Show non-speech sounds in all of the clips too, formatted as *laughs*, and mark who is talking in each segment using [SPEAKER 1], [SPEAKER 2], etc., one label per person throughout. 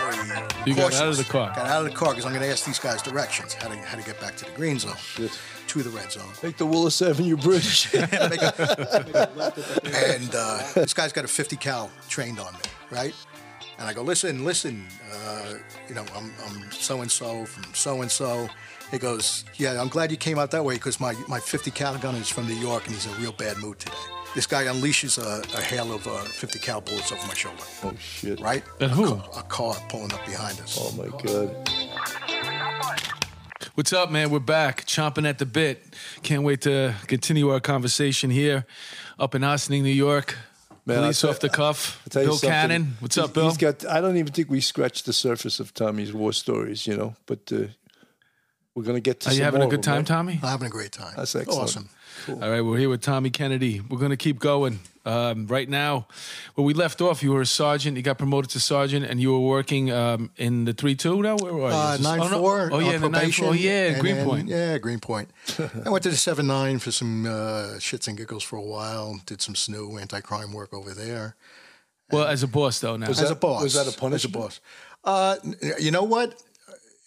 [SPEAKER 1] You got out of
[SPEAKER 2] precautions.
[SPEAKER 1] the car.
[SPEAKER 2] Got out of the car because I'm going to ask these guys directions how to how to get back to the green zone, to the red zone.
[SPEAKER 3] Take the Willis Avenue
[SPEAKER 2] *laughs*
[SPEAKER 3] Bridge. *laughs*
[SPEAKER 2] Make a- and uh, this guy's got a 50 cal trained on me, right? And I go, listen, listen, uh, you know, I'm, I'm so and so from so and so. He goes, yeah, I'm glad you came out that way because my, my 50 cal gun is from New York and he's in a real bad mood today. This guy unleashes a, a hail of uh, 50 cal bullets over my shoulder,
[SPEAKER 3] oh shit!
[SPEAKER 2] right?
[SPEAKER 1] And who?
[SPEAKER 2] A, ca- a car pulling up behind us.
[SPEAKER 3] Oh my god!
[SPEAKER 1] What's up, man? We're back, chomping at the bit. Can't wait to continue our conversation here up in Ossining, New York.
[SPEAKER 3] Man,
[SPEAKER 1] Police
[SPEAKER 3] I'll
[SPEAKER 1] off the cuff.
[SPEAKER 3] I'll tell you
[SPEAKER 1] Bill
[SPEAKER 3] something.
[SPEAKER 1] Cannon. What's
[SPEAKER 3] He's-
[SPEAKER 1] up, Bill?
[SPEAKER 3] He's got. I don't even think we scratched the surface of Tommy's war stories, you know. But uh, we're gonna get to.
[SPEAKER 1] Are you
[SPEAKER 3] some
[SPEAKER 1] having
[SPEAKER 3] more
[SPEAKER 1] a
[SPEAKER 3] of
[SPEAKER 1] good
[SPEAKER 3] them,
[SPEAKER 1] time,
[SPEAKER 3] right?
[SPEAKER 1] Tommy?
[SPEAKER 2] I'm having a great time.
[SPEAKER 3] That's excellent.
[SPEAKER 2] Awesome.
[SPEAKER 1] All right, we're here with Tommy Kennedy. We're going to keep going. Um, right now, where we left off, you were a sergeant. You got promoted to sergeant, and you were working um, in the three two. Now, where were you?
[SPEAKER 2] Uh,
[SPEAKER 1] Is this-
[SPEAKER 2] nine
[SPEAKER 1] oh, no.
[SPEAKER 2] four.
[SPEAKER 1] Oh
[SPEAKER 2] on
[SPEAKER 1] yeah, the nine
[SPEAKER 2] probation,
[SPEAKER 1] four. Yeah,
[SPEAKER 2] and
[SPEAKER 1] Greenpoint.
[SPEAKER 2] Then,
[SPEAKER 1] *laughs*
[SPEAKER 2] yeah, Greenpoint. I went to the seven nine for some uh, shits and giggles for a while. Did some snoo anti crime work over there
[SPEAKER 1] Well, as a boss though, now.
[SPEAKER 3] Was
[SPEAKER 2] as
[SPEAKER 3] that-
[SPEAKER 2] a boss.
[SPEAKER 3] was that a
[SPEAKER 2] As
[SPEAKER 3] punishment?
[SPEAKER 2] boss. Uh, n- you know what?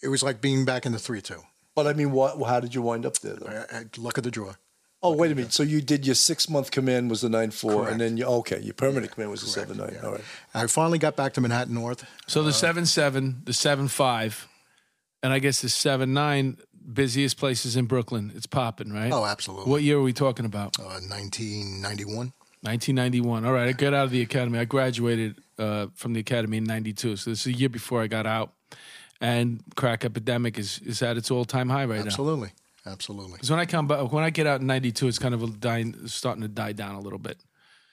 [SPEAKER 2] It was like being back in the three two. Uh,
[SPEAKER 3] But I mean, what, how did you wind up there? Though?
[SPEAKER 2] Luck of the draw.
[SPEAKER 3] Oh, wait a minute. So you did your six month command was the nine four,
[SPEAKER 2] Correct.
[SPEAKER 3] and then you okay, your permanent command was the seven nine. All right.
[SPEAKER 2] I finally got back to Manhattan North.
[SPEAKER 1] So the seven seven, the seven five, and I guess the seven nine busiest places in Brooklyn. It's popping, right?
[SPEAKER 2] Oh, absolutely.
[SPEAKER 1] What year are we talking about?
[SPEAKER 2] Uh, 1991.
[SPEAKER 1] 1991. All right, I got out of the academy. I graduated uh, from the academy in 92. So this is a year before I got out. And crack epidemic is, is at its all time high right now.
[SPEAKER 2] Absolutely. Absolutely.
[SPEAKER 1] Because when I come back, when I get out in '92, it's kind of a dying, starting to die down a little bit.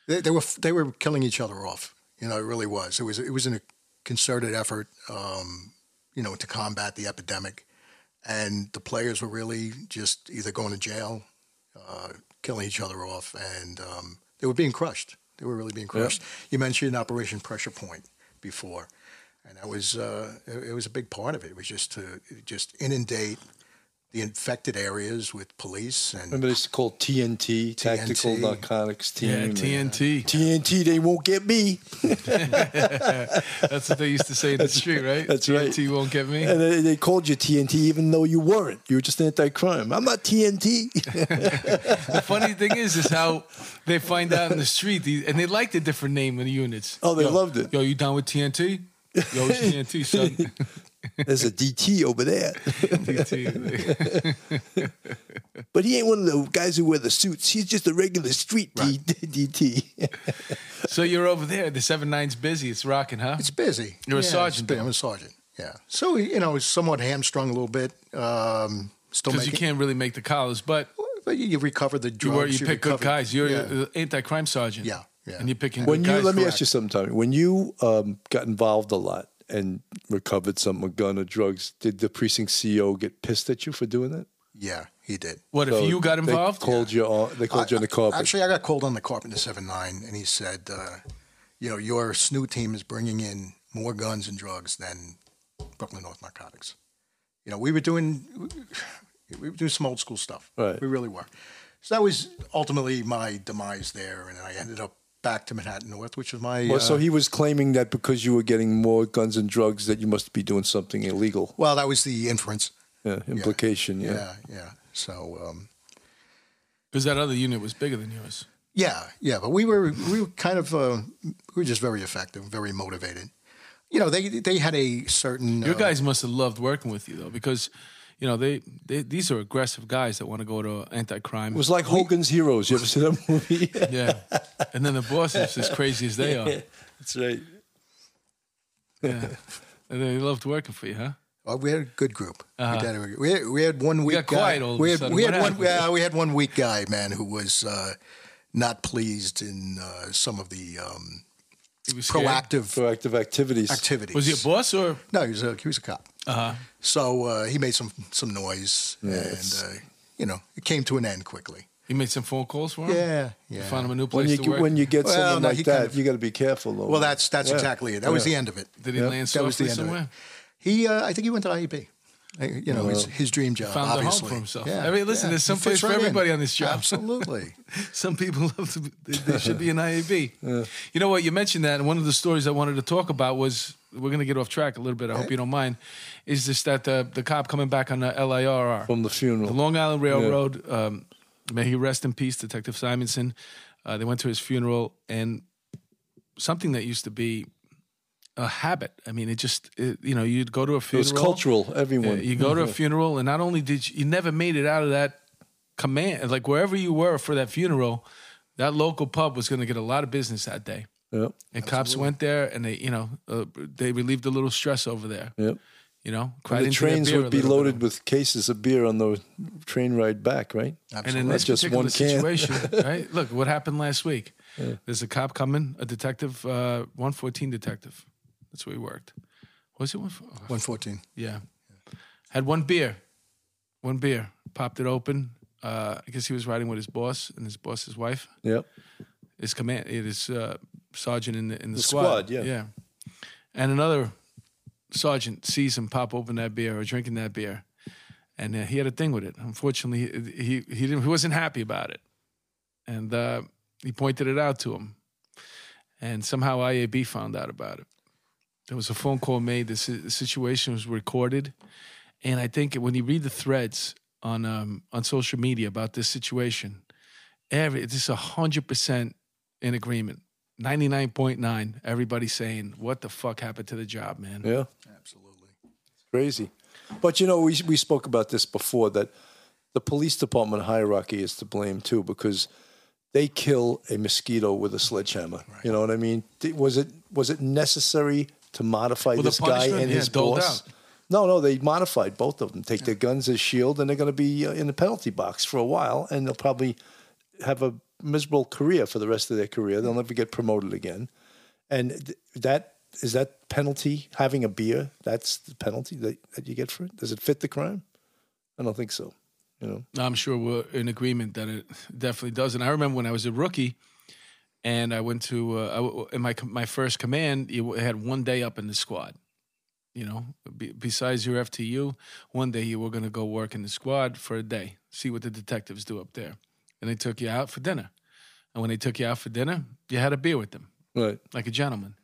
[SPEAKER 2] They, they were they were killing each other off. You know, it really was. It was it was in a concerted effort, um, you know, to combat the epidemic, and the players were really just either going to jail, uh, killing each other off, and um, they were being crushed. They were really being crushed. You mentioned Operation Pressure Point before, and that was uh, it, it was a big part of it. It was just to just inundate the infected areas with police and
[SPEAKER 3] Remember, they used to call TNT, Tactical
[SPEAKER 2] TNT.
[SPEAKER 3] Narcotics Team.
[SPEAKER 1] Yeah,
[SPEAKER 3] and-
[SPEAKER 1] TNT.
[SPEAKER 3] TNT, they won't get me.
[SPEAKER 1] That's what they used to say in the street, right?
[SPEAKER 3] that's right.
[SPEAKER 1] TNT won't get me.
[SPEAKER 3] And they, they called you TNT even though you weren't. You were just anti crime. I'm not TNT.
[SPEAKER 1] The funny thing is, is how they find out in the street, the- and they like the different name of the units.
[SPEAKER 3] *laughs* Oh, they
[SPEAKER 1] Yo,
[SPEAKER 3] loved it.
[SPEAKER 1] Yo, you down with TNT? Yo, it's
[SPEAKER 3] *laughs*
[SPEAKER 1] TNT, son.
[SPEAKER 3] There's a DT over there.
[SPEAKER 1] TNT.
[SPEAKER 3] But he ain't one of the guys who wear the suits. He's just a regular street *laughs* D- DT.
[SPEAKER 1] So you're over there. The seven nine's busy. It's rocking, huh?
[SPEAKER 2] It's busy.
[SPEAKER 1] You're a
[SPEAKER 2] Yeah,
[SPEAKER 1] sergeant,
[SPEAKER 2] it's bu-
[SPEAKER 1] though.
[SPEAKER 2] I'm a sergeant. Yeah. So you know, somewhat hamstrung a little bit. Um, still
[SPEAKER 1] Because you
[SPEAKER 2] making.
[SPEAKER 1] can't really make the collars, but
[SPEAKER 2] But you, you recover the
[SPEAKER 1] you,
[SPEAKER 2] drugs.
[SPEAKER 1] were, you pick good
[SPEAKER 2] recover-
[SPEAKER 1] guys. You're uh,
[SPEAKER 2] yeah.
[SPEAKER 1] an anti-crime sergeant.
[SPEAKER 2] Yeah, yeah.
[SPEAKER 1] And you're picking
[SPEAKER 3] when
[SPEAKER 1] good
[SPEAKER 3] you
[SPEAKER 1] guys.
[SPEAKER 3] let me
[SPEAKER 1] correct.
[SPEAKER 3] ask you something, Tommy. When you um, got involved a lot and recovered some a gun or drugs, did the precinct CEO get pissed at you for doing that?
[SPEAKER 2] yeah, he did.
[SPEAKER 1] What
[SPEAKER 3] So
[SPEAKER 1] if you got involved?
[SPEAKER 3] They called you on. They called you on the carpet.
[SPEAKER 2] Actually, I got called on the carpet to seven nine, and he said, uh, "You know, your SNU team is bringing in more guns and drugs than Brooklyn North Narcotics. You know, we were doing we were doing some old school stuff.
[SPEAKER 3] Right.
[SPEAKER 2] We really were. So that was ultimately my demise there, and I ended up back to Manhattan North, which was my
[SPEAKER 3] Well,
[SPEAKER 2] uh,
[SPEAKER 3] so he was claiming that because you were getting more guns and drugs, that you must be doing something illegal.
[SPEAKER 2] Well, that was the inference.
[SPEAKER 3] Yeah, implication. Yeah.
[SPEAKER 2] Yeah, yeah. So, um,
[SPEAKER 1] Because that other unit was bigger than yours.
[SPEAKER 2] yeah, yeah. But we were we were kind of uh, we were just very effective, very motivated. You know, they they had a certain
[SPEAKER 1] Your
[SPEAKER 3] Oh.
[SPEAKER 2] uh,
[SPEAKER 1] guys must have loved working with you though, because you know they, they these are aggressive guys that want to go to anti-crime.
[SPEAKER 3] It was like Hogan's Heroes. You ever see that movie?
[SPEAKER 1] yeah, and then the boss is as crazy as they
[SPEAKER 3] *laughs*
[SPEAKER 1] are.
[SPEAKER 3] That's right.
[SPEAKER 1] Yeah. And they loved working for you, huh?
[SPEAKER 2] uh, we had a good group. We, had a, we, had, we had one weak
[SPEAKER 1] Uh-huh. got
[SPEAKER 2] guy.
[SPEAKER 1] quiet all of
[SPEAKER 2] we
[SPEAKER 1] a
[SPEAKER 2] had,
[SPEAKER 1] sudden.
[SPEAKER 2] We
[SPEAKER 1] What
[SPEAKER 2] had one
[SPEAKER 1] happened?
[SPEAKER 2] yeah, we had one weak guy, man, who was uh, not pleased in uh, some of the um,
[SPEAKER 1] He was scared.
[SPEAKER 2] proactive
[SPEAKER 3] Proactive activities.
[SPEAKER 2] activities.
[SPEAKER 1] Was he a boss or?
[SPEAKER 2] No, he was a, he was a cop.
[SPEAKER 1] Uh,
[SPEAKER 2] So uh, he made some some noise,
[SPEAKER 3] it's-
[SPEAKER 2] and uh, you know, it came to an end quickly.
[SPEAKER 1] you made some phone calls for him.
[SPEAKER 2] Yeah, yeah.
[SPEAKER 1] You found him a new
[SPEAKER 3] when
[SPEAKER 1] place
[SPEAKER 3] you
[SPEAKER 1] to work.
[SPEAKER 3] when you get
[SPEAKER 2] Well,
[SPEAKER 3] someone
[SPEAKER 2] no,
[SPEAKER 3] like
[SPEAKER 2] he
[SPEAKER 3] that,
[SPEAKER 2] kind of-
[SPEAKER 3] you got to be careful. Though.
[SPEAKER 2] Well, that's that's
[SPEAKER 3] Yeah.
[SPEAKER 2] exactly it. That was the end of it.
[SPEAKER 1] Did he
[SPEAKER 3] Yeah.
[SPEAKER 1] land
[SPEAKER 2] That was the
[SPEAKER 1] softly
[SPEAKER 2] end
[SPEAKER 1] somewhere?
[SPEAKER 2] of
[SPEAKER 1] Uh,
[SPEAKER 2] it. He, uh, I think he went to IEP. I- You know, his,
[SPEAKER 3] Wow.
[SPEAKER 2] his dream job.
[SPEAKER 1] Found a home
[SPEAKER 2] obviously.
[SPEAKER 1] for himself. I mean, listen, there's
[SPEAKER 2] He
[SPEAKER 1] some place
[SPEAKER 2] fits
[SPEAKER 1] for
[SPEAKER 2] in.
[SPEAKER 1] everybody on this job. *laughs*
[SPEAKER 2] Absolutely.
[SPEAKER 1] Some people *laughs* love to. Be, they, they should be an IAB. You know what? You mentioned that, and one of the stories I wanted to talk about was we're gonna get off track a little bit. I hope you don't mind. Is this that uh, the the cop coming back on the LIRR?
[SPEAKER 3] from the funeral.
[SPEAKER 1] The Long Island Railroad. Um, may he rest in peace, Detective Simonson. Uh, they went to his funeral, and something that used to be a habit. I mean, it just it, you know you'd go to a
[SPEAKER 3] it
[SPEAKER 1] funeral.
[SPEAKER 3] was cultural. Everyone.
[SPEAKER 1] You go to
[SPEAKER 3] *laughs*
[SPEAKER 1] a funeral, and not only did you, you never made it out of that command, like wherever you were for that funeral, that local pub was going to get a lot of business that day.
[SPEAKER 3] Yep.
[SPEAKER 1] And cops went there, and they, you know, uh, they relieved a little stress over there.
[SPEAKER 3] Yep.
[SPEAKER 1] You know, cried
[SPEAKER 3] The
[SPEAKER 1] into their
[SPEAKER 3] trains
[SPEAKER 1] beer a
[SPEAKER 3] would be
[SPEAKER 1] little bit.
[SPEAKER 3] loaded with cases of beer on the train ride back, right?
[SPEAKER 1] And in
[SPEAKER 2] Absolutely.
[SPEAKER 1] this
[SPEAKER 3] That's just
[SPEAKER 1] particular
[SPEAKER 3] one can.
[SPEAKER 1] situation,
[SPEAKER 3] *laughs*
[SPEAKER 1] right? Look what happened last week. There's a cop coming, a detective, uh, 114 detective. That's where he worked. Was it one? fo- oh,
[SPEAKER 2] 114.
[SPEAKER 1] Yeah. Had one beer. One beer. Popped it open. Uh, I guess he was riding with his boss and his boss's wife.
[SPEAKER 3] Yep.
[SPEAKER 1] His command it is uh, sergeant in the in the,
[SPEAKER 3] squad, yeah.
[SPEAKER 1] Yeah. And another sergeant sees him pop open that beer or drinking that beer. And uh, he had a thing with it. Unfortunately, he he, he, didn't, he wasn't happy about it. And uh, he pointed it out to him. And somehow IAB found out about it. There was a phone call made. The si- the situation was recorded, and I think when you read the threads on um, on social media about this situation, every this is hundred percent in agreement. Ninety nine point nine. Everybody saying, "What the fuck happened to the job, man?"
[SPEAKER 3] Yeah.
[SPEAKER 2] Absolutely.
[SPEAKER 3] Crazy. But you know, we we spoke about this before that the police department hierarchy is to blame too because they kill a mosquito with a sledgehammer. You know what I mean? Th- Was it was it necessary to modify
[SPEAKER 1] the
[SPEAKER 3] this guy
[SPEAKER 1] punishment,
[SPEAKER 3] and
[SPEAKER 1] yeah,
[SPEAKER 3] his
[SPEAKER 1] doled
[SPEAKER 3] boss?
[SPEAKER 1] out.
[SPEAKER 3] No, no, they modified both of them. Take their guns as shield, and they're going to be uh, in the penalty box for a while, and they'll probably have a miserable career for the rest of their career. They'll never get promoted again. And th- that is that penalty having a beer. That's the penalty that, that you get for it. Does it fit the crime? I don't think so. You know,
[SPEAKER 1] I'm sure we're in agreement that it definitely does. And I remember when I was a rookie, and I went to uh, I w in my com- my first command, you had one day up in the squad. You know, be, besides your FTU, one day you were going to go work in the squad for a day, see what the detectives do up there, and they took you out for dinner. And when they took you out for dinner, you had a beer with them
[SPEAKER 3] right?
[SPEAKER 1] like a gentleman,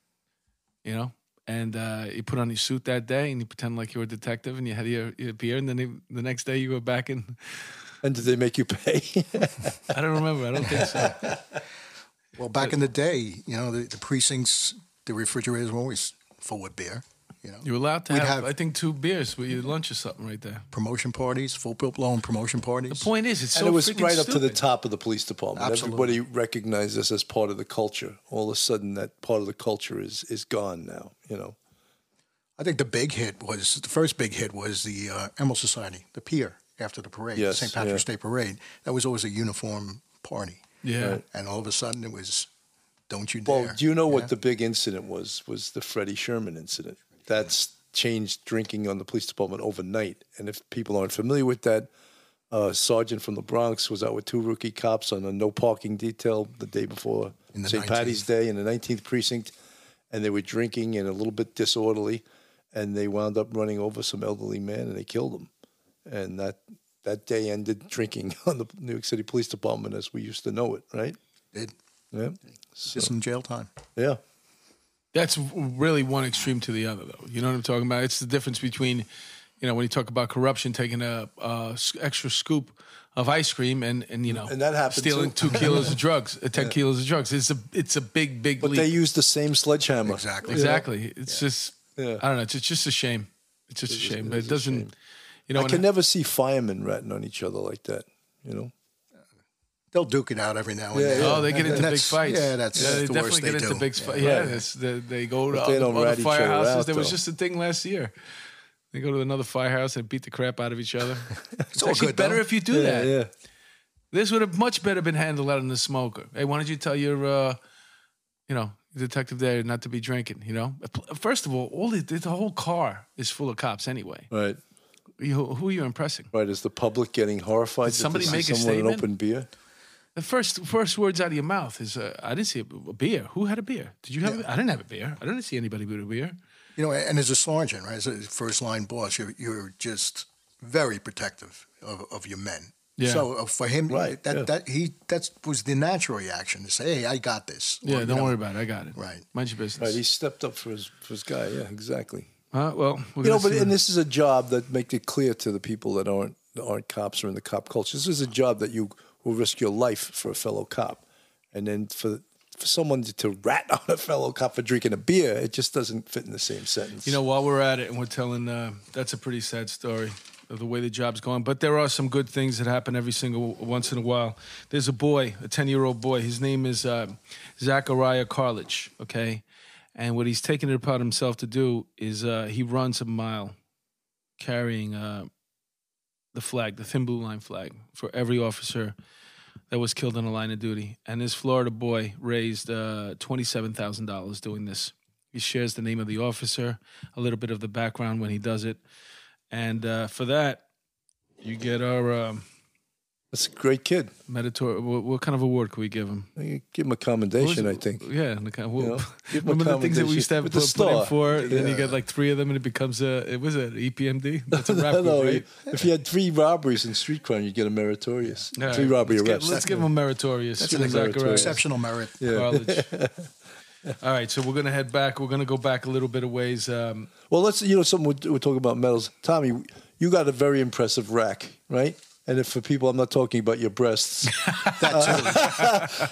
[SPEAKER 1] you know. And uh, you put on your suit that day, and you pretend like you were a detective, and you had your, your beer, and then they, the next day you go back and
[SPEAKER 3] And did they make you pay?
[SPEAKER 1] I don't remember. I don't think *laughs* so.
[SPEAKER 2] Well, back in the day, you know, the, the precincts, the refrigerators were always full with beer. You know,
[SPEAKER 1] You were allowed to
[SPEAKER 2] We'd
[SPEAKER 1] have,
[SPEAKER 2] have-
[SPEAKER 1] I think, two beers with your lunch or something right there.
[SPEAKER 2] promotion parties, full blown promotion parties.
[SPEAKER 1] Point is, it's so
[SPEAKER 3] and it was
[SPEAKER 1] freaking
[SPEAKER 3] right up to the
[SPEAKER 1] stupid.
[SPEAKER 3] top of the police department.
[SPEAKER 2] Absolutely.
[SPEAKER 3] Everybody recognized this as part of the culture. All of a sudden, that part of the culture is is gone now. You know,
[SPEAKER 2] I think the big hit was the first big hit was the uh, Emerald Society, the pier after the parade,
[SPEAKER 3] Yes,
[SPEAKER 2] St. Patrick's
[SPEAKER 3] yeah.
[SPEAKER 2] Day parade. That was always a uniform party,
[SPEAKER 1] Yeah.
[SPEAKER 2] and all of a sudden it was, "Don't you dare!"
[SPEAKER 3] Well, do you know what the big incident was? Was the Freddie Sherman incident? That's changed drinking on the police department overnight. And if people aren't familiar with that, uh, sergeant from the Bronx was out with two rookie cops on a no parking detail the day before
[SPEAKER 2] In the
[SPEAKER 3] St. Patty's Day in the 19th precinct, and they were drinking and a little bit disorderly, and they wound up running over some elderly man and they killed him. And that that day ended drinking *laughs* on the New York City Police Department as we used to know it, right?
[SPEAKER 2] It-
[SPEAKER 3] Yeah.
[SPEAKER 2] just some jail time.
[SPEAKER 3] Yeah.
[SPEAKER 1] That's really one extreme to the other, though. You know what I'm talking about? It's the difference between, you know, when you talk about corruption, taking a, a s- extra scoop of ice cream and, and you know,
[SPEAKER 3] And that happened,
[SPEAKER 1] stealing
[SPEAKER 3] too.
[SPEAKER 1] two kilos
[SPEAKER 3] *laughs*
[SPEAKER 1] of drugs, uh, 10 kilos of drugs. It's a, it's a big, big
[SPEAKER 3] But
[SPEAKER 1] leap.
[SPEAKER 3] they used the same sledgehammer.
[SPEAKER 2] Exactly.
[SPEAKER 1] exactly. It's just,
[SPEAKER 3] Yeah.
[SPEAKER 1] I don't know. It's just a shame. It's just a shame. but it doesn't, you know,
[SPEAKER 3] I
[SPEAKER 1] and-
[SPEAKER 3] can never see firemen ratting on each other like that. You know,
[SPEAKER 2] They'll duke it out every now and
[SPEAKER 3] Yeah,
[SPEAKER 2] then.
[SPEAKER 3] yeah.
[SPEAKER 1] Oh, they get
[SPEAKER 2] And
[SPEAKER 1] into big
[SPEAKER 2] that's-
[SPEAKER 1] fights.
[SPEAKER 2] Yeah, that's
[SPEAKER 1] they
[SPEAKER 2] the
[SPEAKER 1] definitely
[SPEAKER 2] worst
[SPEAKER 1] get
[SPEAKER 2] they
[SPEAKER 1] into
[SPEAKER 2] do.
[SPEAKER 1] big fights. Yeah,
[SPEAKER 3] Right.
[SPEAKER 1] that's- they, they go to
[SPEAKER 3] But they
[SPEAKER 1] other,
[SPEAKER 3] don't
[SPEAKER 1] other
[SPEAKER 3] rat each other
[SPEAKER 1] firehouses.
[SPEAKER 3] out,
[SPEAKER 1] there was
[SPEAKER 3] though.
[SPEAKER 1] just a thing last year. They go to another firehouse and beat the crap out of each other. It's,
[SPEAKER 2] all
[SPEAKER 1] actually
[SPEAKER 2] good,
[SPEAKER 1] better
[SPEAKER 2] though.
[SPEAKER 1] if you do that.
[SPEAKER 3] yeah.
[SPEAKER 1] This would have much better been handled out in the smoker. Hey, why don't you tell your, uh, you know, detective there not to be drinking? You know, first of all, all the, the whole car is full of cops anyway.
[SPEAKER 3] Right,
[SPEAKER 1] You, who are you impressing?
[SPEAKER 3] right. Is the public getting horrified? that they
[SPEAKER 1] somebody
[SPEAKER 3] see
[SPEAKER 1] make a
[SPEAKER 3] someone
[SPEAKER 1] statement?
[SPEAKER 3] An open beer.
[SPEAKER 1] The first first words out of your mouth is, uh, "I didn't see a, a beer. Who had a beer? Did you have? A, I didn't have a beer. I didn't see anybody with a beer."
[SPEAKER 2] You know, and as a sergeant, right, as a first line boss, you're, you're just very protective of, of your men.
[SPEAKER 1] Yeah.
[SPEAKER 2] So uh, for him,
[SPEAKER 3] Right,
[SPEAKER 2] that,
[SPEAKER 3] yeah.
[SPEAKER 2] that he that was the natural reaction to say, "Hey, I got this." Or,
[SPEAKER 1] yeah,
[SPEAKER 2] you
[SPEAKER 1] don't
[SPEAKER 2] know,
[SPEAKER 1] worry about it. I got it.
[SPEAKER 2] Right.
[SPEAKER 1] Mind your business.
[SPEAKER 3] Right, he stepped up for his for his guy. Yeah, exactly.
[SPEAKER 1] Uh, well, we're
[SPEAKER 3] You know,
[SPEAKER 1] gonna
[SPEAKER 3] but
[SPEAKER 1] see
[SPEAKER 3] and
[SPEAKER 1] that.
[SPEAKER 3] this is a job that make it clear to the people that aren't that aren't cops or in the cop culture. This is a job that you will risk your life for a fellow cop, and then for for someone to, to rat *laughs* on a fellow cop for drinking a beer, it just doesn't fit in the same sentence.
[SPEAKER 1] You know, while we're at it and we're telling, uh, that's a pretty sad story of the way the job's going. But there are some good things that happen every single once in a while. There's a boy, a 10 year old boy. His name is uh, Zachariah Carlich, okay? And what he's taken it upon himself to do is uh, he runs a mile carrying uh, the flag, the thin blue line flag, for every officer that was killed in the line of duty. And this Florida boy raised uh, $27,000 doing this. He shares the name of the officer, a little bit of the background when he does it. And uh, for that, you get our um,
[SPEAKER 3] that's a great kid.
[SPEAKER 1] meditor. What, what kind of award could we give him?
[SPEAKER 3] You Give him a
[SPEAKER 1] What was
[SPEAKER 3] commendation.
[SPEAKER 1] it?
[SPEAKER 3] I think.
[SPEAKER 1] Yeah, and the kind of,
[SPEAKER 3] You
[SPEAKER 1] *laughs*
[SPEAKER 3] know, give him a
[SPEAKER 1] remember the things that we used to have
[SPEAKER 3] with
[SPEAKER 1] put,
[SPEAKER 3] the
[SPEAKER 1] put in
[SPEAKER 3] star.
[SPEAKER 1] for, and then you
[SPEAKER 3] Yeah.
[SPEAKER 1] get like three of them, and it becomes a it was it E EPMD. That's
[SPEAKER 3] *laughs*
[SPEAKER 1] a rap
[SPEAKER 3] No, no,
[SPEAKER 1] group, right?
[SPEAKER 3] If you had three robberies in street crime, you'd get a meritorious.
[SPEAKER 1] All right,
[SPEAKER 3] Three robbery
[SPEAKER 1] let's give-
[SPEAKER 3] arrests.
[SPEAKER 1] let's give him a meritorious.
[SPEAKER 2] That's
[SPEAKER 1] to
[SPEAKER 2] an
[SPEAKER 1] Zacharias.
[SPEAKER 2] exceptional merit.
[SPEAKER 3] Yeah.
[SPEAKER 1] College.
[SPEAKER 3] *laughs*
[SPEAKER 1] All right, so we're gonna head back. We're gonna go back a little bit of ways. Um,
[SPEAKER 3] Well, let's you know something we're, we're talking about medals. Tommy, you got a very impressive rack, right? And if for people, I'm not talking about
[SPEAKER 1] *laughs*
[SPEAKER 3] your breasts. *laughs*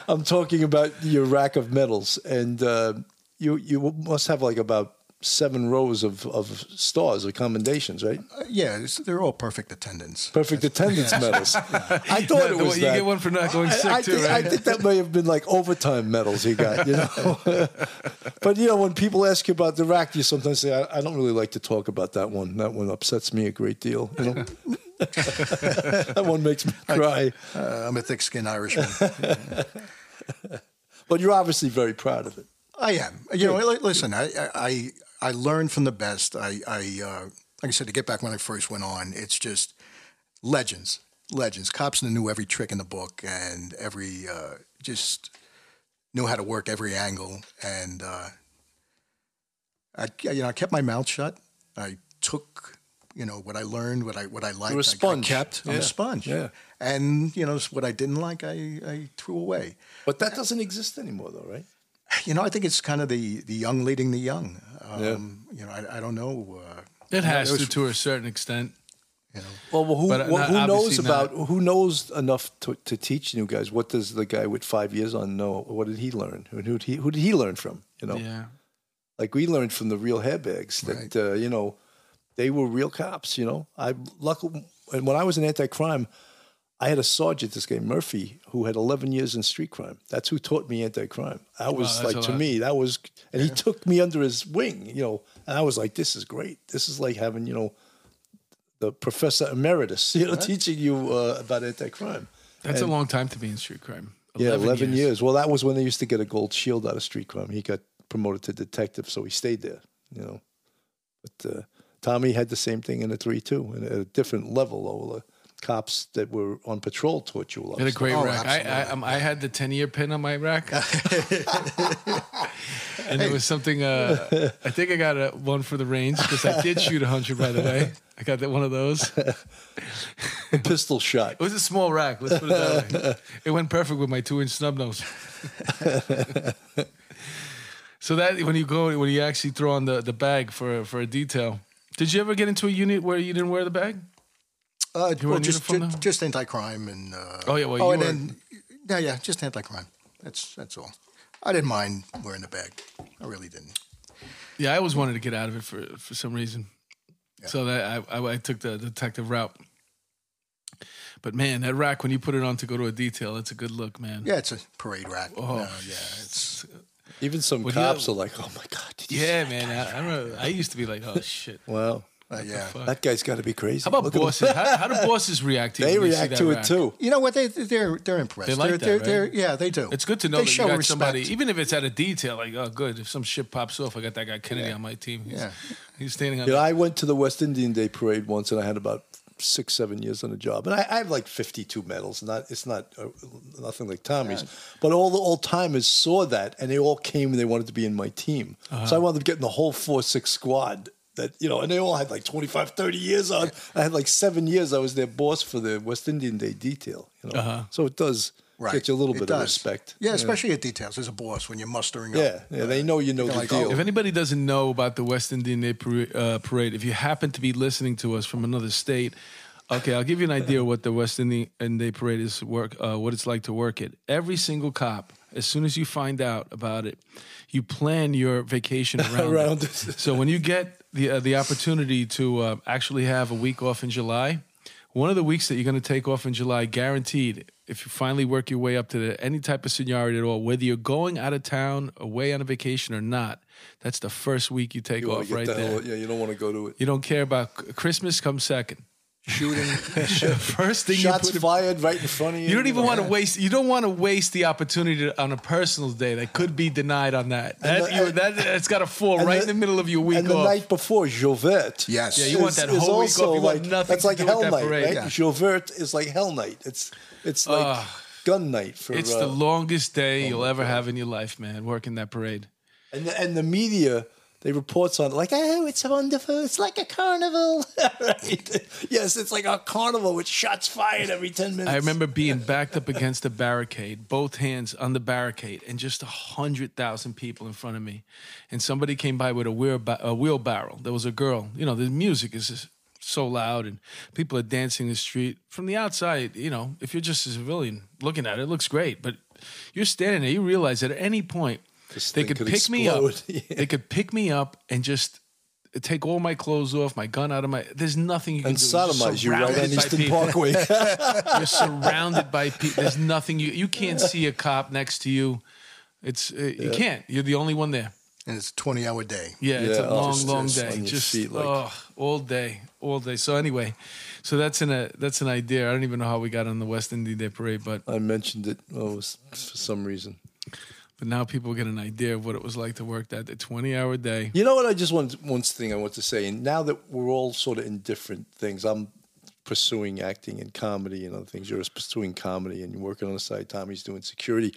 [SPEAKER 3] I'm talking about your rack of medals, and uh, you you must have like about seven rows of of stars or commendations, right?
[SPEAKER 2] Uh, yeah, it's, they're all perfect attendance.
[SPEAKER 3] Perfect
[SPEAKER 1] *laughs*
[SPEAKER 3] attendance medals. I
[SPEAKER 1] yeah,
[SPEAKER 3] thought
[SPEAKER 1] the
[SPEAKER 3] it was
[SPEAKER 1] one- you
[SPEAKER 3] that.
[SPEAKER 1] get one for not going
[SPEAKER 3] I-
[SPEAKER 1] sick
[SPEAKER 3] I
[SPEAKER 1] too,
[SPEAKER 3] think,
[SPEAKER 1] right?
[SPEAKER 3] I think that may have been like overtime medals he got, you know. *laughs* but you know, when people ask you about the rack, you sometimes say, I, "I don't really like to talk about that one. That one upsets me a great deal." You know, *laughs* that one makes me cry.
[SPEAKER 2] Uh, I'm a thick-skinned Irishman.
[SPEAKER 3] But you're obviously very proud of it.
[SPEAKER 2] I am. You know, li- listen, I, I- I I learned from the best. I I uh, like I said to get back when I first went on. It's just legends, legends. Cops knew every trick in the book and every uh, just knew how to work every angle. And uh, I you know I kept my mouth shut. I took you know what I learned, what I what I liked.
[SPEAKER 3] You're a
[SPEAKER 2] I-
[SPEAKER 3] sponge.
[SPEAKER 2] I kept. I'm
[SPEAKER 3] Yeah.
[SPEAKER 2] a sponge.
[SPEAKER 3] Yeah.
[SPEAKER 2] And you know what I didn't like, I I threw away.
[SPEAKER 3] But that doesn't exist anymore, though, right?
[SPEAKER 2] You know, I think it's kind of the the young leading the young. Um, You know, I, I don't know. Uh,
[SPEAKER 1] It has to, to a certain extent.
[SPEAKER 2] you know,
[SPEAKER 3] Well, well who,
[SPEAKER 1] But, uh,
[SPEAKER 3] well,
[SPEAKER 1] not-
[SPEAKER 3] who knows
[SPEAKER 1] obviously not.
[SPEAKER 3] about who knows enough to, to teach new guys? What does the guy with five years on know? What did he learn? Who, who, he, who did he learn from? You know,
[SPEAKER 1] Yeah.
[SPEAKER 3] like we learned from the real hairbags that uh, you know they were real cops. You know, I luckily and when I was in anti-crime, I had a sergeant, this guy Murphy, who had 11 years in street crime. That's who taught me anti-crime. That was
[SPEAKER 1] that's
[SPEAKER 3] like
[SPEAKER 1] a
[SPEAKER 3] to
[SPEAKER 1] lot.
[SPEAKER 3] me, that was, and he took me under his wing. You know, and I was like, this is great. This is like having you know the professor emeritus, *laughs* you know, teaching you uh, about anti-crime.
[SPEAKER 1] That's a long time to be in street crime.
[SPEAKER 3] Yeah, 11, years. Well, that was when they used to get a gold shield out of street crime. He got promoted to detective, so he stayed there, you know. But uh, Tommy had the same thing in the 3 2, and at a different level, though. The cops that were on patrol taught you *laughs* a lot.
[SPEAKER 1] Had a
[SPEAKER 3] of stuff.
[SPEAKER 1] great
[SPEAKER 2] Oh,
[SPEAKER 1] rack. I, I,
[SPEAKER 2] absolutely.
[SPEAKER 1] um, I had the 10 year pin on my *laughs* rack. and it was something, uh, I think I got a, one for the range because I did shoot 100, by the way. I got that one of those. It
[SPEAKER 3] A pistol shot.
[SPEAKER 1] was a small rack. Let's put it that way. It went perfect with my two inch snub nose. so that when you go, when you actually throw on the, the bag for, for a detail, did you ever get into a unit where you didn't wear the bag?
[SPEAKER 2] uh,
[SPEAKER 1] were
[SPEAKER 2] well,
[SPEAKER 1] in
[SPEAKER 2] just
[SPEAKER 1] uniform
[SPEAKER 2] ju-
[SPEAKER 1] now?
[SPEAKER 2] just anti-crime and uh,
[SPEAKER 1] Oh, yeah, well, you
[SPEAKER 2] and
[SPEAKER 1] were-
[SPEAKER 2] then yeah, yeah, just anti-crime. That's that's all. I didn't mind wearing the bag. I really didn't.
[SPEAKER 1] Yeah, I always wanted to get out of it for for some reason. So that I, I I took the detective route. But man, that rack when you put it on to go to a detail, it's a good look, man.
[SPEAKER 2] Yeah, it's a parade rack.
[SPEAKER 1] Oh.
[SPEAKER 2] Uh, yeah, it's
[SPEAKER 3] Even some
[SPEAKER 1] Well,
[SPEAKER 3] cops
[SPEAKER 1] yeah.
[SPEAKER 3] are like, oh my God, did you see
[SPEAKER 1] Yeah,
[SPEAKER 3] that
[SPEAKER 1] man. I, I remember I used to be like, oh
[SPEAKER 2] *laughs*
[SPEAKER 1] shit.
[SPEAKER 3] guy?" Wow.
[SPEAKER 2] uh, yeah.
[SPEAKER 1] fuck?
[SPEAKER 3] That guy's got to be crazy.
[SPEAKER 1] How about
[SPEAKER 3] Look at him.
[SPEAKER 1] bosses? How,
[SPEAKER 2] *laughs*
[SPEAKER 1] how do bosses react to you
[SPEAKER 3] They
[SPEAKER 1] when see
[SPEAKER 3] react
[SPEAKER 1] that
[SPEAKER 3] to
[SPEAKER 1] rack?
[SPEAKER 3] it too.
[SPEAKER 2] You know what? They they're they're impressed.
[SPEAKER 1] They like
[SPEAKER 2] are
[SPEAKER 1] that,
[SPEAKER 2] they're,
[SPEAKER 1] right?
[SPEAKER 2] they're, yeah, they do.
[SPEAKER 1] It's good to know
[SPEAKER 2] they
[SPEAKER 1] that you
[SPEAKER 2] show
[SPEAKER 1] got
[SPEAKER 2] respect.
[SPEAKER 1] somebody, even if it's at a detail. Like, oh, good. If some shit pops off, I got that guy Kennedy on my team. He's,
[SPEAKER 2] Yeah.
[SPEAKER 1] he's standing on.
[SPEAKER 3] You know, I went to the West Indian Day Parade once, and I had about six, seven years on the job, and I, I have like fifty-two medals. Not it's not uh, nothing like Tommy's, but all the old timers saw that, and they all came and they wanted to be in my team. So I wound up getting the whole four-six squad. that, you know, and they all had like 25, 30 years on. I had like seven years. I was their boss for the West Indian Day detail, you know. So it does
[SPEAKER 2] Right.
[SPEAKER 3] get you a little
[SPEAKER 2] It
[SPEAKER 3] bit of
[SPEAKER 2] does.
[SPEAKER 3] respect.
[SPEAKER 2] Yeah, especially at details as a boss when you're mustering up.
[SPEAKER 3] Yeah, yeah, they know you know the
[SPEAKER 2] Like,
[SPEAKER 3] deal.
[SPEAKER 2] oh,
[SPEAKER 1] If anybody doesn't know about the West Indian Day Parade, uh, parade if you happen to be listening to us from another state, okay, I'll give you an idea what the West Indian Day Parade is work, uh, what it's like to work it. Every single cop, as soon as you find out about it, you plan your *laughs* vacation around,
[SPEAKER 3] Around
[SPEAKER 1] it.
[SPEAKER 3] it.
[SPEAKER 1] so when you get the uh, the opportunity to uh, actually have a week off in July, one of the weeks that you're going to take off in July, guaranteed, if you finally work your way up to the, any type of seniority at all, whether you're going out of town, away on a vacation or not, that's the first week you take
[SPEAKER 3] You wanna
[SPEAKER 1] off
[SPEAKER 3] get
[SPEAKER 1] right
[SPEAKER 3] the
[SPEAKER 1] there.
[SPEAKER 3] hell- yeah, you don't want to go to it.
[SPEAKER 1] You don't care about Christmas. Come
[SPEAKER 3] *laughs*
[SPEAKER 1] second.
[SPEAKER 2] Shooting.
[SPEAKER 1] First thing you
[SPEAKER 3] Shots
[SPEAKER 1] put
[SPEAKER 3] fired right in front of you.
[SPEAKER 1] You don't even want to waste. You don't want to waste the opportunity to, on a personal day that could be denied on that. That,
[SPEAKER 3] the-
[SPEAKER 1] you, that it's got to fall
[SPEAKER 3] And
[SPEAKER 1] right in the middle of your week
[SPEAKER 3] And
[SPEAKER 1] off.
[SPEAKER 3] the night before, Jovert.
[SPEAKER 2] Yes. Yeah,
[SPEAKER 1] you want that whole week off. You want nothing
[SPEAKER 3] That's
[SPEAKER 1] to
[SPEAKER 3] like
[SPEAKER 1] do with
[SPEAKER 3] Hell
[SPEAKER 1] that
[SPEAKER 3] Night,
[SPEAKER 1] parade.
[SPEAKER 3] right?
[SPEAKER 1] Yeah.
[SPEAKER 3] Jovert is like Hell Night. It's it's like gun night for.
[SPEAKER 1] it's
[SPEAKER 3] uh,
[SPEAKER 1] the longest day you'll ever have in your life, man. Working that parade.
[SPEAKER 3] and the, and the media they reports on it like oh it's wonderful it's like a carnival *laughs* right? yes it's like a carnival with shots fired every 10 minutes
[SPEAKER 1] I remember being backed up against a barricade, both hands on the barricade, and just a hundred thousand people in front of me. And somebody came by with a, wheelba- a wheelbarrow. There was a girl. You know, the music is just so loud, and people are dancing in the street. From the outside, you know, if you're just a civilian looking at it, it looks great. But you're standing there, you realize that at any point
[SPEAKER 3] This
[SPEAKER 1] they
[SPEAKER 3] thing
[SPEAKER 1] could,
[SPEAKER 3] could
[SPEAKER 1] pick me up.
[SPEAKER 3] explode. *laughs* Yeah.
[SPEAKER 1] They could pick me up and just. Take all my clothes off, my gun out of my. There's nothing you can
[SPEAKER 3] and
[SPEAKER 1] do. You're
[SPEAKER 3] sodomize you right
[SPEAKER 1] surrounded
[SPEAKER 3] on
[SPEAKER 1] by
[SPEAKER 3] Eastern
[SPEAKER 1] people.
[SPEAKER 3] Parkway.
[SPEAKER 1] *laughs* You're surrounded by people. There's nothing you you can't see a cop next to you. It's uh, you can't. You're the only one there.
[SPEAKER 2] and it's a 20 hour day.
[SPEAKER 1] Yeah, it's
[SPEAKER 3] Yeah,
[SPEAKER 1] a
[SPEAKER 3] oh,
[SPEAKER 1] long,
[SPEAKER 3] just-
[SPEAKER 1] long
[SPEAKER 3] just
[SPEAKER 1] day.
[SPEAKER 3] on your
[SPEAKER 1] Just
[SPEAKER 3] feet, like-
[SPEAKER 1] oh, all day, all day. So anyway, so that's an a that's an idea. I don't even know how we got on the West Indian Day Parade, but
[SPEAKER 3] I mentioned it oh, it was for some reason.
[SPEAKER 1] but now people get an idea of what it was like to work that day, twenty hour day.
[SPEAKER 3] You know what? I just want one thing I want to say. And now that we're all sort of in different things, I'm pursuing acting and comedy and other things. You're pursuing comedy and you're working on the side. Tommy's doing security.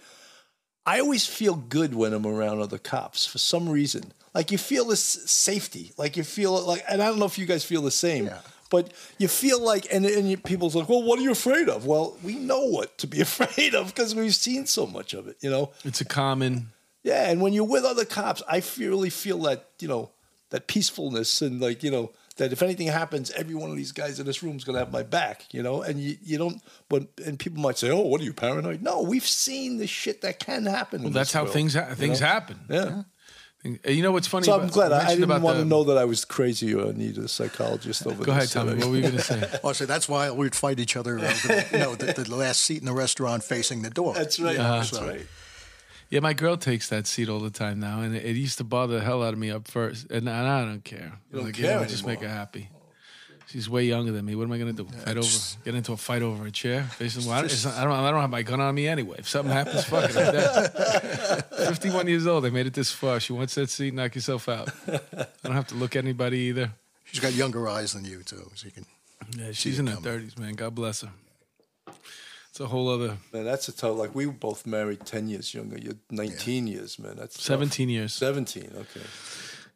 [SPEAKER 3] I always feel good when I'm around other cops for some reason. Like you feel this safety. Like you feel like, and I don't know if you guys feel the same.
[SPEAKER 2] Yeah.
[SPEAKER 3] But you feel like, and, and you, people's like, well, what are you afraid of? Well, we know what to be *laughs* afraid of because we've seen so much of it, you know?
[SPEAKER 1] It's a common.
[SPEAKER 3] Yeah, and when you're with other cops, I feel, really feel that you know that peacefulness and like you know that if anything happens, every one of these guys in this room is gonna have my back, you know. And you, you don't, but and people might say, "Oh, what are you paranoid?" No, we've seen the shit that can happen.
[SPEAKER 1] Well, that's how things ha- things happen.
[SPEAKER 3] Yeah.
[SPEAKER 1] You know what's funny?
[SPEAKER 3] So I'm
[SPEAKER 1] about-
[SPEAKER 3] glad
[SPEAKER 1] you
[SPEAKER 3] I, I
[SPEAKER 1] mentioned
[SPEAKER 3] didn't
[SPEAKER 1] about
[SPEAKER 3] want to
[SPEAKER 1] the-
[SPEAKER 3] know that I was crazy or needed a psychologist over.
[SPEAKER 1] Go ahead,
[SPEAKER 3] this, uh,
[SPEAKER 1] Tommy.
[SPEAKER 3] so-
[SPEAKER 1] What
[SPEAKER 3] *laughs*
[SPEAKER 1] were you going to say?
[SPEAKER 2] Oh, so that's why we'd fight each other. Uh, the, you know, the, the last seat in the restaurant facing the door.
[SPEAKER 3] That's right. that's
[SPEAKER 2] so-
[SPEAKER 3] right.
[SPEAKER 1] Yeah, my girl takes that seat all the time now, and it, it used to bother the hell out of me up first, and, and I don't care.
[SPEAKER 3] You don't
[SPEAKER 1] Like,
[SPEAKER 3] care
[SPEAKER 1] know, just make her
[SPEAKER 3] anymore.
[SPEAKER 1] happy. She's way younger than me. What am I going to do? Fight over? Get into a fight over a chair? Basically, well, I, don't, it's not- I don't. I don't have my gun on me anyway. If something happens, fuck it. I'm dead.
[SPEAKER 3] *laughs*
[SPEAKER 1] Fifty-one years old. I made it this far. She wants that seat. Knock yourself out. I don't have to look at anybody either.
[SPEAKER 2] She's got younger eyes than you, too. So you can.
[SPEAKER 1] Yeah, she's in her thirties, man. God bless her. It's a whole other
[SPEAKER 3] Man, that's a tough. Like we were both married ten years younger. You're 19 years, man. That's tough.
[SPEAKER 1] seventeen years.
[SPEAKER 3] 17, okay.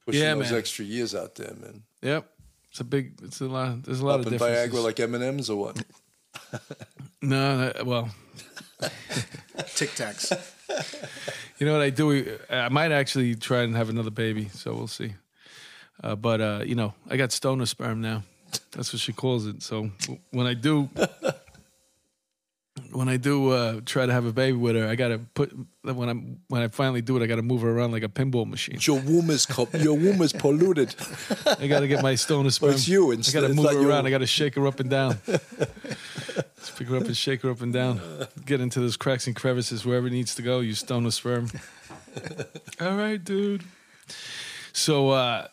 [SPEAKER 3] Pushing
[SPEAKER 1] Yeah,
[SPEAKER 3] those
[SPEAKER 1] man.
[SPEAKER 3] extra years out there, man.
[SPEAKER 1] Yep. It's a big. It's a lot. There's a lot
[SPEAKER 3] Up
[SPEAKER 1] of
[SPEAKER 3] in
[SPEAKER 1] differences.
[SPEAKER 3] Viagra like M&M's or what?
[SPEAKER 1] no, that, well,
[SPEAKER 2] Tic
[SPEAKER 3] *laughs*
[SPEAKER 2] Tacs.
[SPEAKER 1] You know what I do? We- I might actually try and have another baby, so we'll see. Uh, but uh, you know, I got stoner sperm now. That's what she calls it. So w- when I do, when I do uh, try to have a baby with her, I gotta put when I'm when I finally do it, I gotta move her around like a pinball machine.
[SPEAKER 3] Your womb is co- your womb is
[SPEAKER 1] *laughs*
[SPEAKER 3] polluted.
[SPEAKER 1] I gotta get my stoner
[SPEAKER 3] *laughs*
[SPEAKER 1] sperm.
[SPEAKER 3] it's you
[SPEAKER 1] I
[SPEAKER 3] instead-
[SPEAKER 1] gotta
[SPEAKER 3] it's
[SPEAKER 1] move
[SPEAKER 3] not
[SPEAKER 1] her
[SPEAKER 3] you.
[SPEAKER 1] around. I gotta shake her up and
[SPEAKER 3] *laughs*
[SPEAKER 1] down. Just pick her up and shake her up and down. Get into those cracks and crevices wherever it needs to go. You stoner
[SPEAKER 3] *laughs*
[SPEAKER 1] sperm. All right, dude. So, uh,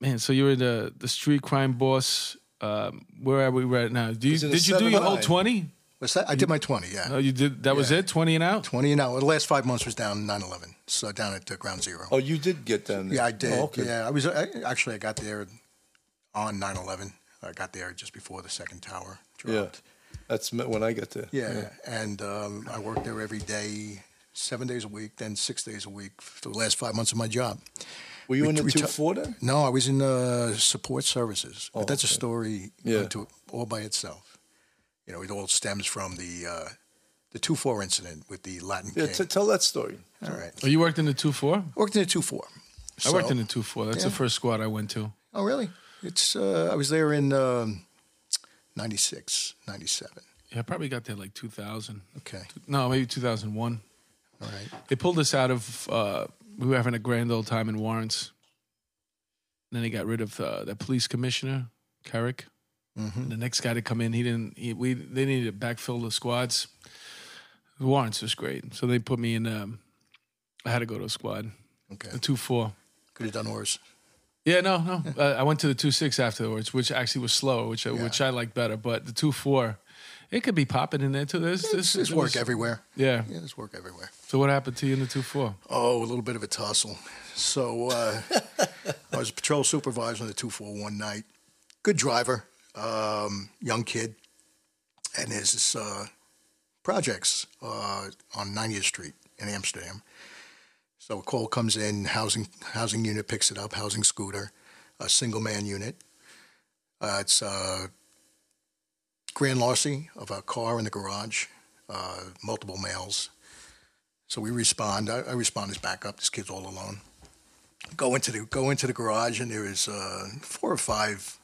[SPEAKER 1] man, so you were the the street crime boss. Um, where are we right now? Do you,
[SPEAKER 3] in
[SPEAKER 1] did
[SPEAKER 3] the
[SPEAKER 1] you do your whole
[SPEAKER 3] 7-9.
[SPEAKER 1] twenty?
[SPEAKER 2] What's that? I did my 20, yeah.
[SPEAKER 1] Oh, you did. That was it. Twenty and out.
[SPEAKER 2] 20 and out. The last five months was down 9 11. So down at uh, ground zero.
[SPEAKER 3] Oh, you did get down there.
[SPEAKER 2] Yeah, I did.
[SPEAKER 3] Oh, okay.
[SPEAKER 2] Yeah, I was I, actually I got there on 9/11. I got there just before the second tower
[SPEAKER 3] Yeah.
[SPEAKER 2] dropped.
[SPEAKER 3] That's me- when I got there.
[SPEAKER 2] Yeah, and um, I worked there every day, seven days a week, then six days a week for the last five months of my job.
[SPEAKER 3] Were you in the
[SPEAKER 2] we
[SPEAKER 3] two
[SPEAKER 2] took-
[SPEAKER 3] four then?
[SPEAKER 2] No, I was in uh, support services.
[SPEAKER 3] Oh,
[SPEAKER 2] but that's
[SPEAKER 3] okay.
[SPEAKER 2] a story
[SPEAKER 3] Yeah.
[SPEAKER 2] unto all by itself. You know, it all stems from the uh, the two four incident with the Latin
[SPEAKER 3] Yeah,
[SPEAKER 2] King.
[SPEAKER 3] t- tell that story.
[SPEAKER 2] all right,
[SPEAKER 1] Oh, you worked in the two four?
[SPEAKER 2] I worked in a two four.
[SPEAKER 1] I worked in the two four. That's the
[SPEAKER 2] Yeah.
[SPEAKER 1] first squad I went to.
[SPEAKER 2] Oh, really? It's uh, I was there in um, 96, 97.
[SPEAKER 1] Yeah, I probably got there like two thousand.
[SPEAKER 2] Okay,
[SPEAKER 1] No, maybe two thousand one.
[SPEAKER 2] all right.
[SPEAKER 1] They pulled us out of. Uh, we were having a grand old time in Lawrence. Then they got rid of uh, that police commissioner, Carrick.
[SPEAKER 2] Mm-hmm.
[SPEAKER 1] And the next guy to come in, he didn't. He, we they needed to backfill the squads. Lawrence was great, so they put me in. Um, I had to go to a squad,
[SPEAKER 2] Okay,
[SPEAKER 1] a two four.
[SPEAKER 2] could have done worse.
[SPEAKER 1] Yeah, no,
[SPEAKER 2] *laughs*
[SPEAKER 1] no. uh, I went to the two six afterwards, which actually was slower, which I which I like better. But the two four, it could be popping in there too. There's this
[SPEAKER 2] There's, there's work everywhere.
[SPEAKER 1] Yeah.
[SPEAKER 2] Yeah, there's work everywhere.
[SPEAKER 1] So what happened to you in the two four?
[SPEAKER 2] Oh, a little bit of a tussle. So uh, *laughs* I was a patrol supervisor on the 241 one night. Good driver, um, young kid. And there's this uh, projects uh, on 90th Street in Amsterdam. So a call comes in, housing housing unit picks it up, housing scooter, a single man unit. Uh, it's uh, grand larceny of a car in the garage, uh, multiple males. So we respond. I, I respond as backup. This kid's all alone. Go into the go into the garage, and there is uh, four or five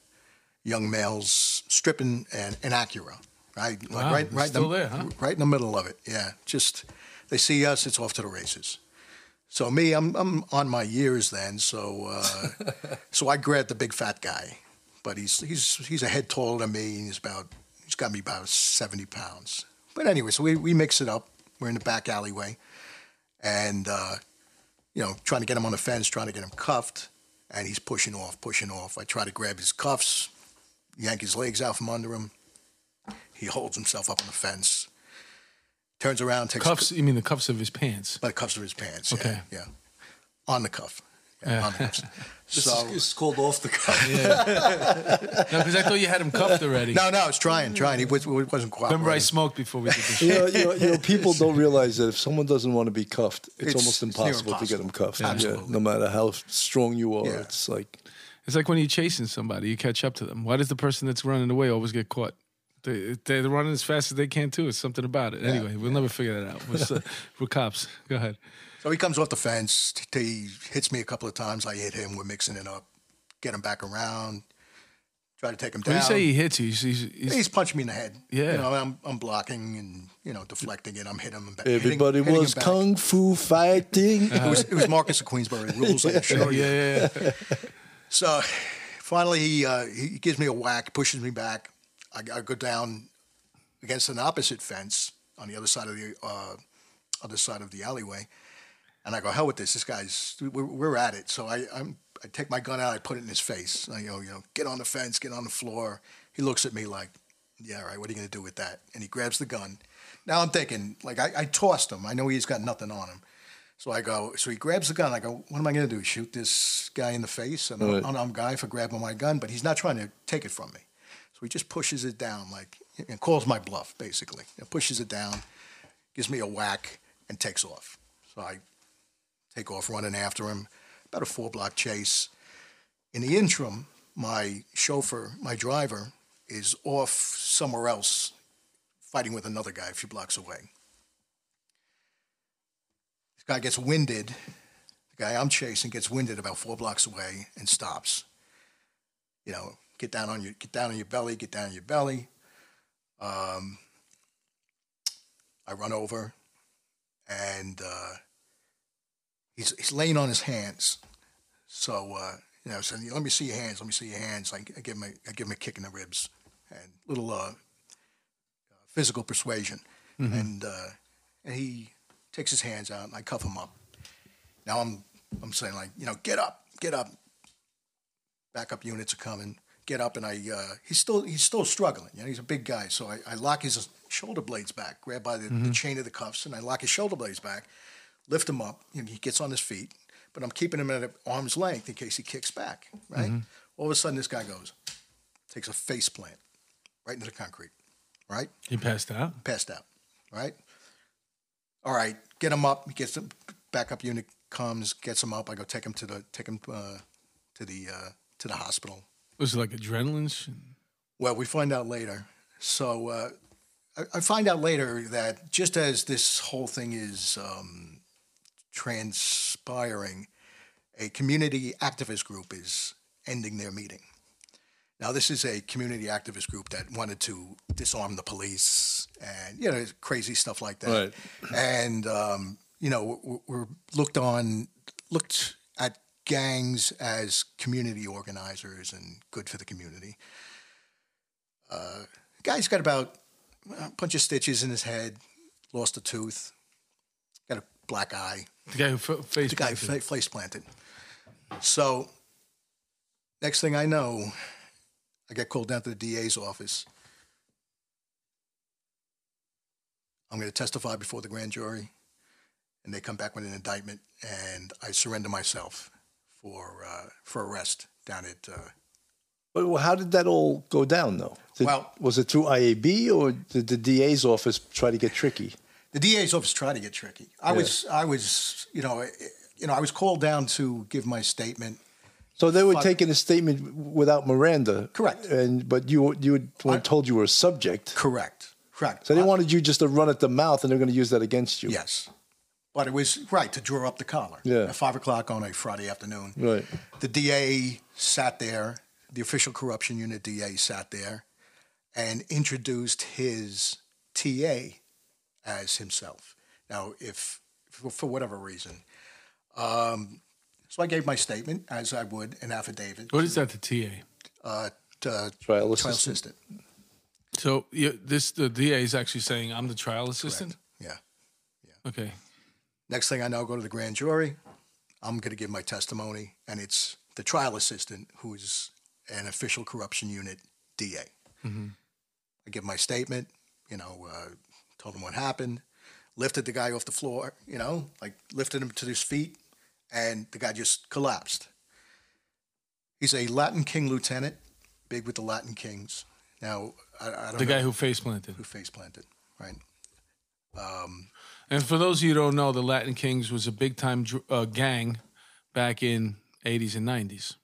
[SPEAKER 2] young males stripping an, an Acura. Right, Like,
[SPEAKER 1] Wow,
[SPEAKER 2] right,
[SPEAKER 1] it's
[SPEAKER 2] right, in
[SPEAKER 1] still
[SPEAKER 2] the,
[SPEAKER 1] there, huh?
[SPEAKER 2] right in the middle of it. Yeah, just they see us. It's off to the races. So me, I'm I'm on my years then. So
[SPEAKER 1] *laughs*
[SPEAKER 2] uh, so I grabbed the big fat guy, but he's he's he's a head taller than me. And he's about he's got me about seventy pounds. But anyway, so we we mix it up. We're in the back alleyway, and uh, you know trying to get him on the fence, trying to get him cuffed, and he's pushing off, pushing off. I try to grab his cuffs, yank his legs out from under him. He holds himself up on the fence, turns around, takes a
[SPEAKER 1] Cuffs? You mean the cuffs of his pants?
[SPEAKER 2] by the cuffs of his pants.
[SPEAKER 1] Okay.
[SPEAKER 2] Yeah. yeah. On the cuff. Yeah, On
[SPEAKER 1] *laughs*
[SPEAKER 2] the cuffs. so,
[SPEAKER 3] it's called off the cuff.
[SPEAKER 1] No, because I thought you had him cuffed *laughs* already.
[SPEAKER 2] no, no, I was trying, trying. He was, wasn't cooperating.
[SPEAKER 1] Remember, I smoked before we did this.
[SPEAKER 3] *laughs* you, know, you,
[SPEAKER 2] *laughs*
[SPEAKER 3] know, you know, people don't realize that if someone doesn't want to be cuffed, it's,
[SPEAKER 2] It's-
[SPEAKER 3] almost
[SPEAKER 2] it's near
[SPEAKER 3] impossible to get
[SPEAKER 2] impossible.
[SPEAKER 3] them cuffed.
[SPEAKER 2] Absolutely.
[SPEAKER 3] no matter how strong you are,
[SPEAKER 2] Yeah.
[SPEAKER 3] it's like
[SPEAKER 1] It's like when you're chasing somebody, you catch up to them. Why does the person that's running away always get caught? They, they're running as fast as they can too. It's something about it. Anyway, we'll never figure that out. We're, *laughs* s- we're cops. Go ahead.
[SPEAKER 2] So he comes off the fence. t- He hits me a couple of times. I hit him. We're mixing it up. Get him back around. Try to take him down.
[SPEAKER 1] When you say he hits you, he's, he's, he's
[SPEAKER 2] He's punching me in the head.
[SPEAKER 1] Yeah.
[SPEAKER 2] You know, I'm, I'm blocking and, you know, deflecting it. I'm hitting him. Back,
[SPEAKER 3] everybody
[SPEAKER 2] hitting, hitting
[SPEAKER 3] was
[SPEAKER 2] him back.
[SPEAKER 3] kung fu fighting.
[SPEAKER 1] *laughs*
[SPEAKER 2] It was, it was Marcus of Queensbury rules,
[SPEAKER 3] *laughs*
[SPEAKER 2] I assure
[SPEAKER 1] *laughs*
[SPEAKER 2] you.
[SPEAKER 1] yeah, yeah, yeah.
[SPEAKER 2] So finally, he, uh, he gives me a whack, pushes me back. I, I go down against an opposite fence on the other side of the uh, other side of the alleyway, and I go hell with this. This guy's we're, we're at it. So I I'm, I take my gun out, I put it in his face. I, you know, you know, get on the fence, get on the floor. He looks at me like, yeah, all right. What are you gonna do with that? And he grabs the gun. Now I'm thinking, like I, I tossed him. I know he's got nothing on him. So I go, so he grabs the gun. I go, what am I going to do? Shoot this guy in the face? An
[SPEAKER 3] Right.
[SPEAKER 2] unarmed guy for grabbing my gun, but he's not trying to take it from me. So he just pushes it down, like, and calls my bluff, basically. And pushes it down, gives me a whack, and takes off. So I take off running after him, about a four block chase. In the interim, my chauffeur, my driver, is off somewhere else fighting with another guy a few blocks away. This guy gets winded. The guy I'm chasing gets winded about four blocks away and stops. You know, get down on your get down on your belly, get down on your belly. Um, I run over, and uh, he's he's laying on his hands. So uh, you know, so let me see your hands. Let me see your hands. I, I give him a, I give him a kick in the ribs and little uh, physical persuasion, and uh, and he takes his hands out and I cuff him up. Now I'm I'm saying like you know get up, get up. Backup units are coming. Get up, and I uh, he's still he's still struggling. You know he's a big guy, so I, I lock his shoulder blades back, grab by the, the chain of the cuffs, and I lock his shoulder blades back, lift him up, and he gets on his feet. But I'm keeping him at arm's length in case he kicks back. Right. All of a sudden, this guy goes, takes a face plant right into the concrete. Right
[SPEAKER 1] He passed out.
[SPEAKER 2] passed out, right? All right, get him up. He gets the backup unit, comes, gets him up. I go take him to the take him uh, to the uh, to the hospital.
[SPEAKER 1] Was it like adrenaline? sh-
[SPEAKER 2] Well, we find out later. So uh, I, I find out later that just as this whole thing is um, transpiring, a community activist group is ending their meeting. Now, this is a community activist group that wanted to disarm the police and, you know, crazy stuff like that.
[SPEAKER 3] Right.
[SPEAKER 2] And, um, you know, w- w- we're looked on, looked at gangs as community organizers and good for the community Uh, guy's got about a bunch of stitches in his head, lost a tooth, got a black eye.
[SPEAKER 1] The guy who fa- face
[SPEAKER 2] The guy fa- face planted. So, next thing I know, I get called down to the DA's office. I'm going to testify before the grand jury, and they come back with an indictment, and I surrender myself for uh, for arrest down at. Uh,
[SPEAKER 3] But well, how did that all go down, though? Did-
[SPEAKER 2] Well-
[SPEAKER 3] was it through IAB or did the DA's office try to get tricky?
[SPEAKER 2] the DA's office tried to get tricky. I was, I was, you know, I- you know, I was called down to give my statement.
[SPEAKER 3] So they were
[SPEAKER 2] Fuck.
[SPEAKER 3] taking a statement without Miranda,
[SPEAKER 2] Correct.
[SPEAKER 3] And but you you had- were
[SPEAKER 2] I-
[SPEAKER 3] told you were a subject,
[SPEAKER 2] Correct. Correct.
[SPEAKER 3] so they wanted you just to run at the mouth, and they're going to use that against you.
[SPEAKER 2] yes, but it was right to draw up the collar.
[SPEAKER 3] Yeah.
[SPEAKER 2] At five o'clock on a Friday afternoon,
[SPEAKER 3] right.
[SPEAKER 2] the DA sat there. The official corruption unit DA sat there and introduced his TA as himself. Now, if for, for whatever reason, um, so I gave my statement as I would an affidavit.
[SPEAKER 1] What is that? The TA.
[SPEAKER 2] uh, t- uh,
[SPEAKER 3] Trial
[SPEAKER 2] trial
[SPEAKER 3] assistant.
[SPEAKER 2] assistant.
[SPEAKER 1] So you, this the DA is actually saying I'm the trial assistant.
[SPEAKER 2] Yeah.
[SPEAKER 1] Okay.
[SPEAKER 2] Next thing I know, I go to the grand jury. I'm going to give my testimony, and it's the trial assistant who is an official corruption unit DA.
[SPEAKER 1] Mm-hmm.
[SPEAKER 2] I give my statement. You know, uh, told him what happened. Lifted the guy off the floor. You know, like lifted him to his feet, and the guy just collapsed. He's a Latin King lieutenant, big with the Latin Kings. Now, I, I don't
[SPEAKER 1] The
[SPEAKER 2] know
[SPEAKER 1] guy who face planted.
[SPEAKER 2] who face planted, right?
[SPEAKER 1] And for those of you who don't know, the Latin Kings was a big time uh, gang back in 80s and 90s.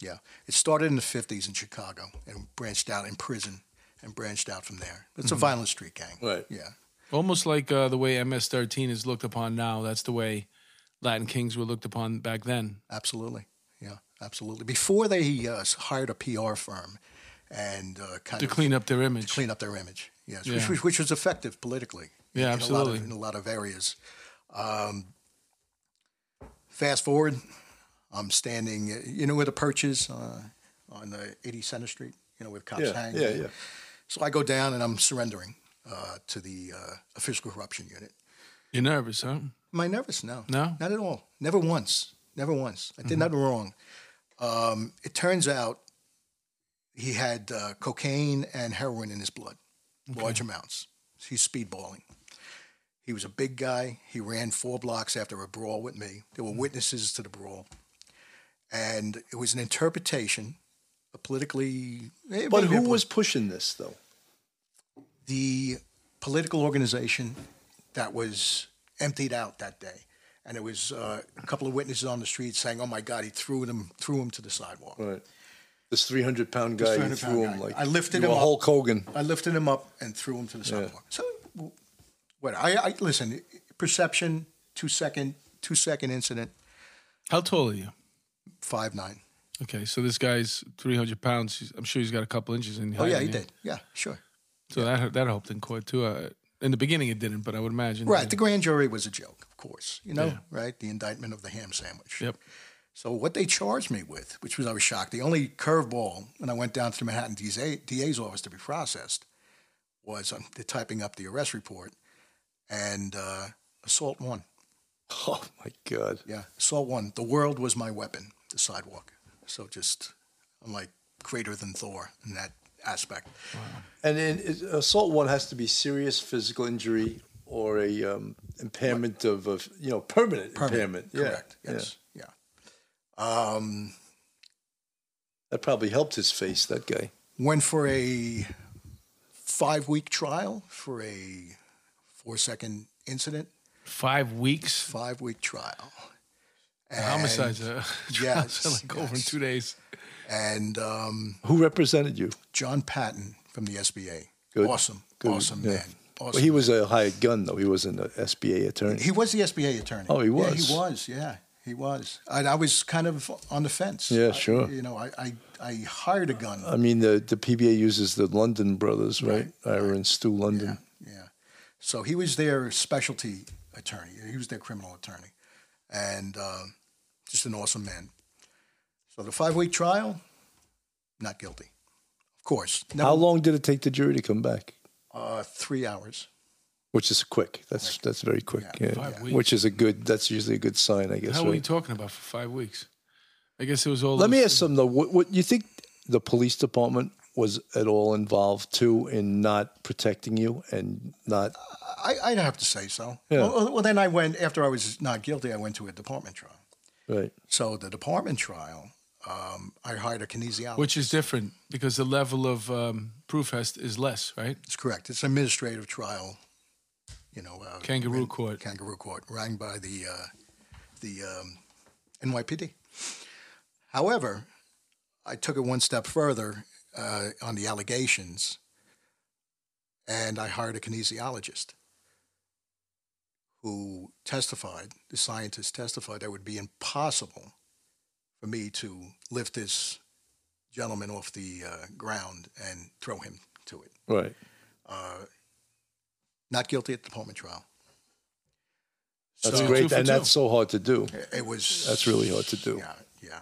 [SPEAKER 2] Yeah. It started in the 50s in Chicago and branched out in prison and branched out from there. It's
[SPEAKER 1] Mm-hmm.
[SPEAKER 2] a violent street gang.
[SPEAKER 3] Right.
[SPEAKER 2] Yeah.
[SPEAKER 1] Almost like uh, the way MS 13 is looked upon now. That's the way Latin Kings were looked upon back then.
[SPEAKER 2] Absolutely. Yeah. Absolutely. Before they uh, hired a PR firm and uh, kind
[SPEAKER 1] To
[SPEAKER 2] of
[SPEAKER 1] clean up their image.
[SPEAKER 2] clean up their image. Yes.
[SPEAKER 1] Yeah.
[SPEAKER 2] Which, which, which was effective politically.
[SPEAKER 1] Yeah,
[SPEAKER 2] in A lot
[SPEAKER 1] absolutely.
[SPEAKER 2] of, in a lot of areas. Um, fast forward, I'm standing, uh, you know, where the perch is uh, on the 80 Center Street, you know, with cops
[SPEAKER 3] Yeah,
[SPEAKER 2] hang.
[SPEAKER 3] yeah, yeah.
[SPEAKER 2] So I go down and I'm surrendering uh, to the uh, official corruption unit.
[SPEAKER 1] You're nervous, huh?
[SPEAKER 2] Am I nervous? No.
[SPEAKER 1] No?
[SPEAKER 2] Not at all. Never once. Never once. I did
[SPEAKER 3] Mm-hmm.
[SPEAKER 2] nothing wrong. Um, it turns out he had uh, cocaine and heroin in his blood, large amounts. He's speedballing. He was a big guy. He ran four blocks after a brawl with me. There
[SPEAKER 3] Mm.
[SPEAKER 2] were witnesses to the brawl. And it was an interpretation, a politically. it
[SPEAKER 3] But
[SPEAKER 2] may be a
[SPEAKER 3] who
[SPEAKER 2] polit-
[SPEAKER 3] was pushing this though?
[SPEAKER 2] the political organization that was emptied out that day. And it was uh, a couple of witnesses on the street saying, "Oh my God, he threw them, threw him to the sidewalk."
[SPEAKER 3] Right. This 300 pound guy, you
[SPEAKER 2] 300 pound
[SPEAKER 3] threw him
[SPEAKER 2] guy.
[SPEAKER 3] like
[SPEAKER 2] I lifted
[SPEAKER 3] you
[SPEAKER 2] him
[SPEAKER 3] were
[SPEAKER 2] up.
[SPEAKER 3] Hulk Hogan. *laughs*
[SPEAKER 2] I lifted him up and threw him to the sidewalk. So, w- what? I, I listen. Perception, two second, two second incident,
[SPEAKER 1] How tall are you?
[SPEAKER 2] five nine.
[SPEAKER 1] Okay, so this guy's 300 pounds. He's- I'm sure he's got a couple inches in.
[SPEAKER 2] Oh
[SPEAKER 1] height,
[SPEAKER 2] yeah, he
[SPEAKER 1] hasn't
[SPEAKER 2] did. Yeah, sure.
[SPEAKER 1] So that that helped in court too. Uh, in the beginning, it didn't, but I would imagine.
[SPEAKER 2] Right.
[SPEAKER 1] that-
[SPEAKER 2] The grand jury was a joke, of course. You know,
[SPEAKER 1] Yeah.
[SPEAKER 2] right? The indictment of the ham sandwich.
[SPEAKER 1] Yep.
[SPEAKER 2] So what they charged me with, which was I was shocked, the only curveball when I went down to the Manhattan DA, DA's office to be processed was um, the typing up the arrest report and uh, assault one.
[SPEAKER 3] Oh my God.
[SPEAKER 2] Yeah, assault one. The world was my weapon. The sidewalk. So just I'm like greater than Thor in that aspect.
[SPEAKER 3] And then is- assault one has to be serious physical injury or a um, impairment of, of you know permanent, impairment. Yeah,
[SPEAKER 2] Correct.
[SPEAKER 3] yeah.
[SPEAKER 2] Yes. yeah. Um,
[SPEAKER 3] That probably helped his face. That guy.
[SPEAKER 2] went for a five week trial for a four second incident.
[SPEAKER 1] Five weeks.
[SPEAKER 2] Five week trial.
[SPEAKER 1] The homicides *laughs* are
[SPEAKER 2] Yes,
[SPEAKER 1] are like over in
[SPEAKER 2] yes.
[SPEAKER 1] two days.
[SPEAKER 2] And um,
[SPEAKER 3] Who represented you?
[SPEAKER 2] John Patton from the SBA.
[SPEAKER 3] Good.
[SPEAKER 2] Awesome,
[SPEAKER 3] Good,
[SPEAKER 2] awesome
[SPEAKER 3] yeah.
[SPEAKER 2] man. Awesome.
[SPEAKER 3] Well, he was a hired gun, though. He wasn't an SBA attorney.
[SPEAKER 2] He was the SBA attorney.
[SPEAKER 3] Oh, he
[SPEAKER 2] Yeah,
[SPEAKER 3] was.
[SPEAKER 2] he was. Yeah, he was. And I was kind of on the fence.
[SPEAKER 3] Yeah,
[SPEAKER 2] I-
[SPEAKER 3] sure. Uh,
[SPEAKER 2] you know, I, I, I hired a gun.
[SPEAKER 3] I mean, the, the PBA uses the London brothers, right? Ira and Stu London.
[SPEAKER 2] yeah, yeah. So he was their specialty attorney. He was their criminal attorney, and uh, just an awesome man. So the five week trial, not guilty, of course.
[SPEAKER 3] How long did it take the jury to come back?
[SPEAKER 2] Uh, three hours.
[SPEAKER 3] Which is quick. That's that's very quick. Yeah,
[SPEAKER 1] Five weeks.
[SPEAKER 3] Which is a good. That's usually a good sign, I
[SPEAKER 1] The
[SPEAKER 3] guess.
[SPEAKER 1] hell were you
[SPEAKER 3] Right?
[SPEAKER 1] talking about for five weeks? I guess it was all.
[SPEAKER 3] Let
[SPEAKER 1] those-
[SPEAKER 3] me ask some though. What, what you think the police department was at all involved too in not protecting you and not?
[SPEAKER 2] I, I'd have to say so.
[SPEAKER 3] Yeah.
[SPEAKER 2] Well, well, then I went after I was not guilty. I went to a department trial.
[SPEAKER 3] Right.
[SPEAKER 2] So the department trial, um, I hired a kinesiologist.
[SPEAKER 1] Which is different because the level of um, proof has, is less, right?
[SPEAKER 2] It's correct. It's an administrative trial, you know. Uh,
[SPEAKER 1] Kangaroo
[SPEAKER 2] ran-
[SPEAKER 1] court.
[SPEAKER 2] Kangaroo court, rang by the uh, the um, NYPD. However, I took it one step further uh, on the allegations, and I hired a kinesiologist who testified. The scientist testified that it would be impossible for me to lift this gentleman off the uh, ground and throw him to it
[SPEAKER 3] Right.
[SPEAKER 2] uh, not guilty at the Pullman trial.
[SPEAKER 3] That's
[SPEAKER 1] So- Two
[SPEAKER 3] great,
[SPEAKER 1] for
[SPEAKER 3] and
[SPEAKER 1] two.
[SPEAKER 3] that's so hard to do.
[SPEAKER 2] It was.
[SPEAKER 3] That's really hard to do.
[SPEAKER 2] Yeah, yeah,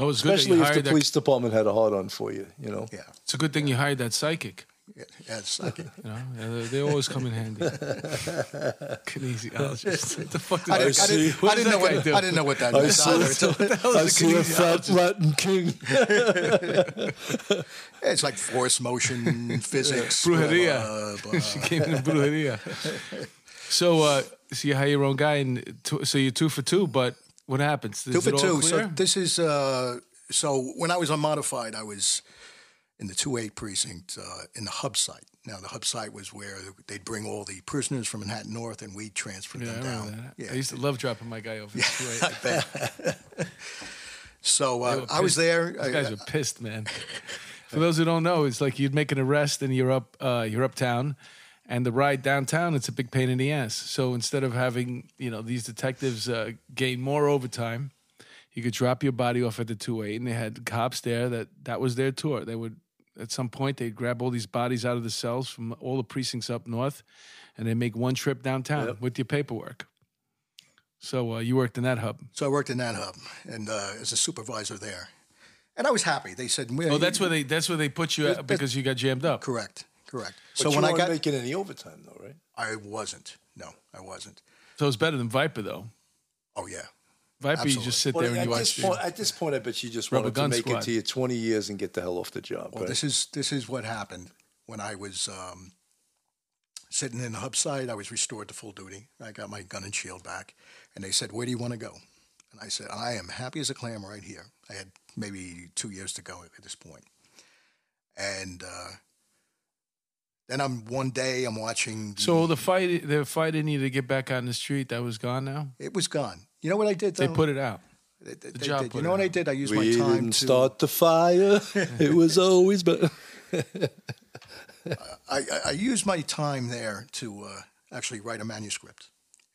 [SPEAKER 1] Oh, it's good that
[SPEAKER 3] Especially
[SPEAKER 1] you
[SPEAKER 3] if the
[SPEAKER 1] hired that.
[SPEAKER 3] police department had a hard on for you. You know.
[SPEAKER 2] yeah.
[SPEAKER 1] It's a good thing you hired that psychic.
[SPEAKER 2] yeah that's, I,
[SPEAKER 1] *laughs*
[SPEAKER 2] didn't,
[SPEAKER 1] You know, Yeah, they, they always come in handy. Kinesiologist. What the fuck did
[SPEAKER 2] I,
[SPEAKER 1] that
[SPEAKER 2] didn't, I,
[SPEAKER 1] guy do?
[SPEAKER 2] didn't, I
[SPEAKER 1] What does that guy
[SPEAKER 2] didn't know what
[SPEAKER 1] do?
[SPEAKER 2] I didn't know what that meant
[SPEAKER 3] saw
[SPEAKER 2] either.
[SPEAKER 1] *laughs*
[SPEAKER 2] So
[SPEAKER 3] I see a fat Latin king.
[SPEAKER 2] It's like force
[SPEAKER 1] *laughs*
[SPEAKER 2] motion, physics, uh,
[SPEAKER 1] Brujeria. *laughs*
[SPEAKER 2] blah, blah,
[SPEAKER 1] she came in a brujeria. So, uh, so you hire your own guy, and two, so you're two for two. But what happens? Is
[SPEAKER 2] two for
[SPEAKER 1] it all
[SPEAKER 2] two. So
[SPEAKER 1] clear?
[SPEAKER 2] this is uh, so when I was unmodified, I was in the two eight precinct uh, in the hub site. Now the hub site was where they'd bring all the prisoners from Manhattan North, and we transferred
[SPEAKER 1] yeah, I
[SPEAKER 2] them
[SPEAKER 1] remember
[SPEAKER 2] down.
[SPEAKER 1] that. I used to love dropping my guy over. That's right.
[SPEAKER 2] So
[SPEAKER 1] They
[SPEAKER 2] uh,
[SPEAKER 1] were
[SPEAKER 2] I was
[SPEAKER 1] pissed.
[SPEAKER 2] there.
[SPEAKER 1] These
[SPEAKER 2] I-
[SPEAKER 1] guys are pissed, man. For those who don't know, it's like you'd make an arrest and you're up, uh, you're uptown, and the ride downtown it's a big pain in the ass. So instead of having you know these detectives uh, gain more overtime, you could drop your body off at the two eight, and they had cops there that that was their tour. They would at some point they'd grab all these bodies out of the cells from all the precincts up north, and they make one trip downtown with your paperwork. So uh, you worked in that hub.
[SPEAKER 2] So I worked in that hub and uh, as a supervisor there, and I was happy. They said,
[SPEAKER 1] Oh, that's where they that's where they put you at because you got jammed up.
[SPEAKER 2] correct, correct."
[SPEAKER 3] But
[SPEAKER 2] so when
[SPEAKER 3] you
[SPEAKER 2] I
[SPEAKER 3] weren't
[SPEAKER 2] got,
[SPEAKER 3] making any overtime though, right?
[SPEAKER 2] I wasn't. No, I wasn't.
[SPEAKER 1] So it's better than Viper though.
[SPEAKER 2] Oh yeah,
[SPEAKER 1] Viper, you
[SPEAKER 2] Absolutely.
[SPEAKER 1] just sit
[SPEAKER 3] Well,
[SPEAKER 1] there and you
[SPEAKER 3] at,
[SPEAKER 1] watch.
[SPEAKER 3] this
[SPEAKER 1] the-
[SPEAKER 3] point, at this point, I bet you just
[SPEAKER 1] Rubber
[SPEAKER 3] wanted to
[SPEAKER 1] gun
[SPEAKER 3] make
[SPEAKER 1] squad. Oh,
[SPEAKER 3] it to you 20 years and get the hell off the job.
[SPEAKER 2] Well,
[SPEAKER 3] right?
[SPEAKER 2] this is this is what happened when I was um, sitting in the hub site. I was restored to full duty. I got my gun and shield back, and they said, "Where do you want to go?" And I said, "I am happy as a clam right here." I had maybe two years to go at this point, and uh, then I'm one day I'm watching. the-
[SPEAKER 1] So the fight, the fight in you to get back on the street, that was gone now.
[SPEAKER 2] it was gone. You know what I did? Though?
[SPEAKER 1] They put it out.
[SPEAKER 2] They- they-
[SPEAKER 1] the
[SPEAKER 2] they
[SPEAKER 1] job
[SPEAKER 2] did.
[SPEAKER 1] put
[SPEAKER 2] You
[SPEAKER 1] it
[SPEAKER 2] know what I
[SPEAKER 1] out.
[SPEAKER 2] did? I used
[SPEAKER 3] we
[SPEAKER 2] my time
[SPEAKER 3] didn't
[SPEAKER 2] to.
[SPEAKER 3] start
[SPEAKER 1] *laughs*
[SPEAKER 3] the fire. it was always, but
[SPEAKER 2] I, I- I used my time there to uh, actually write a manuscript,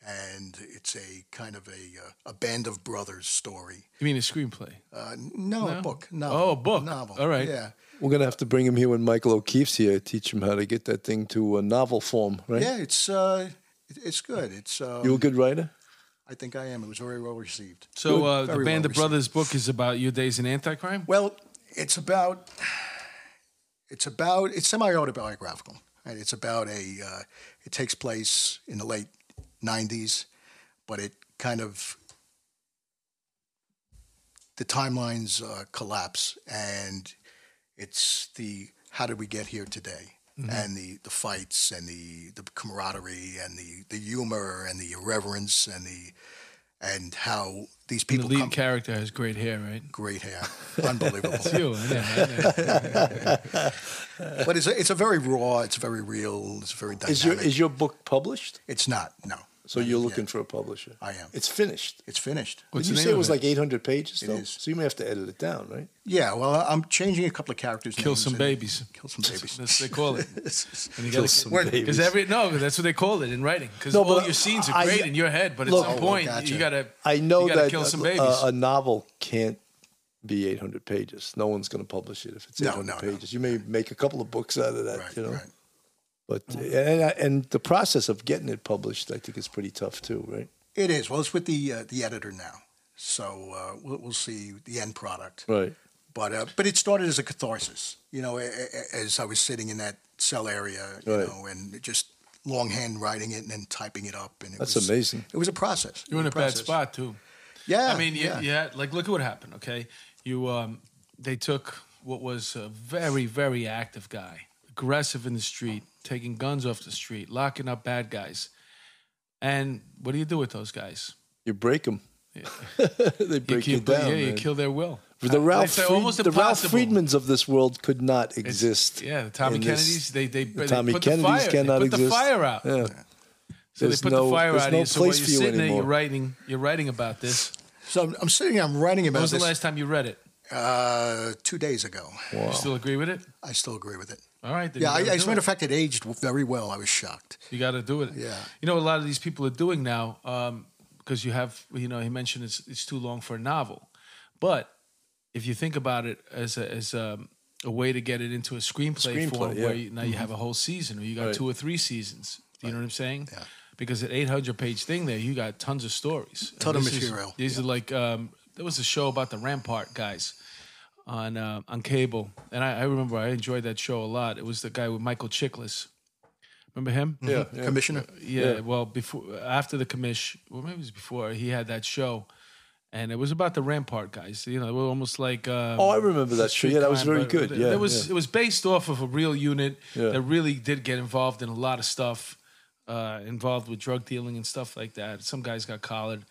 [SPEAKER 2] and it's a kind of a uh, a band of brothers story.
[SPEAKER 1] You mean a screenplay?
[SPEAKER 2] Uh, no,
[SPEAKER 1] No?
[SPEAKER 2] a book. Novel,
[SPEAKER 1] Oh, a book.
[SPEAKER 2] Novel.
[SPEAKER 1] All right.
[SPEAKER 2] Yeah.
[SPEAKER 3] we're gonna have to bring him here when Michael O'Keefe's here. Teach him how to get that thing to a novel form, right?
[SPEAKER 2] Yeah. It's uh, it- it's good. It's uh,
[SPEAKER 3] You a good writer?
[SPEAKER 2] I think I am. It was very well received.
[SPEAKER 1] So uh, the
[SPEAKER 2] Very
[SPEAKER 1] Band
[SPEAKER 2] well
[SPEAKER 1] of Brothers book is about your days in anti-crime.
[SPEAKER 2] Well, it's about it's about it's semi autobiographical, right? It's about a uh, it takes place in the late '90s, but it kind of the timelines uh, collapse, and it's the how did we get here today,
[SPEAKER 1] Mm-hmm.
[SPEAKER 2] and the the fights, and the the camaraderie, and the the humor, and the irreverence, and the and how
[SPEAKER 1] And
[SPEAKER 2] these
[SPEAKER 1] the
[SPEAKER 2] people
[SPEAKER 1] lead
[SPEAKER 2] come
[SPEAKER 1] character has great hair, right?
[SPEAKER 2] great hair,
[SPEAKER 1] *laughs*
[SPEAKER 2] unbelievable.
[SPEAKER 1] You, I know, I know.
[SPEAKER 2] but it's a, it's a very raw, it's very real, it's very dynamic.
[SPEAKER 3] Is your is your book published?
[SPEAKER 2] it's not no,
[SPEAKER 3] So you're looking for a publisher.
[SPEAKER 2] I am.
[SPEAKER 3] It's finished.
[SPEAKER 2] It's finished.
[SPEAKER 1] What's
[SPEAKER 3] Did
[SPEAKER 1] the
[SPEAKER 3] you
[SPEAKER 1] name
[SPEAKER 3] say it
[SPEAKER 1] of
[SPEAKER 3] was
[SPEAKER 1] it?
[SPEAKER 3] like 800 pages?
[SPEAKER 2] It
[SPEAKER 3] though?
[SPEAKER 2] is.
[SPEAKER 3] So you may have to edit it down, right?
[SPEAKER 2] Yeah, well, I- I'm changing a couple of characters.
[SPEAKER 1] Kill
[SPEAKER 2] names
[SPEAKER 1] some
[SPEAKER 2] and-
[SPEAKER 1] babies.
[SPEAKER 2] Kill some babies.
[SPEAKER 1] *laughs* That's what they call it. And you
[SPEAKER 3] *laughs* Kill
[SPEAKER 1] gotta-
[SPEAKER 3] some
[SPEAKER 1] Well,
[SPEAKER 3] babies.
[SPEAKER 1] Cause every no, that's what they call it in writing. Because
[SPEAKER 3] No,
[SPEAKER 1] all
[SPEAKER 3] but
[SPEAKER 1] your scenes are
[SPEAKER 3] I-
[SPEAKER 1] great in your head, but at
[SPEAKER 3] Look-
[SPEAKER 1] some
[SPEAKER 3] Oh,
[SPEAKER 1] point
[SPEAKER 2] gotcha.
[SPEAKER 1] you gotta.
[SPEAKER 3] I know
[SPEAKER 1] you gotta
[SPEAKER 3] that uh,
[SPEAKER 1] kill some
[SPEAKER 3] a-
[SPEAKER 1] babies.
[SPEAKER 3] A, a novel can't be 800 pages. No one's going to publish it if it's
[SPEAKER 2] No,
[SPEAKER 3] 800
[SPEAKER 2] no, no.
[SPEAKER 3] pages. You may make a couple of books out of that,
[SPEAKER 2] Right,
[SPEAKER 3] you know.
[SPEAKER 2] right.
[SPEAKER 3] But and, I- and the process of getting it published, I think, is pretty tough too, right?
[SPEAKER 2] It is. Well, it's with the uh, the editor now, so uh, we'll, we'll see the end product.
[SPEAKER 3] Right.
[SPEAKER 2] But uh, but it started as a catharsis, you know, a- a- as I was sitting in that cell area, you
[SPEAKER 3] Right.
[SPEAKER 2] know, and just longhand writing it and then typing it up, and it
[SPEAKER 3] That's
[SPEAKER 2] was,
[SPEAKER 3] amazing.
[SPEAKER 2] It was a process.
[SPEAKER 1] You're in a bad
[SPEAKER 2] process.
[SPEAKER 1] spot too.
[SPEAKER 2] Yeah,
[SPEAKER 1] I mean, yeah,
[SPEAKER 2] yeah,
[SPEAKER 1] yeah. Like, look at what happened. Okay, you um, they took what was a very, very active guy, aggressive in the street, taking guns off the street, locking up bad guys. And what do you do with those guys?
[SPEAKER 3] You break them. *laughs* they
[SPEAKER 1] You
[SPEAKER 3] break you,
[SPEAKER 1] keep-
[SPEAKER 3] down.
[SPEAKER 1] yeah, you
[SPEAKER 3] man.
[SPEAKER 1] kill their will.
[SPEAKER 3] the Ralph,
[SPEAKER 1] It's, uh,
[SPEAKER 3] Fried-
[SPEAKER 1] almost
[SPEAKER 3] the Ralph
[SPEAKER 1] impossible.
[SPEAKER 3] Friedmans of this world could not
[SPEAKER 1] It's-
[SPEAKER 3] exist.
[SPEAKER 1] Yeah, the Tommy
[SPEAKER 3] in this-
[SPEAKER 1] Kennedys. They they,
[SPEAKER 3] the
[SPEAKER 1] they
[SPEAKER 3] Tommy
[SPEAKER 1] put
[SPEAKER 3] Kennedys
[SPEAKER 1] the fire,
[SPEAKER 3] cannot
[SPEAKER 1] they put
[SPEAKER 3] exist.
[SPEAKER 1] the fire out.
[SPEAKER 3] Yeah.
[SPEAKER 1] So they
[SPEAKER 3] There's
[SPEAKER 1] put
[SPEAKER 3] no-
[SPEAKER 1] the fire
[SPEAKER 3] there's
[SPEAKER 1] out.
[SPEAKER 3] no
[SPEAKER 1] of you. So while
[SPEAKER 3] place
[SPEAKER 1] you're
[SPEAKER 3] for you
[SPEAKER 1] sitting there, you're
[SPEAKER 3] anymore.
[SPEAKER 1] writing. You're writing about this.
[SPEAKER 2] So I'm, I'm sitting, I'm writing
[SPEAKER 1] When
[SPEAKER 2] about
[SPEAKER 1] was the
[SPEAKER 2] this
[SPEAKER 1] last time you read it?
[SPEAKER 2] uh, two days ago.
[SPEAKER 3] Wow.
[SPEAKER 1] You still agree with it?
[SPEAKER 2] I still agree with it.
[SPEAKER 1] All right. Then
[SPEAKER 2] Yeah, I,
[SPEAKER 1] you gotta
[SPEAKER 2] as a
[SPEAKER 1] do it.
[SPEAKER 2] matter of fact, it aged very well. I was shocked.
[SPEAKER 1] You got to do it.
[SPEAKER 2] Yeah.
[SPEAKER 1] You know, a lot of these people are doing now because you have, you know, he mentioned it's it's too long for a novel, but if you think about it as a, as a, a way to get it into a screenplay,
[SPEAKER 3] Screenplay,
[SPEAKER 1] form,
[SPEAKER 3] yeah.
[SPEAKER 1] where you, now
[SPEAKER 2] Mm-hmm.
[SPEAKER 1] you have a whole season, or you got
[SPEAKER 3] Right.
[SPEAKER 1] two or three seasons. Do you know what I'm saying?
[SPEAKER 2] Yeah.
[SPEAKER 1] Because an 800 page thing there, you got tons of stories, And
[SPEAKER 2] Ton of
[SPEAKER 1] this is-
[SPEAKER 2] material.
[SPEAKER 1] these are like um, there was a show about the Rampart guys on uh, on cable, and I, I remember I enjoyed that show a lot. It was the guy with Michael Chiklis. Remember him?
[SPEAKER 3] Yeah, yeah.
[SPEAKER 2] Commissioner,
[SPEAKER 1] Yeah,
[SPEAKER 3] Yeah.
[SPEAKER 1] well, before after the commish, well, maybe it was before he had that show, and it was about the Rampart guys. You know, they were almost like um,
[SPEAKER 3] Oh, I remember that show. Yeah, that was very
[SPEAKER 1] but
[SPEAKER 3] good.
[SPEAKER 1] it-
[SPEAKER 3] Yeah,
[SPEAKER 1] it was it was based off of a real unit
[SPEAKER 3] Yeah.
[SPEAKER 1] that really did get involved in a lot of stuff, uh, involved with drug dealing and stuff like that. Some guys got collared,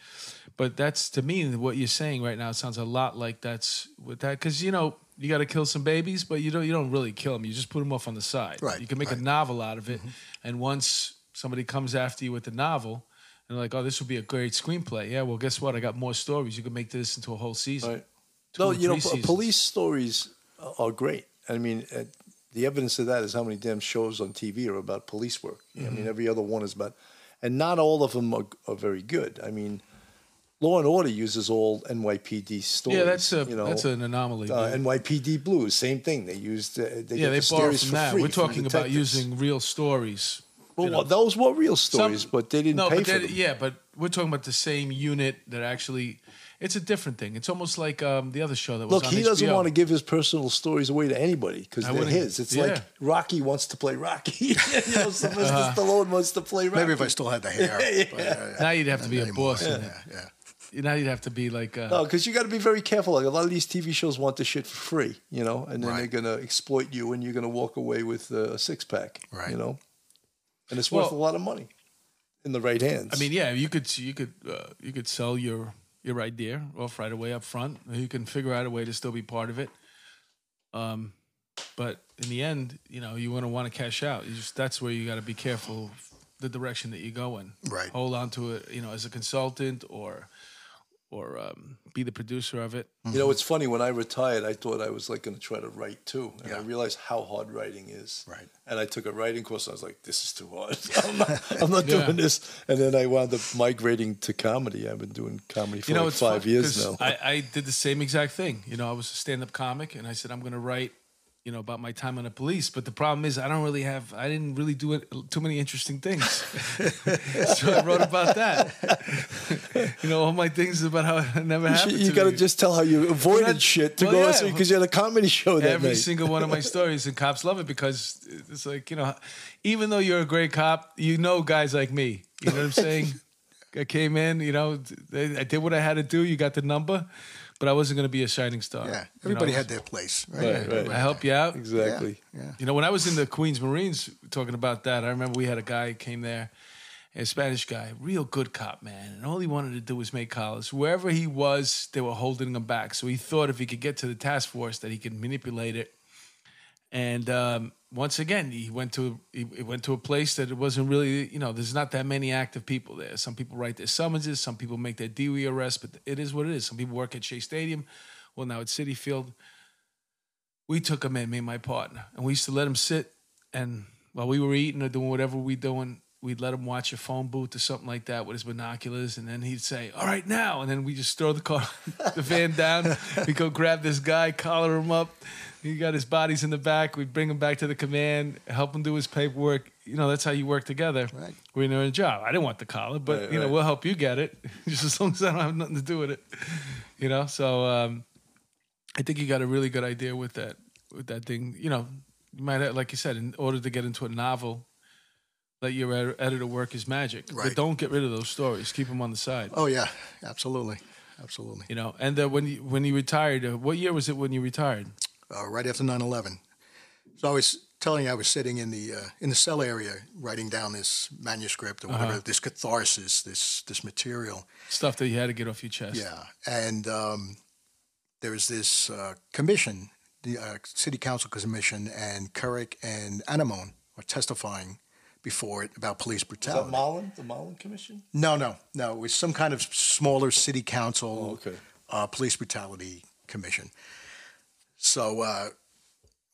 [SPEAKER 1] but that's to me what you're saying right now sounds a lot like that's with that because you know you got to kill some babies, but you don't you don't really kill them. You just put them off on the side.
[SPEAKER 2] Right,
[SPEAKER 1] You can make
[SPEAKER 2] right. Mm-hmm.
[SPEAKER 1] a novel out of it, and once somebody comes after you with the novel. And they're like, oh, this would be a great screenplay. Yeah, well, guess what? I got more stories. You can make this into a whole season.
[SPEAKER 3] Right.
[SPEAKER 1] Two
[SPEAKER 3] No,
[SPEAKER 1] or
[SPEAKER 3] you know,
[SPEAKER 1] three
[SPEAKER 3] po-
[SPEAKER 1] seasons.
[SPEAKER 3] police stories a- are great. I mean, uh, the evidence of that is how many damn shows on TV are about police work. I
[SPEAKER 1] Mm-hmm.
[SPEAKER 3] mean, every other one is about, and not all of them are, are very good. I mean, Law and Order uses all NYPD stories.
[SPEAKER 1] Yeah, that's a
[SPEAKER 3] you know,
[SPEAKER 1] that's an anomaly.
[SPEAKER 3] uh,
[SPEAKER 1] dude.
[SPEAKER 3] NYPD Blues, same thing. They used uh, they
[SPEAKER 1] Mm-hmm. yeah,
[SPEAKER 3] get
[SPEAKER 1] they
[SPEAKER 3] the
[SPEAKER 1] borrow
[SPEAKER 3] stories
[SPEAKER 1] from
[SPEAKER 3] for
[SPEAKER 1] that.
[SPEAKER 3] free
[SPEAKER 1] We're
[SPEAKER 3] from
[SPEAKER 1] talking about
[SPEAKER 3] detectives.
[SPEAKER 1] using real stories.
[SPEAKER 3] Well,
[SPEAKER 1] you know.
[SPEAKER 3] well, those were real
[SPEAKER 1] Some-
[SPEAKER 3] stories, but they didn't
[SPEAKER 1] no,
[SPEAKER 3] pay
[SPEAKER 1] but
[SPEAKER 3] for
[SPEAKER 1] that-
[SPEAKER 3] them.
[SPEAKER 1] Yeah, but we're talking about the same unit that actually. It's a different thing. It's almost like um, the other show that was
[SPEAKER 3] Look,
[SPEAKER 1] on
[SPEAKER 3] he doesn't
[SPEAKER 1] HBO.
[SPEAKER 3] want to give his personal stories away to anybody because
[SPEAKER 1] I
[SPEAKER 3] they're
[SPEAKER 1] wouldn't-
[SPEAKER 3] his. It's like
[SPEAKER 1] yeah. Uh-huh.
[SPEAKER 3] Rocky wants to play Rocky. *laughs* you know, Sylvester Stallone wants to play Rocky.
[SPEAKER 2] maybe if I still had
[SPEAKER 1] *laughs*
[SPEAKER 2] the hair. but, uh,
[SPEAKER 1] Now you'd have to be a
[SPEAKER 2] anymore.
[SPEAKER 1] boss in it.
[SPEAKER 2] Yeah, yeah.
[SPEAKER 1] Now you'd have to be like. Uh,
[SPEAKER 3] no, because you got to be very careful. Like a lot of these TV shows want the shit for free, you know, and then
[SPEAKER 2] Right.
[SPEAKER 3] they're going to exploit you, and you're going to walk away with uh, a six pack,
[SPEAKER 2] Right.
[SPEAKER 3] You know, and it's worth a
[SPEAKER 1] Well-
[SPEAKER 3] lot of money in the right hands.
[SPEAKER 1] I mean, yeah, you could you could uh, you could sell your your idea off right away up front. You can figure out a way to still be part of it. Um, but in the end, you know, you want to want to cash out. You just that's where you got to be careful of the direction that you go in.
[SPEAKER 2] Right.
[SPEAKER 1] Hold on to it, you know, as a consultant or or um, be the producer of it.
[SPEAKER 3] You know, it's funny. When I retired, I thought I was like going to try to write too, and I
[SPEAKER 2] Yeah.
[SPEAKER 3] realized how hard writing is.
[SPEAKER 2] Right.
[SPEAKER 3] And I took a writing course. And I was like, "This is too hard. *laughs*
[SPEAKER 1] *laughs*
[SPEAKER 3] I'm not, I'm not
[SPEAKER 1] Yeah.
[SPEAKER 3] doing this." And then I wound up migrating to comedy. I've been doing comedy for like
[SPEAKER 1] it's
[SPEAKER 3] five
[SPEAKER 1] fun-
[SPEAKER 3] years
[SPEAKER 1] 'cause
[SPEAKER 3] now.
[SPEAKER 1] I, I did the same exact thing. You know, I was a stand-up comic, and I said I'm going to write, you know, about my time on the police. But the problem is, I don't really have, I didn't really do it, too many interesting things. *laughs* so I wrote about that. *laughs* you know, all my things about how it never
[SPEAKER 3] you
[SPEAKER 1] happened. to
[SPEAKER 3] got to
[SPEAKER 1] me.
[SPEAKER 3] just tell how you avoided
[SPEAKER 1] Well, that-
[SPEAKER 3] shit to
[SPEAKER 1] well,
[SPEAKER 3] go
[SPEAKER 1] yeah.
[SPEAKER 3] because you had a comedy show that
[SPEAKER 1] every
[SPEAKER 3] night.
[SPEAKER 1] single one of
[SPEAKER 2] *laughs*
[SPEAKER 1] my stories, and cops love it because it's like you know, even though you're a great cop, you know guys like me. You know what I'm saying? I came in, you know, I I did what I had to do. You got the number, but I wasn't going to be a shining star.
[SPEAKER 2] Yeah,
[SPEAKER 1] uh, You know,
[SPEAKER 2] everybody had their place, right?
[SPEAKER 3] Right, right.
[SPEAKER 1] I help you out.
[SPEAKER 3] exactly.
[SPEAKER 2] Yeah.
[SPEAKER 1] You know, when I was in the Queens Marines talking about that, I remember we had a guy came there, a Spanish guy, real good cop man, and all he wanted to do was make collars. Wherever he was, they were holding him back. So he thought if he could get to the task force, that he could manipulate it And um, once again, he went to he he went to a place that it wasn't really you know there's not that many active people there. Some people write their summonses, some people make their DWI arrests, but it is what it is. Some people work at Shea Stadium, well now at City Field. We took him in, me and my partner, and we used to let him sit. And while we were eating or doing whatever we doing, we'd let him watch a phone booth or something like that with his binoculars, and then he'd say, "All right, now," and then we just throw the car, *laughs* the van down. We go grab this guy, collar him up. He got his bodies in the back. We bring him back to the command, help him do his paperwork. You know, that's how you work together.
[SPEAKER 2] Right.
[SPEAKER 1] We're in a job. I didn't want the collar, but
[SPEAKER 3] Right,
[SPEAKER 1] you know,
[SPEAKER 3] right.
[SPEAKER 1] we'll help you get it, *laughs* just as long as I don't have nothing to do with it. You know, so um, I think you got a really good idea with that with that thing. You know, you might have, like you said, in order to get into a novel, let your ed- editor work his magic. But
[SPEAKER 2] Right.
[SPEAKER 1] don't get rid of those stories. Keep them on the side.
[SPEAKER 2] Oh yeah, absolutely, absolutely.
[SPEAKER 1] You know, and uh, when you when you retired, uh, what year was it when you retired?
[SPEAKER 2] uh, right after 9/11. So I was telling you I was sitting in the uh, in the cell area writing down this manuscript or whatever,
[SPEAKER 1] Uh-huh.
[SPEAKER 2] this catharsis, this this material.
[SPEAKER 1] Stuff that you had to get off your chest.
[SPEAKER 2] Yeah, and um, there was this uh, commission, the uh, city council commission, and Couric and Anamone were testifying before it about police
[SPEAKER 3] Is that
[SPEAKER 2] brutality.
[SPEAKER 3] Mullen, the Mullen Commission?
[SPEAKER 2] no, no, no. It was some kind of smaller city council
[SPEAKER 3] Oh, okay.
[SPEAKER 2] uh, police brutality commission. So uh,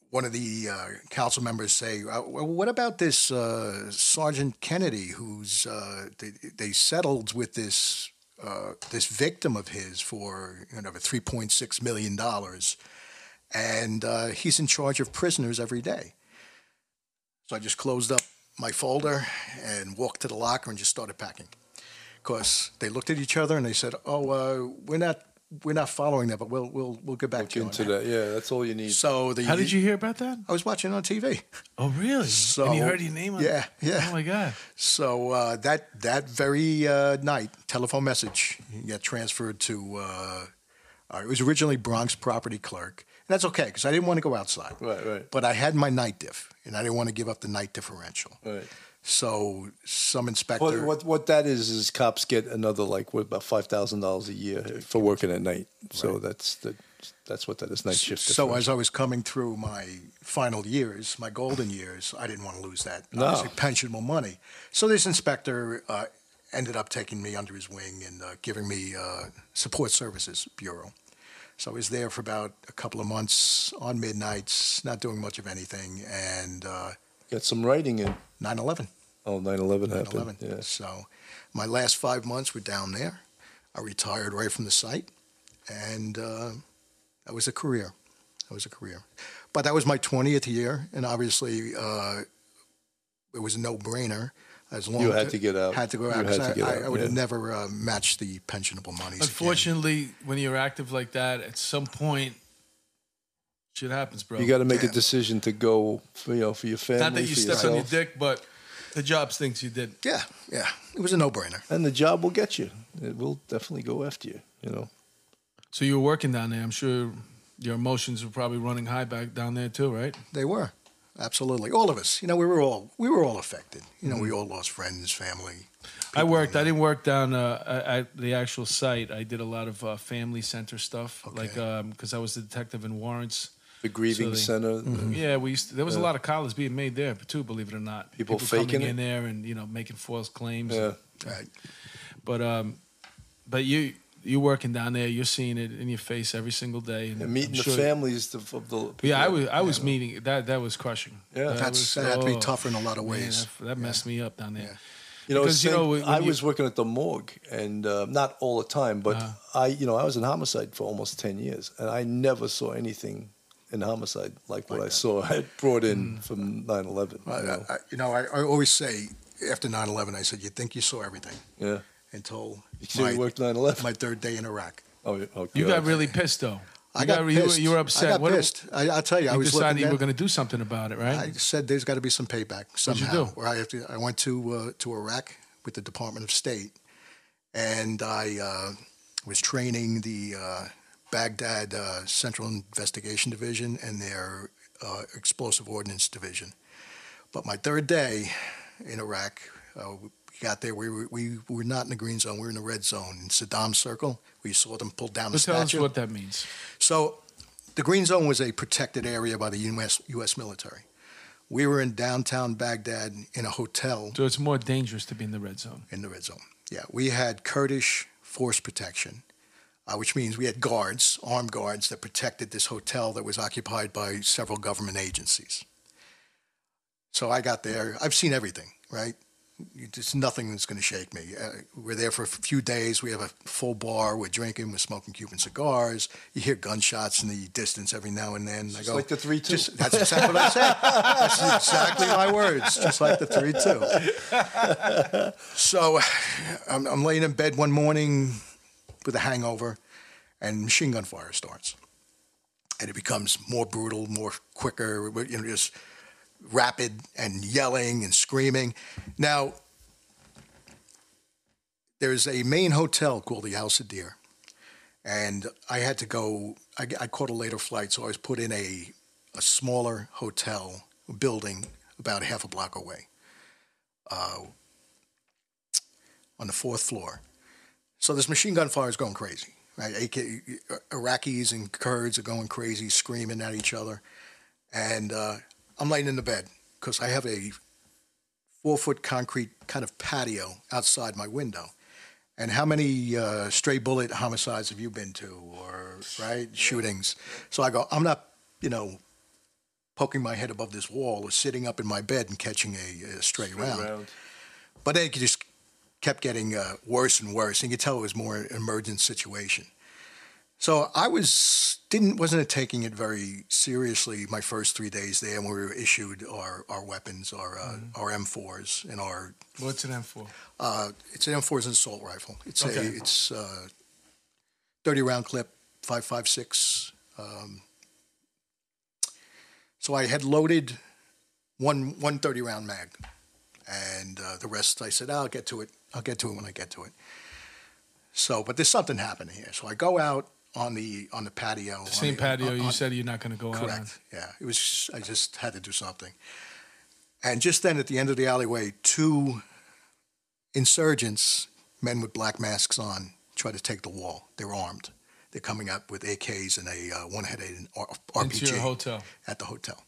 [SPEAKER 2] one of the uh, council members say, uh, well, "What about this uh, Sergeant Kennedy, who's uh, they, they settled with this uh, this victim of his for you know three point six million dollars, and uh, he's in charge of prisoners every day." So I just closed up my folder and walked to the locker and just started packing because they looked at each other and they said, "Oh, uh, we're not we're not following that, but we'll we'll we'll get back
[SPEAKER 3] Look
[SPEAKER 2] to you." on
[SPEAKER 3] into
[SPEAKER 2] that."
[SPEAKER 3] that. Yeah, that's all you need.
[SPEAKER 2] So the
[SPEAKER 1] How did you hear about that?
[SPEAKER 2] I was watching it on TV.
[SPEAKER 1] Oh, really?
[SPEAKER 2] So-
[SPEAKER 1] and you heard your name on
[SPEAKER 2] Yeah, yeah.
[SPEAKER 1] Oh my god.
[SPEAKER 2] So uh, that that very uh, night, telephone message got transferred to. Uh, uh, it was originally Bronx property clerk, and that's okay because I didn't want to go outside.
[SPEAKER 3] Right, right.
[SPEAKER 2] But I had my night diff, and I didn't want to give up the night differential.
[SPEAKER 3] Right.
[SPEAKER 2] So some inspector.
[SPEAKER 3] What, what what that is is cops get another like what about five thousand dollars a year for working at night. So that's the, that's what that is night shift.
[SPEAKER 2] So
[SPEAKER 3] difference.
[SPEAKER 2] as I was coming through my final years, my golden years, I didn't want to lose that
[SPEAKER 3] No.
[SPEAKER 2] obviously, pensionable money. So this inspector uh, ended up taking me under his wing and uh, giving me uh, support services bureau. So I was there for about a couple of months on midnights, not doing much of anything, and uh,
[SPEAKER 3] got some writing in.
[SPEAKER 2] 9/11.
[SPEAKER 3] Oh, 9-11 happened.
[SPEAKER 2] 11.
[SPEAKER 3] Yeah.
[SPEAKER 2] So my last five months were down there. I retired right from the site, and uh, that was a career. That was a career. But that was my 20th year, and obviously uh, it was a no-brainer. As long
[SPEAKER 3] You
[SPEAKER 2] as
[SPEAKER 3] had to get out.
[SPEAKER 2] Had to go
[SPEAKER 3] You
[SPEAKER 2] out.
[SPEAKER 3] had
[SPEAKER 2] 'cause
[SPEAKER 3] to
[SPEAKER 2] I-
[SPEAKER 3] get
[SPEAKER 2] I,
[SPEAKER 3] out,
[SPEAKER 2] I would have
[SPEAKER 3] yeah.
[SPEAKER 2] never uh, matched the pensionable monies. again.
[SPEAKER 1] *laughs* Unfortunately, when you're active like that, at some point, shit happens, bro.
[SPEAKER 3] You got to make
[SPEAKER 2] Yeah.
[SPEAKER 3] a decision to go, for, you know, for your family,
[SPEAKER 1] Not that you
[SPEAKER 3] for
[SPEAKER 1] stepped on your
[SPEAKER 3] yourself,
[SPEAKER 1] dick, but the jobs thinks you did.
[SPEAKER 2] Yeah, yeah. It was a no-brainer.
[SPEAKER 3] and the job will get you. It will definitely go after you. You know.
[SPEAKER 1] So you were working down there. I'm sure your emotions were probably running high back down there too, right?
[SPEAKER 2] They were. Absolutely. All of us. You know, we were all we were all affected. You know, we
[SPEAKER 1] Mm-hmm.
[SPEAKER 2] all lost friends, family.
[SPEAKER 1] I worked. I didn't work down uh, at the actual site. I did a lot of uh, family center stuff, like because I was the detective in warrants.
[SPEAKER 3] The grieving
[SPEAKER 1] So
[SPEAKER 3] center.
[SPEAKER 1] Yeah, we used to, there was a lot of collars being made there too, believe it or not.
[SPEAKER 3] People faking
[SPEAKER 1] coming
[SPEAKER 3] it?
[SPEAKER 1] in there and you know making false claims.
[SPEAKER 3] Yeah.
[SPEAKER 2] Right.
[SPEAKER 1] But um, but you you working down there, you're seeing it in your face every single day, and
[SPEAKER 3] And meeting
[SPEAKER 1] I'm
[SPEAKER 3] the
[SPEAKER 1] sure-
[SPEAKER 3] families of, of the. people
[SPEAKER 1] Yeah, I
[SPEAKER 3] that-
[SPEAKER 1] was I
[SPEAKER 3] you
[SPEAKER 1] was
[SPEAKER 3] know.
[SPEAKER 1] meeting that that was crushing.
[SPEAKER 3] Yeah.
[SPEAKER 2] That's
[SPEAKER 1] was-
[SPEAKER 2] that had to be
[SPEAKER 1] oh,
[SPEAKER 2] tougher in a lot of
[SPEAKER 1] man,
[SPEAKER 2] ways.
[SPEAKER 1] that, that messed me up down there.
[SPEAKER 3] You know,
[SPEAKER 1] Because,
[SPEAKER 3] it's
[SPEAKER 1] you know,
[SPEAKER 3] same-
[SPEAKER 1] when
[SPEAKER 3] I
[SPEAKER 1] you-
[SPEAKER 3] was working at the morgue, and uh, not all the time, but
[SPEAKER 2] Uh-huh.
[SPEAKER 3] I, you know, I was in homicide for almost ten years, and I never saw anything in homicide like what I saw *laughs* I brought
[SPEAKER 2] Mm.
[SPEAKER 3] in from 9-11.
[SPEAKER 2] I,
[SPEAKER 3] you know?
[SPEAKER 2] I, uh, you know, I, I always say after 9 11, I said, you think you saw everything
[SPEAKER 3] yeah,
[SPEAKER 2] until
[SPEAKER 3] you see, we
[SPEAKER 2] my,
[SPEAKER 3] worked 9-11.
[SPEAKER 2] my third day in Iraq.
[SPEAKER 3] oh, yeah, oh,
[SPEAKER 1] You
[SPEAKER 3] God.
[SPEAKER 1] got really pissed though.
[SPEAKER 2] I
[SPEAKER 1] You
[SPEAKER 2] got,
[SPEAKER 1] you were-
[SPEAKER 2] pissed.
[SPEAKER 1] You were upset.
[SPEAKER 2] I got
[SPEAKER 1] What-
[SPEAKER 2] pissed. I, I'll tell you, I
[SPEAKER 1] you
[SPEAKER 2] was
[SPEAKER 1] decided
[SPEAKER 2] looking
[SPEAKER 1] you
[SPEAKER 2] at,
[SPEAKER 1] were going to do something about it, right?
[SPEAKER 2] I said there's got to be some payback somehow.
[SPEAKER 1] do?
[SPEAKER 2] Or I, have to, I went to, uh, to Iraq with the Department of State and I uh, was training the uh, Baghdad uh, Central Investigation Division and their uh, Explosive Ordnance Division. But my third day in Iraq, uh, we got there. We were, we were not in the green zone. We were in the red zone in Saddam Circle. We saw them pull down the
[SPEAKER 1] so tell us
[SPEAKER 2] statue.
[SPEAKER 1] what that means.
[SPEAKER 2] so the Green Zone was a protected area by the U.S. U.S. military. We were in downtown Baghdad in a hotel
[SPEAKER 1] So it's more dangerous to be in the red zone.
[SPEAKER 2] in the red zone. Yeah, we had Kurdish force protection, uh, which means we had guards, armed guards, that protected this hotel that was occupied by several government agencies. So I got there. I've seen everything, right? You- There's nothing that's going to shake me. Uh, we're there for a few days. We have a full bar. We're drinking. We're smoking Cuban cigars. You hear gunshots in the distance every now and then. I
[SPEAKER 3] Just like the 3-2.
[SPEAKER 2] "Just- *laughs* That's exactly what I said. That's exactly my words. Just like the three two. So I'm, I'm laying in bed one morning with a hangover, and machine gun fire starts, and it becomes more brutal, more quicker. You know, just rapid and yelling and screaming. Now, there's a main hotel called the House of Deer, and I had to go. I, I caught a later flight, so I was put in a a smaller hotel building about half a block away, uh, on the fourth floor. So this machine gun fire is going crazy. Right? AK, Iraqis and Kurds are going crazy, screaming at each other. And uh, I'm laying in the bed because I have a four foot concrete kind of patio outside my window. And how many uh, stray bullet homicides have you been to or, right, shootings? So I go, I'm not, you know, poking my head above this wall or sitting up in my bed and catching a, a stray, round. But then it just kept getting uh, worse and worse, and you could tell it was more an emergent situation. So I was didn't wasn't taking it very seriously my first three days there, when we were issued our, our weapons, our uh, our M4s, and our
[SPEAKER 1] What's it in for?
[SPEAKER 2] uh, it's an M4 is an assault rifle. It's
[SPEAKER 1] Okay.
[SPEAKER 2] a it's uh, 30 round clip, 5.56. Um, so I had loaded one one 30 round mag, and uh, the rest I said I'll get to it. I'll get to it when I get to it. So, but there's something happening here. So I go out on the on the patio.
[SPEAKER 1] The same patio you
[SPEAKER 2] said.
[SPEAKER 1] said you're not going to go out on.
[SPEAKER 2] Uh, Correct. Yeah, it was. I just had to do something. And just then, at the end of the alleyway, two insurgents, men with black masks on, try to take the wall. They're armed. They're coming up with AKs and a uh, one-headed R-
[SPEAKER 1] Into your
[SPEAKER 2] RPG
[SPEAKER 1] hotel.
[SPEAKER 2] at the hotel.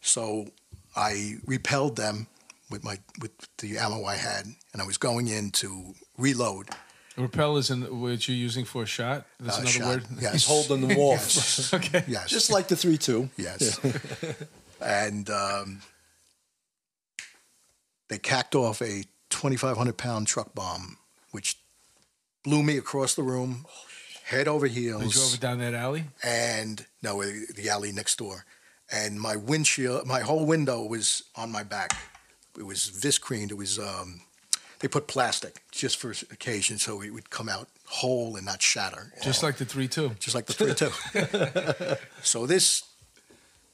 [SPEAKER 2] So I repelled them with my with the ammo I had, and I was going in to reload.
[SPEAKER 1] Repel is in, which you're using for a shot. That's
[SPEAKER 2] uh,
[SPEAKER 1] another
[SPEAKER 2] shot.
[SPEAKER 1] word.
[SPEAKER 2] Yes.
[SPEAKER 3] He's
[SPEAKER 2] *laughs*
[SPEAKER 3] holding the wall.
[SPEAKER 1] *laughs*
[SPEAKER 2] Yes.
[SPEAKER 1] okay.
[SPEAKER 2] Yes.
[SPEAKER 3] Just like the 3 2.
[SPEAKER 2] Yes. and um, they cacked off a 2,500 pound truck bomb, which blew me across the room, head over
[SPEAKER 1] They drove
[SPEAKER 2] heels.
[SPEAKER 1] it down that alley.
[SPEAKER 2] And no, the alley next door. And my windshield, my whole window was on my back. It was viscreened. It was, um, they put plastic just for occasion so it would come out whole and not shatter
[SPEAKER 1] Just like the three two.
[SPEAKER 2] just like the three two. so this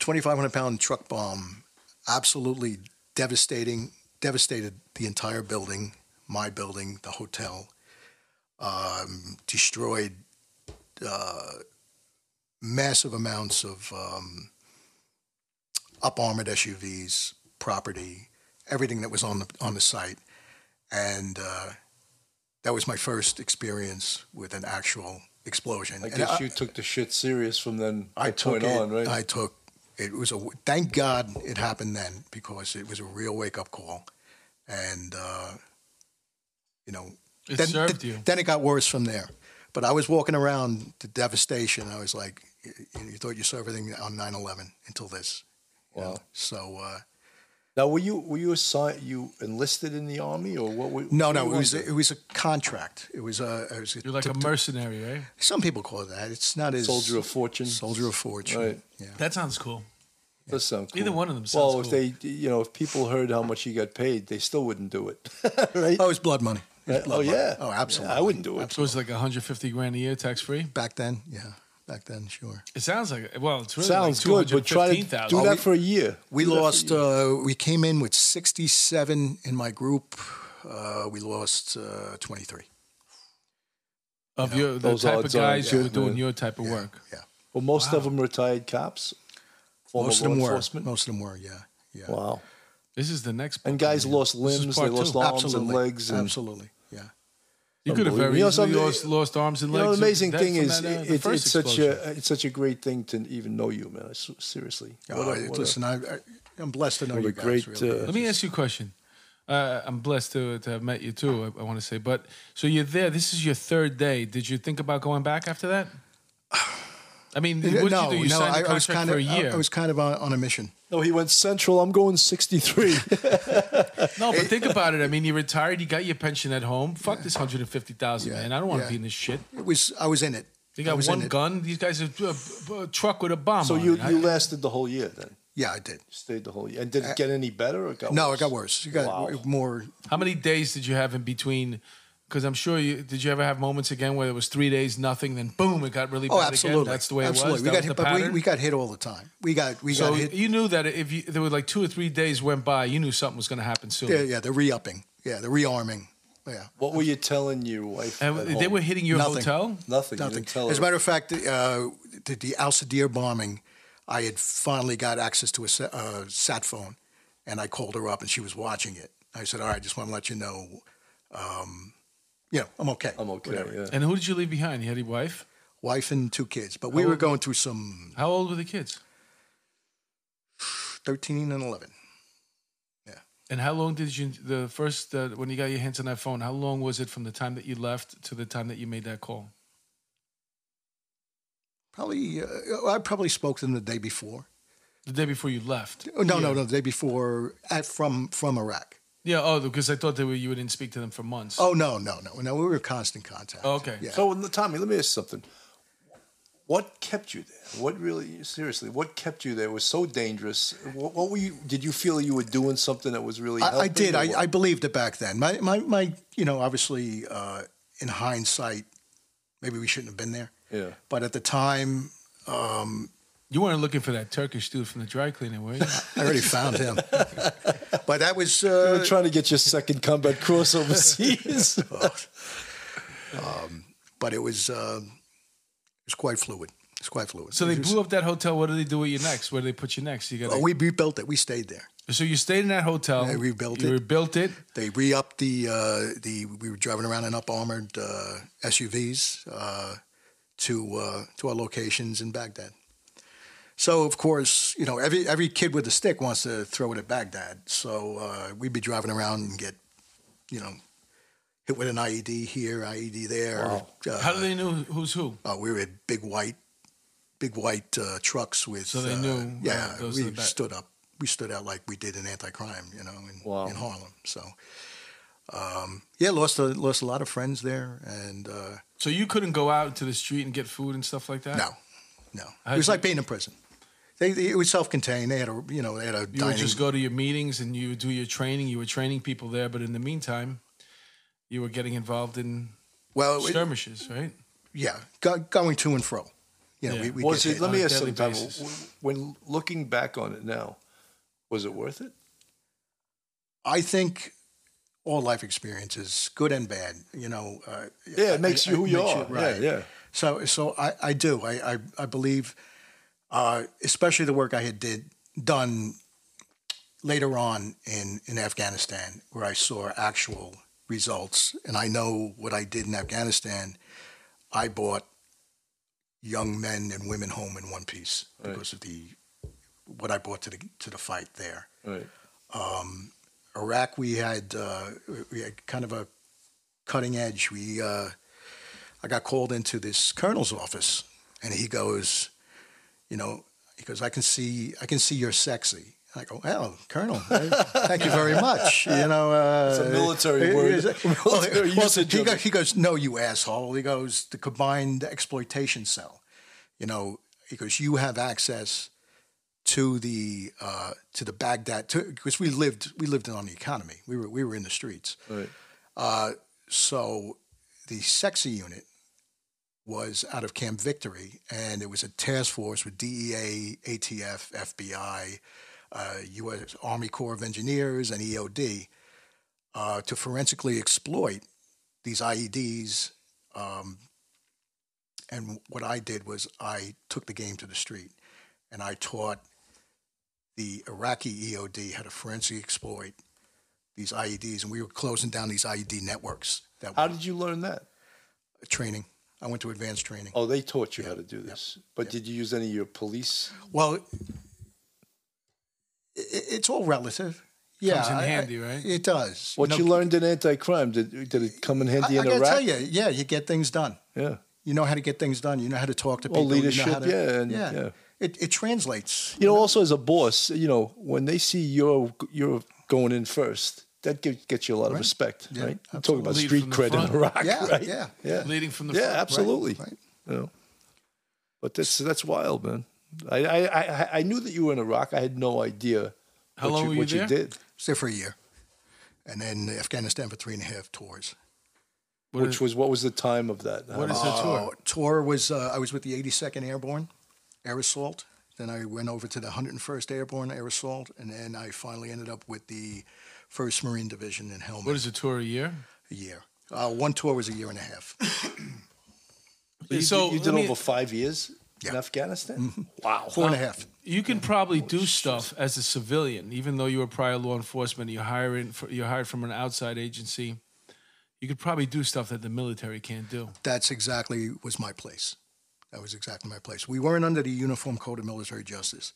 [SPEAKER 2] 2,500 pound truck bomb absolutely devastating, devastated the entire building, my building, the hotel, um, destroyed uh, massive amounts of um, up armored SUVs, property, everything that was on the on the site, and. Uh, that was my first experience with an actual explosion.
[SPEAKER 3] I
[SPEAKER 2] And
[SPEAKER 3] guess you took the shit serious from then
[SPEAKER 2] I
[SPEAKER 3] that
[SPEAKER 2] took
[SPEAKER 3] point
[SPEAKER 2] it.
[SPEAKER 3] on, right?
[SPEAKER 2] I took it was a thank God it happened then because it was a real wake up call, and uh, you know
[SPEAKER 1] It
[SPEAKER 2] then,
[SPEAKER 1] served
[SPEAKER 2] th-
[SPEAKER 1] you.
[SPEAKER 2] Then it got worse from there. But I was walking around the devastation. I was like, you, you thought you saw everything on 9-11 until this. you know?
[SPEAKER 3] Wow.
[SPEAKER 2] So uh,
[SPEAKER 3] Now, were you were you assigned? You enlisted in the army, or what? Were,
[SPEAKER 2] no,
[SPEAKER 3] what
[SPEAKER 2] no,
[SPEAKER 3] were
[SPEAKER 2] it
[SPEAKER 3] you
[SPEAKER 2] was
[SPEAKER 3] under?
[SPEAKER 2] it was a contract. It was a. It was a
[SPEAKER 1] You're like a mercenary, right?
[SPEAKER 2] some people call it that. It's not as
[SPEAKER 3] soldier of fortune.
[SPEAKER 2] soldier of fortune.
[SPEAKER 3] Right.
[SPEAKER 2] Yeah.
[SPEAKER 1] That sounds cool.
[SPEAKER 3] That sounds cool.
[SPEAKER 1] Either one of them sounds
[SPEAKER 3] Well,
[SPEAKER 1] cool.
[SPEAKER 3] if they, you know, if people heard how much you got paid, they still wouldn't do it, *laughs* right?
[SPEAKER 2] Oh, it's blood money. It's
[SPEAKER 3] oh
[SPEAKER 2] blood money.
[SPEAKER 3] yeah.
[SPEAKER 2] Oh, absolutely.
[SPEAKER 3] Yeah, I wouldn't do it.
[SPEAKER 1] So it's like 150 grand a year tax free.
[SPEAKER 2] Back then, yeah. Back then, sure.
[SPEAKER 1] It sounds like it. well, it's really
[SPEAKER 3] Sounds
[SPEAKER 1] like
[SPEAKER 3] good, but try to
[SPEAKER 1] 215,000.
[SPEAKER 3] do
[SPEAKER 2] Oh,
[SPEAKER 3] that
[SPEAKER 2] we-
[SPEAKER 3] for a year.
[SPEAKER 2] We
[SPEAKER 3] Do that for a
[SPEAKER 2] lost.
[SPEAKER 3] year.
[SPEAKER 2] Uh, we came in with 67 in my group. Uh, we lost uh, 23.
[SPEAKER 1] of your the
[SPEAKER 3] those
[SPEAKER 1] type of
[SPEAKER 3] odds aren't
[SPEAKER 1] guys who were
[SPEAKER 3] good,
[SPEAKER 1] doing
[SPEAKER 3] man.
[SPEAKER 1] your type of work.
[SPEAKER 2] Yeah.
[SPEAKER 3] well, most of them retired cops. former
[SPEAKER 2] Most
[SPEAKER 3] law
[SPEAKER 2] of them were.
[SPEAKER 3] enforcement.
[SPEAKER 2] Most of them were. Yeah. Yeah.
[SPEAKER 3] Wow.
[SPEAKER 1] This is the next.
[SPEAKER 3] And
[SPEAKER 1] book,
[SPEAKER 3] guys
[SPEAKER 1] man.
[SPEAKER 3] lost
[SPEAKER 1] This is
[SPEAKER 3] limbs. They
[SPEAKER 1] part
[SPEAKER 3] lost
[SPEAKER 1] two.
[SPEAKER 3] all- arms and
[SPEAKER 2] Absolutely.
[SPEAKER 3] legs and-
[SPEAKER 2] Absolutely. Yeah.
[SPEAKER 1] You could have
[SPEAKER 3] Unbelievable.
[SPEAKER 1] very
[SPEAKER 3] You know
[SPEAKER 1] easily
[SPEAKER 3] something-
[SPEAKER 1] lost, lost arms and
[SPEAKER 3] You
[SPEAKER 1] legs.
[SPEAKER 3] know, the amazing
[SPEAKER 1] That-
[SPEAKER 3] thing
[SPEAKER 1] from
[SPEAKER 3] is,
[SPEAKER 1] that, uh, the
[SPEAKER 3] it,
[SPEAKER 1] first
[SPEAKER 3] it's such
[SPEAKER 1] explosion.
[SPEAKER 3] a it's such a great thing to even know you, man. It's- seriously,
[SPEAKER 2] Oh,
[SPEAKER 3] What a-
[SPEAKER 2] I-
[SPEAKER 3] what a-
[SPEAKER 2] listen, I, I, I'm blessed to know
[SPEAKER 3] what a
[SPEAKER 2] you guys.
[SPEAKER 3] great,
[SPEAKER 2] really.
[SPEAKER 3] uh,
[SPEAKER 1] Let me ask you a question. Uh, I'm blessed to, to have met you too. I, I want to say, but so you're there. This is your third day. Did you think about going back after that? I mean, what did you
[SPEAKER 2] no,
[SPEAKER 1] do? You
[SPEAKER 2] no,
[SPEAKER 1] signed
[SPEAKER 2] I,
[SPEAKER 1] the
[SPEAKER 2] I was
[SPEAKER 1] contract
[SPEAKER 2] kind
[SPEAKER 1] for
[SPEAKER 2] of,
[SPEAKER 1] a year.
[SPEAKER 2] I, was kind of on, on a mission.
[SPEAKER 3] no, he went central. I'm
[SPEAKER 2] *laughs*
[SPEAKER 3] going 63.
[SPEAKER 1] no, but think about it. I mean, you retired. You got your pension at home. Fuck this hundred and fifty thousand,
[SPEAKER 2] Yeah,
[SPEAKER 1] man. I don't want to
[SPEAKER 2] yeah.
[SPEAKER 1] be in this shit.
[SPEAKER 2] It was, I was in it.
[SPEAKER 1] They
[SPEAKER 2] I
[SPEAKER 1] got
[SPEAKER 2] was in
[SPEAKER 1] one
[SPEAKER 2] it.
[SPEAKER 1] gun. These guys are a, a- a truck with a bomb.
[SPEAKER 3] so
[SPEAKER 1] on
[SPEAKER 3] you
[SPEAKER 1] it. I-
[SPEAKER 3] you lasted the whole year then.
[SPEAKER 2] Yeah, I did.
[SPEAKER 3] You stayed the whole year. And did it get any better or got
[SPEAKER 2] Uh, No,
[SPEAKER 3] worse?
[SPEAKER 2] it got worse. You got
[SPEAKER 3] Wow.
[SPEAKER 2] more.
[SPEAKER 1] How many days did you have in between? Because I'm sure you did. You ever have moments again where it was three days nothing, then boom, it got really bad
[SPEAKER 2] Oh,
[SPEAKER 1] again.
[SPEAKER 2] absolutely.
[SPEAKER 1] That's the way
[SPEAKER 2] absolutely.
[SPEAKER 1] it was.
[SPEAKER 2] We
[SPEAKER 1] That
[SPEAKER 2] got
[SPEAKER 1] was the
[SPEAKER 2] hit, but we,
[SPEAKER 1] pattern?
[SPEAKER 2] we got hit all the time. We got, we
[SPEAKER 1] So
[SPEAKER 2] got hit.
[SPEAKER 1] you knew that if you, there were like two or three days went by, you knew something was going to happen soon.
[SPEAKER 2] Yeah, yeah, they're re-upping. Yeah, they're rearming. Yeah.
[SPEAKER 3] What were you telling your wife?
[SPEAKER 1] And
[SPEAKER 3] at
[SPEAKER 1] they
[SPEAKER 3] home?
[SPEAKER 1] were hitting your
[SPEAKER 2] Oh, Nothing.
[SPEAKER 1] hotel.
[SPEAKER 3] nothing. You
[SPEAKER 2] Nothing.
[SPEAKER 3] didn't tell
[SPEAKER 2] As a
[SPEAKER 3] her.
[SPEAKER 2] matter of fact, the, uh, the, the Alcideer bombing, I had finally got access to a sa- uh, sat phone, and I called her up, and she was watching it. I said, "All right, just want to let you know, um, you know, I'm okay.
[SPEAKER 3] I'm okay.
[SPEAKER 2] whatever."
[SPEAKER 3] Yeah.
[SPEAKER 1] And who did you leave behind? You had your wife.
[SPEAKER 2] Wife and two kids, but we were going through some
[SPEAKER 1] How old were the kids?
[SPEAKER 2] 13 and 11.
[SPEAKER 1] And how long did you the first uh, when you got your hands on that phone? How long was it from the time that you left to the time that you made that call?
[SPEAKER 2] Probably, uh, I probably spoke to them the day before.
[SPEAKER 1] The day before you left.
[SPEAKER 2] Oh, No,
[SPEAKER 1] yeah.
[SPEAKER 2] no, no, the day before at, from from Iraq.
[SPEAKER 1] Yeah. Oh, because I thought that you didn't speak to them for months.
[SPEAKER 2] Oh no, no, no, no. We were in constant contact.
[SPEAKER 1] Oh, okay.
[SPEAKER 2] Yeah.
[SPEAKER 3] So, Tommy, let me ask something. What kept you there? What really, seriously, what kept you there? It was so dangerous. What, what were you? Did you feel you were doing something that was really?
[SPEAKER 2] I, I
[SPEAKER 3] helping
[SPEAKER 2] did.
[SPEAKER 3] or
[SPEAKER 2] I,
[SPEAKER 3] what?
[SPEAKER 2] I believed it back then. My, my, my you know, obviously, uh, in hindsight, maybe we shouldn't have been there.
[SPEAKER 3] Yeah.
[SPEAKER 2] But at the time,
[SPEAKER 1] You weren't looking for that Turkish dude from the dry cleaner,
[SPEAKER 2] *laughs*
[SPEAKER 1] were you?
[SPEAKER 2] I already found him. but that was, uh,
[SPEAKER 3] We're trying to get your second combat
[SPEAKER 2] *laughs*
[SPEAKER 3] cross overseas.
[SPEAKER 2] but it was, uh, it was quite fluid. It's quite fluid.
[SPEAKER 1] so they blew up that hotel. What do they do with you next? Where do they put you next? You got.
[SPEAKER 2] Well, we rebuilt it. We stayed there.
[SPEAKER 1] so you stayed in that hotel.
[SPEAKER 2] They rebuilt
[SPEAKER 1] you
[SPEAKER 2] it.
[SPEAKER 1] Rebuilt it.
[SPEAKER 2] They re-upped the uh, the. We were driving around in up armored uh, SUVs uh, to uh, to our locations in Baghdad. So of course, you know every every kid with a stick wants to throw it at Baghdad. So uh, we'd be driving around and get, you know, hit with an IED here, IED there. Uh,
[SPEAKER 1] How do they know who's who?
[SPEAKER 2] uh, we were at big white, big white uh, trucks with.
[SPEAKER 1] So they
[SPEAKER 2] uh,
[SPEAKER 1] knew,
[SPEAKER 2] yeah,
[SPEAKER 1] uh, those are
[SPEAKER 2] we
[SPEAKER 1] the bad-
[SPEAKER 2] stood up. We stood out like we did in anti-crime, you know, in,
[SPEAKER 3] Wow.
[SPEAKER 2] in Harlem. So, um, yeah, lost a, lost a lot of friends there, and uh,
[SPEAKER 1] So you couldn't go out into the street and get food and stuff like that.
[SPEAKER 2] no, no,
[SPEAKER 1] How'd
[SPEAKER 2] it was
[SPEAKER 1] you-
[SPEAKER 2] like being in prison. They, they- it was self-contained. They had a, you know, they had a
[SPEAKER 1] You would
[SPEAKER 2] dining.
[SPEAKER 1] just go to your meetings and you would do your training. You were training people there, but in the meantime, you were getting involved in
[SPEAKER 2] well, it-
[SPEAKER 1] skirmishes, right?
[SPEAKER 2] yeah, go, going to and fro. You know,
[SPEAKER 1] Yeah.
[SPEAKER 2] we, we
[SPEAKER 3] was
[SPEAKER 2] get
[SPEAKER 3] it?
[SPEAKER 2] hit.
[SPEAKER 3] Let
[SPEAKER 1] on
[SPEAKER 3] me
[SPEAKER 1] a
[SPEAKER 3] ask
[SPEAKER 1] daily
[SPEAKER 3] something. Tommy.
[SPEAKER 1] basis.
[SPEAKER 3] W- When looking back on it now, was it worth it?
[SPEAKER 2] I think all life experiences, good and bad, you know. Uh,
[SPEAKER 3] Yeah, it makes you who you
[SPEAKER 2] makes
[SPEAKER 3] are.
[SPEAKER 2] right.
[SPEAKER 3] Yeah, yeah.
[SPEAKER 2] So, so I, I do. I, I, I believe, uh, especially the work I had did done later on in, in Afghanistan, where I saw actual results, and I know what I did in Afghanistan. I bought young men and women home in one piece
[SPEAKER 3] Right.
[SPEAKER 2] because of the what I brought to the to the fight there.
[SPEAKER 3] Right.
[SPEAKER 2] Iraq, we had uh, we had kind of a cutting edge. We uh, I got called into this colonel's office, and he goes, you know, he goes, I can see I can see you're sexy. I go, oh, Colonel, *laughs* thank you very much. You know, uh,
[SPEAKER 3] It's a military word.
[SPEAKER 2] *laughs* well,
[SPEAKER 3] *laughs* Military
[SPEAKER 2] well,
[SPEAKER 3] usage
[SPEAKER 2] he,
[SPEAKER 3] of
[SPEAKER 2] go-
[SPEAKER 3] it.
[SPEAKER 2] he goes, no, you asshole. He goes, the combined exploitation cell. You know, he goes, you have access to the uh, to the Baghdad because we lived we lived on the economy. We were we were in the streets.
[SPEAKER 3] Right.
[SPEAKER 2] Uh, so the sexy unit was out of Camp Victory, and it was a task force with E DEA, ATF, FBI, uh, U.S. Army Corps of Engineers, and EOD uh, to forensically exploit these IEDs. Um, and what I did was I took the game to the street, and E I taught the Iraqi EOD how to forensic exploit these IEDs, and we were closing down these IED networks. That
[SPEAKER 3] How
[SPEAKER 2] were
[SPEAKER 3] did you learn that?
[SPEAKER 2] training. I went to advanced training.
[SPEAKER 3] Oh, they taught you how to do this. But did you use any of your police?
[SPEAKER 2] Well, i- i- it's all relative. Yeah,
[SPEAKER 1] Comes in
[SPEAKER 2] I- I-
[SPEAKER 1] handy, right?
[SPEAKER 2] It does.
[SPEAKER 3] What
[SPEAKER 2] know,
[SPEAKER 3] you learned in anti-crime did did it come in
[SPEAKER 2] I,
[SPEAKER 3] handy
[SPEAKER 2] I
[SPEAKER 3] in
[SPEAKER 2] gotta
[SPEAKER 3] Iraq?
[SPEAKER 2] tell you, yeah, you get things done.
[SPEAKER 3] Yeah.
[SPEAKER 2] You know how to get things done. You know how to talk to
[SPEAKER 3] Well,
[SPEAKER 2] people. you know how
[SPEAKER 3] leadership,
[SPEAKER 2] to,
[SPEAKER 3] yeah, and- yeah.
[SPEAKER 2] It it translates.
[SPEAKER 3] You know, also as a boss, you know, when they see you're you're going in first, that gives, gets you a lot of respect,
[SPEAKER 2] Yeah,
[SPEAKER 3] right? I'm talking about
[SPEAKER 1] Lead
[SPEAKER 3] street
[SPEAKER 1] from the
[SPEAKER 3] cred
[SPEAKER 1] front.
[SPEAKER 3] in Iraq,
[SPEAKER 2] Yeah,
[SPEAKER 3] right?
[SPEAKER 2] yeah.
[SPEAKER 3] yeah,
[SPEAKER 1] Leading from the
[SPEAKER 3] yeah,
[SPEAKER 1] front, right,
[SPEAKER 3] absolutely.
[SPEAKER 2] right.
[SPEAKER 3] You know, but that's that's wild, man. I I, I I knew that you were in Iraq. I had no idea
[SPEAKER 1] How
[SPEAKER 3] what,
[SPEAKER 1] long
[SPEAKER 3] you,
[SPEAKER 1] were you
[SPEAKER 3] what
[SPEAKER 1] there?
[SPEAKER 3] you did,
[SPEAKER 2] Stay for a year, and then Afghanistan for three and a half tours.
[SPEAKER 1] What
[SPEAKER 3] which
[SPEAKER 1] is-
[SPEAKER 3] was what was the time of that?
[SPEAKER 1] Uh, what is the
[SPEAKER 2] Oh,
[SPEAKER 1] tour?
[SPEAKER 2] tour was uh, I was with the 82nd Airborne Air Assault. Then I went over to the 101st Airborne Air Assault, and then I finally ended up with the 1st Marine Division in Helmand.
[SPEAKER 1] What is a tour a year?
[SPEAKER 2] a year? Uh, one tour was a year and a half.
[SPEAKER 3] you,
[SPEAKER 1] so
[SPEAKER 3] did- you
[SPEAKER 1] let
[SPEAKER 3] did
[SPEAKER 1] me-
[SPEAKER 3] over five years in
[SPEAKER 2] Yeah. Mm-hmm.
[SPEAKER 3] Afghanistan. Wow.
[SPEAKER 2] Four and a half.
[SPEAKER 1] You can probably
[SPEAKER 3] Oh,
[SPEAKER 1] do stuff as a civilian, even though you were prior law enforcement. You're hiring, for, you're hired from an outside agency. You could probably do stuff that the military can't do.
[SPEAKER 2] That's exactly was my place. That was exactly my place. We weren't under the Uniform Code of Military Justice.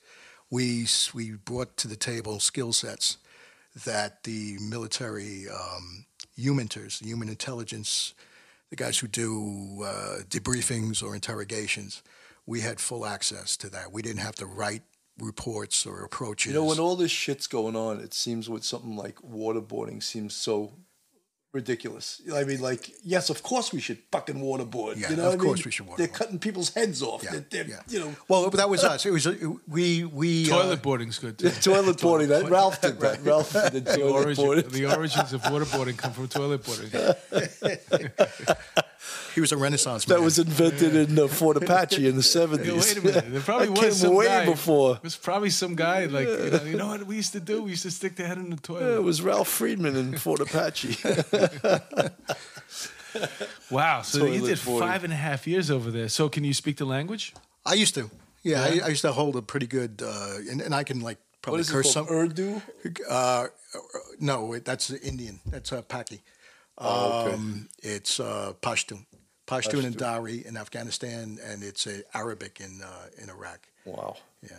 [SPEAKER 2] We s- we brought to the table skill sets that the military um, humanters, the human intelligence, the guys who do uh, debriefings or interrogations, we had full access to that. We didn't have to write reports or approaches.
[SPEAKER 3] You know, when all this shit's going on, it seems with something like waterboarding seems so ridiculous. I mean, like, yes, of course we should fucking waterboard.
[SPEAKER 2] Yeah,
[SPEAKER 3] you know
[SPEAKER 2] of
[SPEAKER 3] what I
[SPEAKER 2] course
[SPEAKER 3] mean?
[SPEAKER 2] we should
[SPEAKER 3] They're
[SPEAKER 2] waterboard.
[SPEAKER 3] cutting people's heads off.
[SPEAKER 2] yeah,
[SPEAKER 3] They're, they're,
[SPEAKER 2] yeah.
[SPEAKER 3] You *laughs* know,
[SPEAKER 2] well, that was us. It was uh, we we uh,
[SPEAKER 1] Toilet boarding's good too.
[SPEAKER 3] *laughs* toilet boarding. That Ralph *laughs* did that. Ralph did
[SPEAKER 1] The,
[SPEAKER 3] toilet
[SPEAKER 1] origin,
[SPEAKER 3] boarding.
[SPEAKER 1] the origins of waterboarding come from toilet
[SPEAKER 3] *laughs*
[SPEAKER 1] boarding.
[SPEAKER 2] he was a Renaissance
[SPEAKER 3] That
[SPEAKER 2] man.
[SPEAKER 3] was invented in uh, Fort Apache in the *laughs*
[SPEAKER 1] Yeah,
[SPEAKER 3] seventies.
[SPEAKER 1] wait
[SPEAKER 3] *laughs*
[SPEAKER 1] a minute. There probably
[SPEAKER 3] I
[SPEAKER 1] was
[SPEAKER 3] came
[SPEAKER 1] some
[SPEAKER 3] way
[SPEAKER 1] guy-
[SPEAKER 3] before.
[SPEAKER 1] It was probably some guy like you know, you know what we used to do? We used to stick the head in the toilet.
[SPEAKER 3] It was Ralph Friedman in Fort Apache.
[SPEAKER 1] Wow. So
[SPEAKER 3] Toilet
[SPEAKER 1] you did
[SPEAKER 3] boarding.
[SPEAKER 1] five and a half years over there. So can you speak the language?
[SPEAKER 2] I used to. Yeah, I, I used to hold a pretty good, uh, and, and I can like
[SPEAKER 3] *laughs* what
[SPEAKER 2] probably
[SPEAKER 3] is it
[SPEAKER 2] curse
[SPEAKER 3] called?
[SPEAKER 2] some.
[SPEAKER 3] Urdu.
[SPEAKER 2] Uh, no, wait, that's Indian. That's uh, Paki.
[SPEAKER 3] Oh, okay.
[SPEAKER 2] Um, it's uh, Pashtun. Pashtun, and Dari in Afghanistan, and it's uh, Arabic in uh, in Iraq.
[SPEAKER 3] Wow.
[SPEAKER 2] Yeah,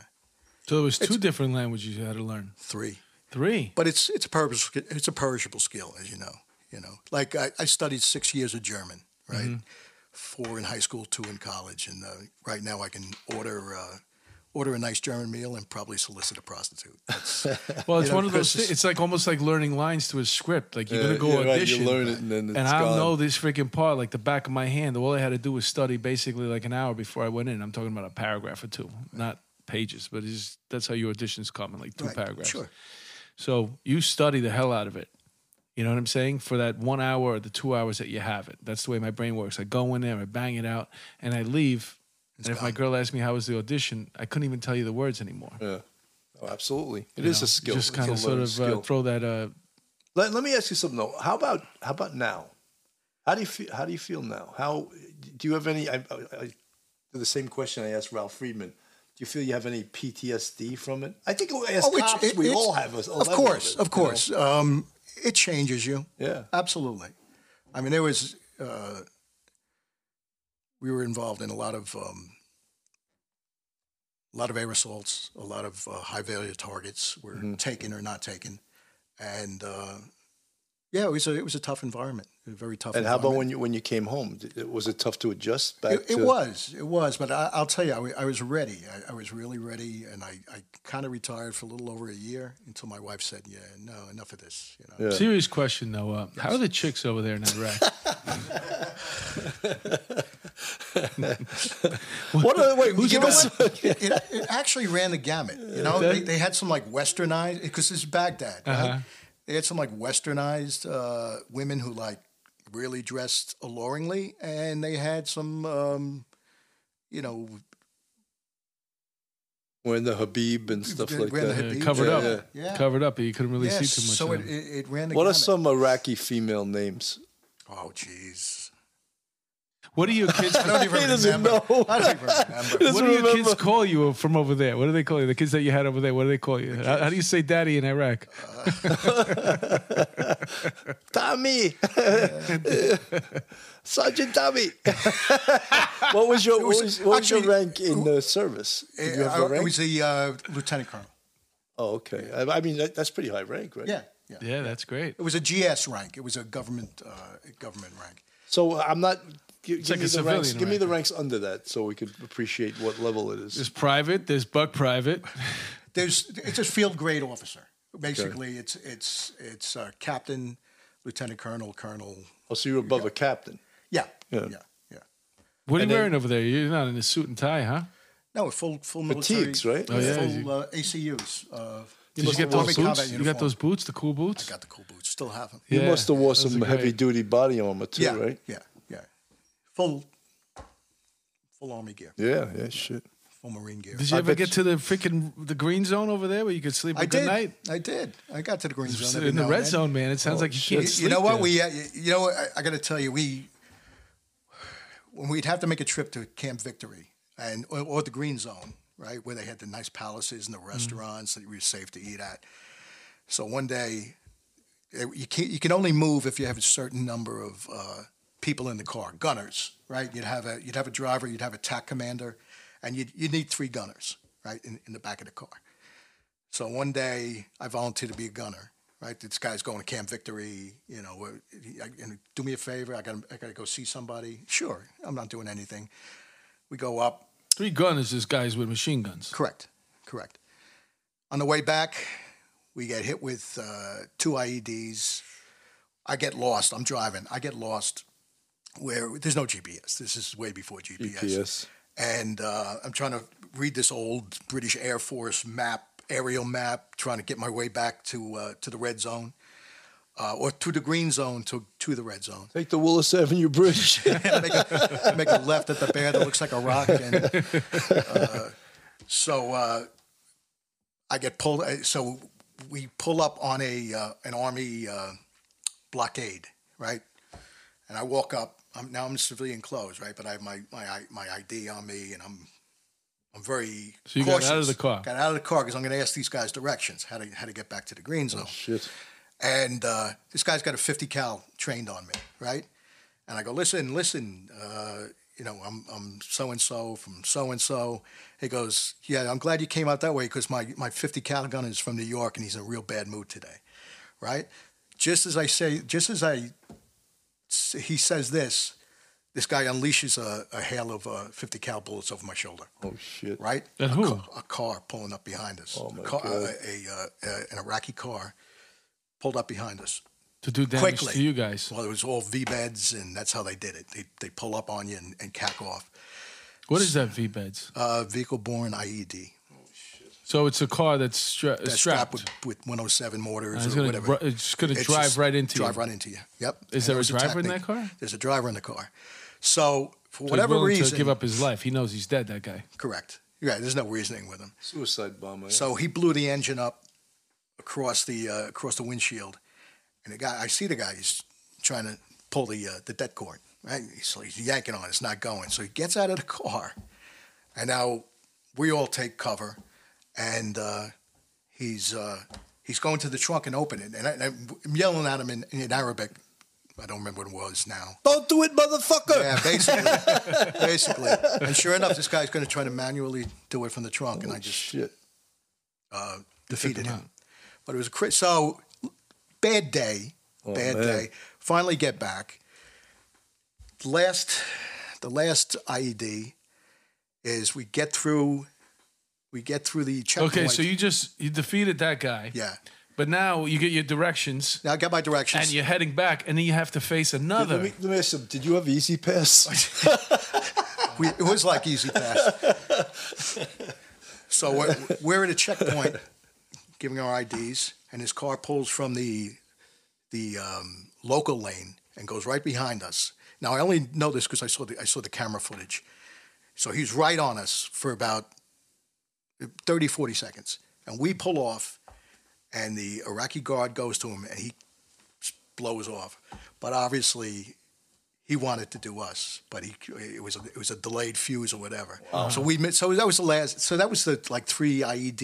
[SPEAKER 1] So there was two different languages you had to learn.
[SPEAKER 2] three.
[SPEAKER 1] Three.
[SPEAKER 2] But it's it's a purpose, it's a perishable skill, as you know. You know, like I, I studied six years of German, right?
[SPEAKER 3] Mm-hmm.
[SPEAKER 2] Four in high school, two in college, and uh, right now I can order uh, order a nice German meal and probably solicit a prostitute. That's,
[SPEAKER 1] Well, it's
[SPEAKER 2] You know,
[SPEAKER 1] one of those
[SPEAKER 2] Chris is-
[SPEAKER 1] things. It's like almost like learning lines to a script. Like you're
[SPEAKER 3] Uh, Yeah,
[SPEAKER 1] gonna go
[SPEAKER 3] yeah, right, you
[SPEAKER 1] audition,
[SPEAKER 3] learn it and then it's
[SPEAKER 1] I don't
[SPEAKER 3] gone.
[SPEAKER 1] know this freaking part like the back of my hand. All I had to do was study basically like an hour before I went in. I'm talking about a paragraph or two, not pages, but it's just, that's how your auditions come in like two
[SPEAKER 2] Right,
[SPEAKER 1] paragraphs.
[SPEAKER 2] Sure.
[SPEAKER 1] So you study the hell out of it. You know what I'm saying? For that one hour or the two hours that you have it. That's the way my brain works. I go in there, I bang it out, and I leave. and if my girl asked me how was the audition, I couldn't even tell you the words anymore.
[SPEAKER 3] Yeah. Oh, absolutely. It is
[SPEAKER 1] You know,
[SPEAKER 3] a skill.
[SPEAKER 1] Just
[SPEAKER 3] It's a
[SPEAKER 1] kind of sort
[SPEAKER 3] learned
[SPEAKER 1] of uh,
[SPEAKER 3] skill.
[SPEAKER 1] throw that. Uh,
[SPEAKER 3] Let, let me ask you something though. How about how about now? How do you feel? How do you feel now? How do you have any? I, I, I, the same question I asked Ralph Friedman. Do you feel you have any PTSD from it? I think as
[SPEAKER 2] Oh, it's-
[SPEAKER 3] cops,
[SPEAKER 2] it-
[SPEAKER 3] Oh, we
[SPEAKER 2] it's-
[SPEAKER 3] all have a, a
[SPEAKER 2] of
[SPEAKER 3] level
[SPEAKER 2] course,
[SPEAKER 3] it,
[SPEAKER 2] of
[SPEAKER 3] you
[SPEAKER 2] course. Um, it changes you.
[SPEAKER 3] Yeah.
[SPEAKER 2] absolutely. I mean, there was uh, we were involved in a lot of um, a lot of air assaults, a lot of uh, high value targets were
[SPEAKER 3] Mm-hmm.
[SPEAKER 2] taken or not taken, and uh, yeah, it was a, it was a tough environment, a very tough.
[SPEAKER 3] know? And how about
[SPEAKER 2] environment.
[SPEAKER 3] when you when you came home? Did, it- was it tough to adjust back?
[SPEAKER 2] It, it
[SPEAKER 3] to-
[SPEAKER 2] was, it was, but I, I'll tell you, I, wa- I was ready. I, I was really ready, and I, I kind of retired for a little over a year until my wife said, "Yeah, no, enough of this." You know,
[SPEAKER 3] Yeah.
[SPEAKER 1] Serious question though. Uh, How are the chicks over there in *laughs* Iraq?
[SPEAKER 3] What? Are, wait,
[SPEAKER 2] you
[SPEAKER 3] give
[SPEAKER 2] know
[SPEAKER 3] us-
[SPEAKER 2] what? it, *laughs* it, it actually ran the gamut. You know, they, they had some like westernized because it's Baghdad. Right?
[SPEAKER 1] Uh-huh.
[SPEAKER 2] They had some like westernized uh, women who like really dressed alluringly, and they had some, um, you know,
[SPEAKER 3] when the Habib and stuff
[SPEAKER 2] Ran
[SPEAKER 3] like
[SPEAKER 2] the
[SPEAKER 3] that.
[SPEAKER 2] Habib.
[SPEAKER 1] Uh, covered
[SPEAKER 3] Yeah,
[SPEAKER 1] up,
[SPEAKER 2] yeah. Yeah.
[SPEAKER 1] covered up. You couldn't really
[SPEAKER 2] yes.
[SPEAKER 1] see too much.
[SPEAKER 2] so
[SPEAKER 1] of
[SPEAKER 2] it,
[SPEAKER 1] them.
[SPEAKER 2] it, it ran the
[SPEAKER 3] What are
[SPEAKER 2] gamut.
[SPEAKER 3] *laughs* some Iraqi female names?
[SPEAKER 2] Oh, jeez.
[SPEAKER 1] What do your kids?
[SPEAKER 2] *laughs* I don't even
[SPEAKER 3] He doesn't
[SPEAKER 2] remember.
[SPEAKER 3] know.
[SPEAKER 2] I don't even remember.
[SPEAKER 3] *laughs*
[SPEAKER 1] *laughs*
[SPEAKER 3] doesn't
[SPEAKER 1] what do your kids
[SPEAKER 3] remember.
[SPEAKER 1] call you from over there? What do they call you? The kids that you had over there. What do they call you? How, how do you say "daddy" in Iraq?
[SPEAKER 3] Tommy,
[SPEAKER 2] *laughs*
[SPEAKER 3] Sergeant Tommy. *laughs* what was your what was, what was your
[SPEAKER 2] actually-
[SPEAKER 3] rank in the service? Did you have
[SPEAKER 2] I,
[SPEAKER 3] a
[SPEAKER 2] I
[SPEAKER 3] rank?
[SPEAKER 2] was the uh, lieutenant colonel.
[SPEAKER 3] oh, okay. I, I mean, that, that's pretty high rank, right?
[SPEAKER 2] Yeah, yeah.
[SPEAKER 1] Yeah, that's great.
[SPEAKER 2] It was a GS rank. It was a government uh, government rank.
[SPEAKER 3] So uh, I'm not. Give, give
[SPEAKER 1] like
[SPEAKER 3] me
[SPEAKER 1] a
[SPEAKER 3] the ranks.
[SPEAKER 1] civilian
[SPEAKER 3] Give me the
[SPEAKER 1] rank.
[SPEAKER 3] ranks under that, so we could appreciate what level it is.
[SPEAKER 1] There's private. There's buck private.
[SPEAKER 2] There's it's a field grade officer. Basically, it's it's it's uh, captain, lieutenant colonel, colonel.
[SPEAKER 3] Oh, so you're above a captain.
[SPEAKER 2] Yeah,
[SPEAKER 3] Yeah.
[SPEAKER 2] yeah, yeah.
[SPEAKER 1] What are you
[SPEAKER 3] then-
[SPEAKER 1] wearing over there? You're not in a suit and tie, huh?
[SPEAKER 2] No, full full military.
[SPEAKER 3] Fatigues, right?
[SPEAKER 1] Oh, yeah.
[SPEAKER 2] Full uh, ACUs. Uh,
[SPEAKER 1] Did you
[SPEAKER 2] full
[SPEAKER 1] get those
[SPEAKER 2] Army combat
[SPEAKER 1] boots? You
[SPEAKER 2] uniform.
[SPEAKER 1] got those boots, the cool boots.
[SPEAKER 2] I got the cool boots. Still have them.
[SPEAKER 1] Yeah,
[SPEAKER 3] you must have wore
[SPEAKER 1] those
[SPEAKER 3] some
[SPEAKER 1] are
[SPEAKER 3] heavy
[SPEAKER 1] great.
[SPEAKER 3] duty body armor too,
[SPEAKER 2] yeah,
[SPEAKER 3] right?
[SPEAKER 2] yeah, yeah. Full full army gear,
[SPEAKER 3] Yeah, yeah, shit.
[SPEAKER 2] full marine gear.
[SPEAKER 1] Did you
[SPEAKER 3] I
[SPEAKER 1] ever
[SPEAKER 3] bet
[SPEAKER 1] get to the freaking the green zone over there where you could sleep a
[SPEAKER 2] I
[SPEAKER 1] good
[SPEAKER 2] did.
[SPEAKER 1] night?
[SPEAKER 2] I did. I got to the green zone. every
[SPEAKER 1] In the
[SPEAKER 2] now and
[SPEAKER 1] red
[SPEAKER 2] then.
[SPEAKER 1] zone, man. It sounds like you can't
[SPEAKER 2] You-
[SPEAKER 1] sleep.
[SPEAKER 2] you know what
[SPEAKER 1] there.
[SPEAKER 2] we uh, you- you know what, I, I got to tell you we when we'd have to make a trip to Camp Victory and or, or the Green Zone right where they had the nice palaces
[SPEAKER 1] Mm.
[SPEAKER 2] and the restaurants that we were safe to eat at. So one day eh, you can you can only move if you have a certain number of uh, people in the car gunners right you'd have a you'd have a driver you'd have a tac commander and you'd, you'd need three gunners right in, in the back of the car so one day I volunteered to be a gunner. Right, this guy's going to Camp Victory. You know, where- he- I- and do me a favor. I got to I got to go see somebody. Sure, I'm not doing anything. We go up.
[SPEAKER 1] Three gunners, this guys with machine guns.
[SPEAKER 2] Correct, correct. On the way back, we get hit with uh, two IEDs. I get lost. I'm driving. I get lost. Where there's no GPS. This is way before
[SPEAKER 3] GPS.
[SPEAKER 2] and uh, I'm trying to read this old British Air Force map, aerial map, trying to get my way back to uh, to the red zone, uh, or to the green zone, to to the red zone.
[SPEAKER 3] Take the Willis
[SPEAKER 2] *laughs*
[SPEAKER 3] Avenue Bridge.
[SPEAKER 2] make, a, make a left at the bear that looks like a rock, and uh, so uh, I get pulled. uh, So we pull up on a uh, an army uh, blockade, right? And I walk up. I'm, now I'm in civilian clothes, right? But I have my, my my ID on me, and I'm I'm very
[SPEAKER 1] So you got
[SPEAKER 2] cautious.
[SPEAKER 1] out of the car.
[SPEAKER 2] Got out of the car because I'm going to ask these guys directions how to how to get back to the green zone.
[SPEAKER 3] shit.
[SPEAKER 2] And uh, this guy's got a 50 cal trained on me, right? And I go, listen, listen, uh, you know, I'm I'm so and so from so and so. He goes, yeah, I'm glad you came out that way because my my 50 cal gun is from New York and he's in a real bad mood today, right? Just as I say, just as I, he says this, this guy unleashes a, a hail of uh, 50 cal bullets over my shoulder
[SPEAKER 3] Oh shit.
[SPEAKER 2] right?
[SPEAKER 1] At
[SPEAKER 2] a,
[SPEAKER 1] who?
[SPEAKER 2] Car, a car pulling up behind us.
[SPEAKER 3] Oh, my
[SPEAKER 2] a car,
[SPEAKER 3] God.
[SPEAKER 2] A, a, uh, uh, an Iraqi car pulled up behind us
[SPEAKER 1] To do damage
[SPEAKER 2] quickly.
[SPEAKER 1] to you guys.
[SPEAKER 2] Well, it was all V beds, and that's how they did it. They they pull up on you and, and cack off.
[SPEAKER 1] What is that V beds?
[SPEAKER 2] Uh, vehicle borne IED.
[SPEAKER 1] So it's a car that's, stra-
[SPEAKER 2] That's
[SPEAKER 1] strapped.
[SPEAKER 2] strapped with, with 107 mortars
[SPEAKER 1] And it's
[SPEAKER 2] or
[SPEAKER 1] gonna
[SPEAKER 2] whatever.
[SPEAKER 1] dr- it's just gonna drive right into you.
[SPEAKER 2] Drive right into you. Yep.
[SPEAKER 1] Is there
[SPEAKER 2] And that
[SPEAKER 1] a
[SPEAKER 2] was the
[SPEAKER 1] driver in that
[SPEAKER 2] tactic.
[SPEAKER 1] car?
[SPEAKER 2] There's a driver in the car. So for
[SPEAKER 1] So he's
[SPEAKER 2] whatever
[SPEAKER 1] willing
[SPEAKER 2] reason,
[SPEAKER 1] to give up his life. He knows he's dead. That guy.
[SPEAKER 2] correct. Yeah, there's no reasoning with him.
[SPEAKER 3] Suicide bomber. eh? So
[SPEAKER 2] So he blew the engine up across the uh, across the windshield, and the guy I see the guy he's trying to pull the uh, the debt cord right. So he's yanking on it, it's not going. So he gets out of the car, and now we all take cover, and uh, he's uh, he's going to the trunk and open it, and, I, am yelling at him in, in Arabic. I don't remember what it was now.
[SPEAKER 3] don't do it, motherfucker.
[SPEAKER 2] Yeah, basically, basically. And sure enough, this guy's going to try to manually do it from the trunk, and I just
[SPEAKER 3] shit.
[SPEAKER 2] uh, defeated him. But it was a crit. So bad day, bad
[SPEAKER 3] man.
[SPEAKER 2] day. Finally get back. Last, the last IED is we get through, we get through the checkpoint.
[SPEAKER 1] Okay, so you just you defeated that guy.
[SPEAKER 2] yeah.
[SPEAKER 1] But now you get your directions
[SPEAKER 2] Now I got my directions.
[SPEAKER 1] and you're heading back, and then you have to face another.
[SPEAKER 3] Let me, let me ask you, did you have Easy Pass? *laughs*
[SPEAKER 2] we, it was like easy pass. so we're, we're at a checkpoint, giving our IDs, and his car pulls from the the um, local lane and goes right behind us. Now I only know this because I saw the I saw the camera footage. So he's right on us for about 30, 40 seconds, and we pull off, and the Iraqi guard goes to him, and he blows off. But obviously, he wanted to do us, but he it was a, it was a delayed fuse or whatever. So we mi- so that was the last. So that was the like three IED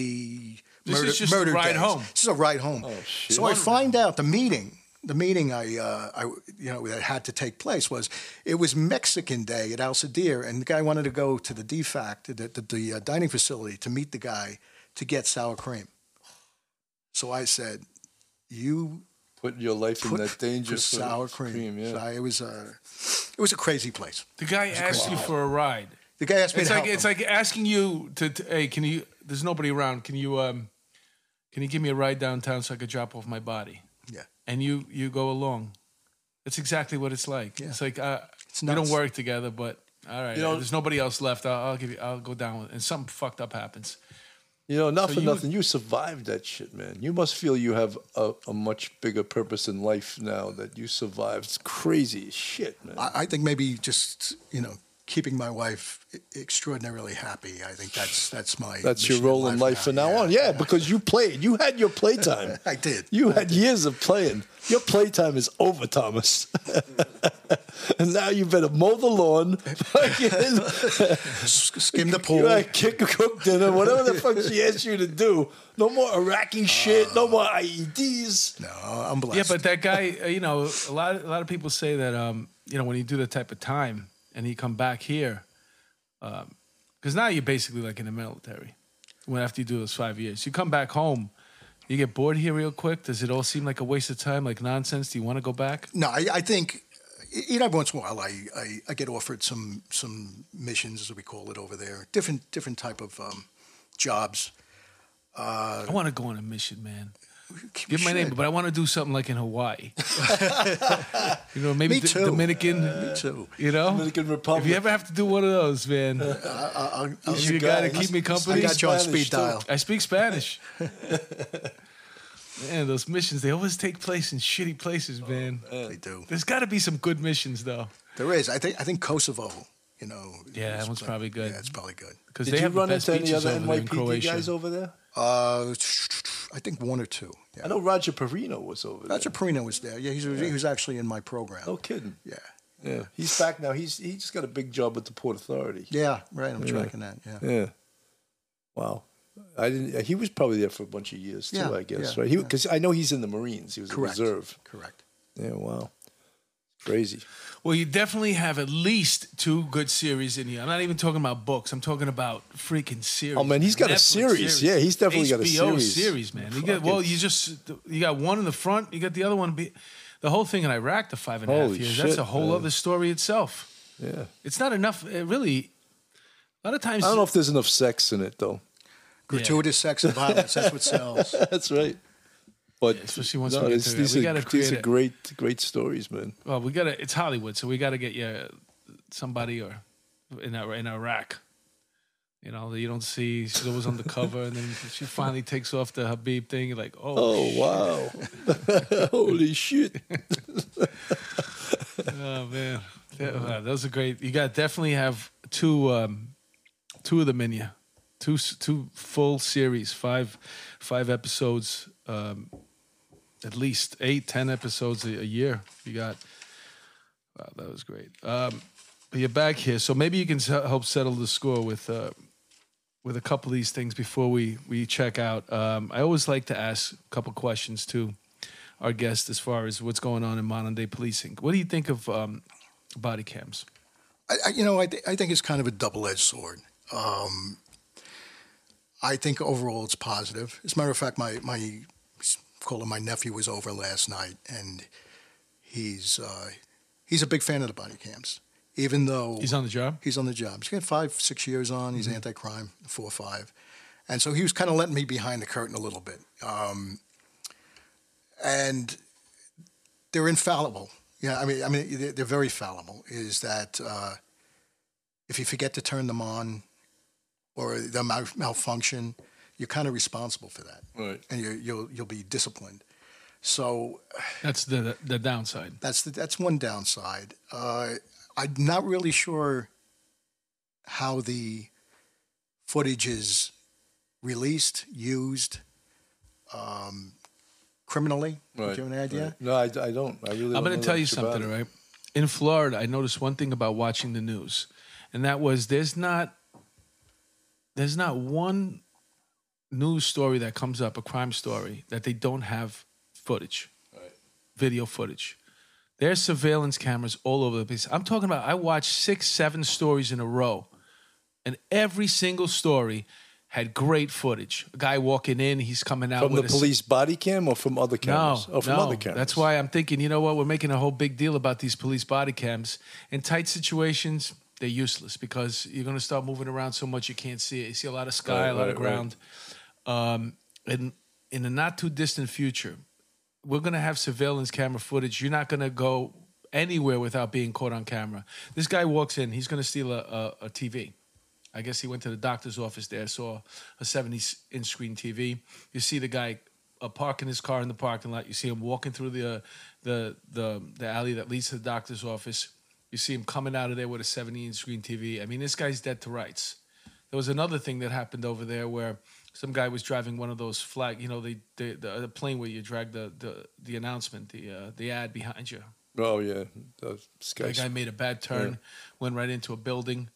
[SPEAKER 1] This
[SPEAKER 2] murder,
[SPEAKER 1] is just
[SPEAKER 2] murder
[SPEAKER 1] a ride
[SPEAKER 2] days.
[SPEAKER 1] home. Oh,
[SPEAKER 2] This is a ride home. So I find out the meeting. The meeting I, uh, I, you know, that had to take place was it was Mexican Day at Alcidir, and the guy wanted to go to the DFAC, the, the, the uh, dining facility, to meet the guy to get sour cream. So I said, "You
[SPEAKER 3] Put your life in
[SPEAKER 2] put
[SPEAKER 3] that danger.
[SPEAKER 2] put
[SPEAKER 3] for
[SPEAKER 2] sour cream.
[SPEAKER 3] yeah.
[SPEAKER 2] So I- it was a, it was a crazy place.
[SPEAKER 1] The guy asked you for a ride.
[SPEAKER 2] The guy asked me
[SPEAKER 1] It's
[SPEAKER 2] to
[SPEAKER 1] like
[SPEAKER 2] help
[SPEAKER 1] it's
[SPEAKER 2] him.
[SPEAKER 1] like asking you to, to hey, can you? There's nobody around. Can you um, can you give me a ride downtown so I could drop off my body?
[SPEAKER 2] Yeah.
[SPEAKER 1] And you you go along. That's exactly what it's like.
[SPEAKER 2] Yeah.
[SPEAKER 1] It's like uh,
[SPEAKER 2] It's
[SPEAKER 1] we don't
[SPEAKER 2] nuts.
[SPEAKER 1] work together, but all right,
[SPEAKER 3] You know-
[SPEAKER 1] there's nobody else left. I'll, I'll give you. I'll go down with, and something fucked up happens.
[SPEAKER 3] You know, not
[SPEAKER 1] So
[SPEAKER 3] for
[SPEAKER 1] you-
[SPEAKER 3] nothing. You survived that shit, man. You must feel you have a, a much bigger purpose in life now that you survived. It's crazy as shit, man.
[SPEAKER 2] I, I think maybe just you know keeping my wife e- extraordinarily happy. I think that's that's my
[SPEAKER 3] That's
[SPEAKER 2] mission
[SPEAKER 3] your
[SPEAKER 2] in
[SPEAKER 3] role in life from now on. Yeah, because you played. You had your *laughs* playtime.
[SPEAKER 2] I did.
[SPEAKER 3] You had years of playing. Your playtime is over, Thomas. *laughs* and now you better mow the lawn, *laughs* fucking *laughs*
[SPEAKER 2] S- skim the
[SPEAKER 3] you
[SPEAKER 2] pool.
[SPEAKER 3] gotta kick a cook dinner, whatever the fuck she asks you to do. No more Iraqi shit. No more E IEDs.
[SPEAKER 2] No, I'm
[SPEAKER 1] Yeah,
[SPEAKER 2] blessed.
[SPEAKER 1] but that guy, uh, you know, a lot a lot of people say that um, you know, when you do that type of time and you come back here, because now you're basically like in the military. When after you do those five years, you come back home, you get bored here real quick. Does it all seem like a waste of time, like nonsense? Do you want to go back?
[SPEAKER 2] no, I, I think e, you know every once in a while I, I, I get offered some some missions as we call it over there. Different different type of um, jobs.
[SPEAKER 1] I want to go on a mission, man.
[SPEAKER 2] Give
[SPEAKER 1] Give my name, but I want to do something like in Hawaii. you know, maybe
[SPEAKER 2] Me
[SPEAKER 1] D-
[SPEAKER 2] too.
[SPEAKER 1] Dominican.
[SPEAKER 2] too.
[SPEAKER 1] You know,
[SPEAKER 3] Dominican
[SPEAKER 1] If you
[SPEAKER 3] Republic.
[SPEAKER 1] ever have to do one of those, man,
[SPEAKER 2] I, I,
[SPEAKER 1] you
[SPEAKER 3] the
[SPEAKER 1] got to
[SPEAKER 3] guy.
[SPEAKER 1] keep me company.
[SPEAKER 2] I got you on
[SPEAKER 3] Spanish,
[SPEAKER 2] speed
[SPEAKER 3] too.
[SPEAKER 2] dial.
[SPEAKER 1] I speak Spanish. *laughs* man, those missions, they always take place in shitty places, man.
[SPEAKER 2] They do.
[SPEAKER 1] There's got to be some good missions, though.
[SPEAKER 2] There is. I think. I think Kosovo. You know.
[SPEAKER 1] Yeah, that
[SPEAKER 2] is
[SPEAKER 1] one's
[SPEAKER 2] like-
[SPEAKER 1] probably good.
[SPEAKER 2] Yeah, it's probably good.
[SPEAKER 1] Because
[SPEAKER 3] Did
[SPEAKER 1] they
[SPEAKER 3] you
[SPEAKER 1] have
[SPEAKER 3] run
[SPEAKER 1] the best
[SPEAKER 3] into
[SPEAKER 1] beaches
[SPEAKER 3] any other
[SPEAKER 1] over there in
[SPEAKER 3] NYPD
[SPEAKER 1] Croatia.
[SPEAKER 3] guys over there?
[SPEAKER 2] Uh, I think one or two. Yeah.
[SPEAKER 3] I know Roger Perino was over there.
[SPEAKER 2] Roger Perino was there. Yeah, he's, he was actually in my program.
[SPEAKER 3] No kidding.
[SPEAKER 2] Yeah.
[SPEAKER 3] Yeah, he's back now. He's he just got a big job with the Port Authority.
[SPEAKER 2] Yeah. Right. I'm
[SPEAKER 3] Yeah.
[SPEAKER 2] tracking that. Yeah.
[SPEAKER 3] Yeah. Wow. I didn't. He was probably there for a bunch of years too.
[SPEAKER 2] Yeah,
[SPEAKER 3] I guess
[SPEAKER 2] yeah,
[SPEAKER 3] right. He
[SPEAKER 2] yeah.
[SPEAKER 3] because I know he's in the Marines. He was
[SPEAKER 2] Correct.
[SPEAKER 3] a reserve.
[SPEAKER 2] Correct.
[SPEAKER 3] Yeah. Wow. Crazy.
[SPEAKER 1] Well, you definitely have at least two good series in here. I'm not even talking about books. I'm talking about freaking series.
[SPEAKER 3] Oh, man, he's got a series. Yeah, he's definitely got a
[SPEAKER 1] HBO
[SPEAKER 3] series.
[SPEAKER 1] series, man. You get, well,
[SPEAKER 3] Fucking-
[SPEAKER 1] you just you got one in the front. You got the other one. Be, the whole thing in Iraq, the five and a half
[SPEAKER 3] Holy
[SPEAKER 1] years.
[SPEAKER 3] shit,
[SPEAKER 1] that's a whole
[SPEAKER 3] man.
[SPEAKER 1] other story itself.
[SPEAKER 3] Yeah.
[SPEAKER 1] It's not enough, uh, really. A lot of times,
[SPEAKER 3] I don't know if there's enough sex in it though.
[SPEAKER 2] Gratuitous sex and violence. That's what sells.
[SPEAKER 3] *laughs* That's right. But
[SPEAKER 1] especially once we get
[SPEAKER 3] it's-
[SPEAKER 1] to that.
[SPEAKER 3] these
[SPEAKER 1] We
[SPEAKER 3] are-
[SPEAKER 1] gotta
[SPEAKER 3] these
[SPEAKER 1] create
[SPEAKER 3] are
[SPEAKER 1] a-
[SPEAKER 3] great, great stories, man.
[SPEAKER 1] well, we gotta. It's Hollywood, so we gotta get you uh, somebody or in Ira- in Iraq. You know, that you don't see she's always on the cover, and then she finally takes off the Habib thing. You're like, oh,
[SPEAKER 3] Oh
[SPEAKER 1] shit.
[SPEAKER 3] wow! *laughs* Holy shit!
[SPEAKER 1] Oh man, that, wow, those are great. You got definitely have two, um, two of them in you, two s- two full series, five five episodes, um, at least eight ten episodes a, a year. You got. Wow, that was great. Um, but you're back here, so maybe you can s- help settle the score with. Uh, with a couple of these things before we we check out. Um, I always like to ask a couple questions to our guests as far as what's going on in modern day policing. What do you think of um, body cams?
[SPEAKER 2] I, I, you know, I, th- I think it's kind of a double-edged sword. Um, I think overall it's positive. As a matter of fact, my my call him my nephew was over last night, and he's uh, he's a big fan of the body cams, even though
[SPEAKER 1] He's on the job.
[SPEAKER 2] He's on the job. He's got five, six years on. He's anti-crime, four or five, and so he was kind of letting me behind the curtain a little bit. Um, and they're infallible. Yeah, I mean, I mean, they're, they're very fallible. Is that uh, if you forget to turn them on, or they mal- malfunction, you're kind of responsible for that,
[SPEAKER 3] Right.
[SPEAKER 2] and you're, you'll you'll be disciplined. So
[SPEAKER 1] That's the the downside.
[SPEAKER 2] that's the, that's one downside. Uh, I'm not really sure how the footage is released, used um, criminally. Do you have any idea?
[SPEAKER 3] No, I, I don't. I really.
[SPEAKER 1] I'm
[SPEAKER 3] don't
[SPEAKER 1] going
[SPEAKER 3] know
[SPEAKER 1] to tell you
[SPEAKER 3] much about
[SPEAKER 1] something,
[SPEAKER 3] it.
[SPEAKER 1] all right? in Florida, I noticed one thing about watching the news, and that was there's not there's not one news story that comes up, a crime story, that they don't have footage, video footage. There's surveillance cameras all over the place. I'm talking about I watched six, seven stories in a row, and every single story had great footage. A guy walking in, he's coming out
[SPEAKER 3] From the
[SPEAKER 1] with a s-
[SPEAKER 3] police body cam or from other cameras?
[SPEAKER 1] no,
[SPEAKER 3] or from
[SPEAKER 1] no.
[SPEAKER 3] other cameras?
[SPEAKER 1] That's why I'm thinking, you know what? We're making a whole big deal about these police body cams. In tight situations, they're useless because you're going to start moving around so much you can't see it. You see a lot of sky,
[SPEAKER 3] Right,
[SPEAKER 1] a lot of
[SPEAKER 3] right, right.
[SPEAKER 1] ground. Um, and in the not too distant future, we're going to have surveillance camera footage. You're not going to go anywhere without being caught on camera. This guy walks in, he's going to steal a, a, a TV. I guess he went to the doctor's office there, saw a 70 inch screen TV. You see the guy uh, parking his car in the parking lot. You see him walking through the, uh, the, the, the alley that leads to the doctor's office. You see him coming out of there with a 70 inch screen TV. I mean, this guy's dead to rights. There was another thing that happened over there where some guy was driving one of those flag, you know, the the, the, the plane where you drag the the, the announcement, the uh, the ad behind you.
[SPEAKER 3] Oh, yeah. The
[SPEAKER 1] That
[SPEAKER 3] skies.
[SPEAKER 1] guy made a bad turn, went right into a building.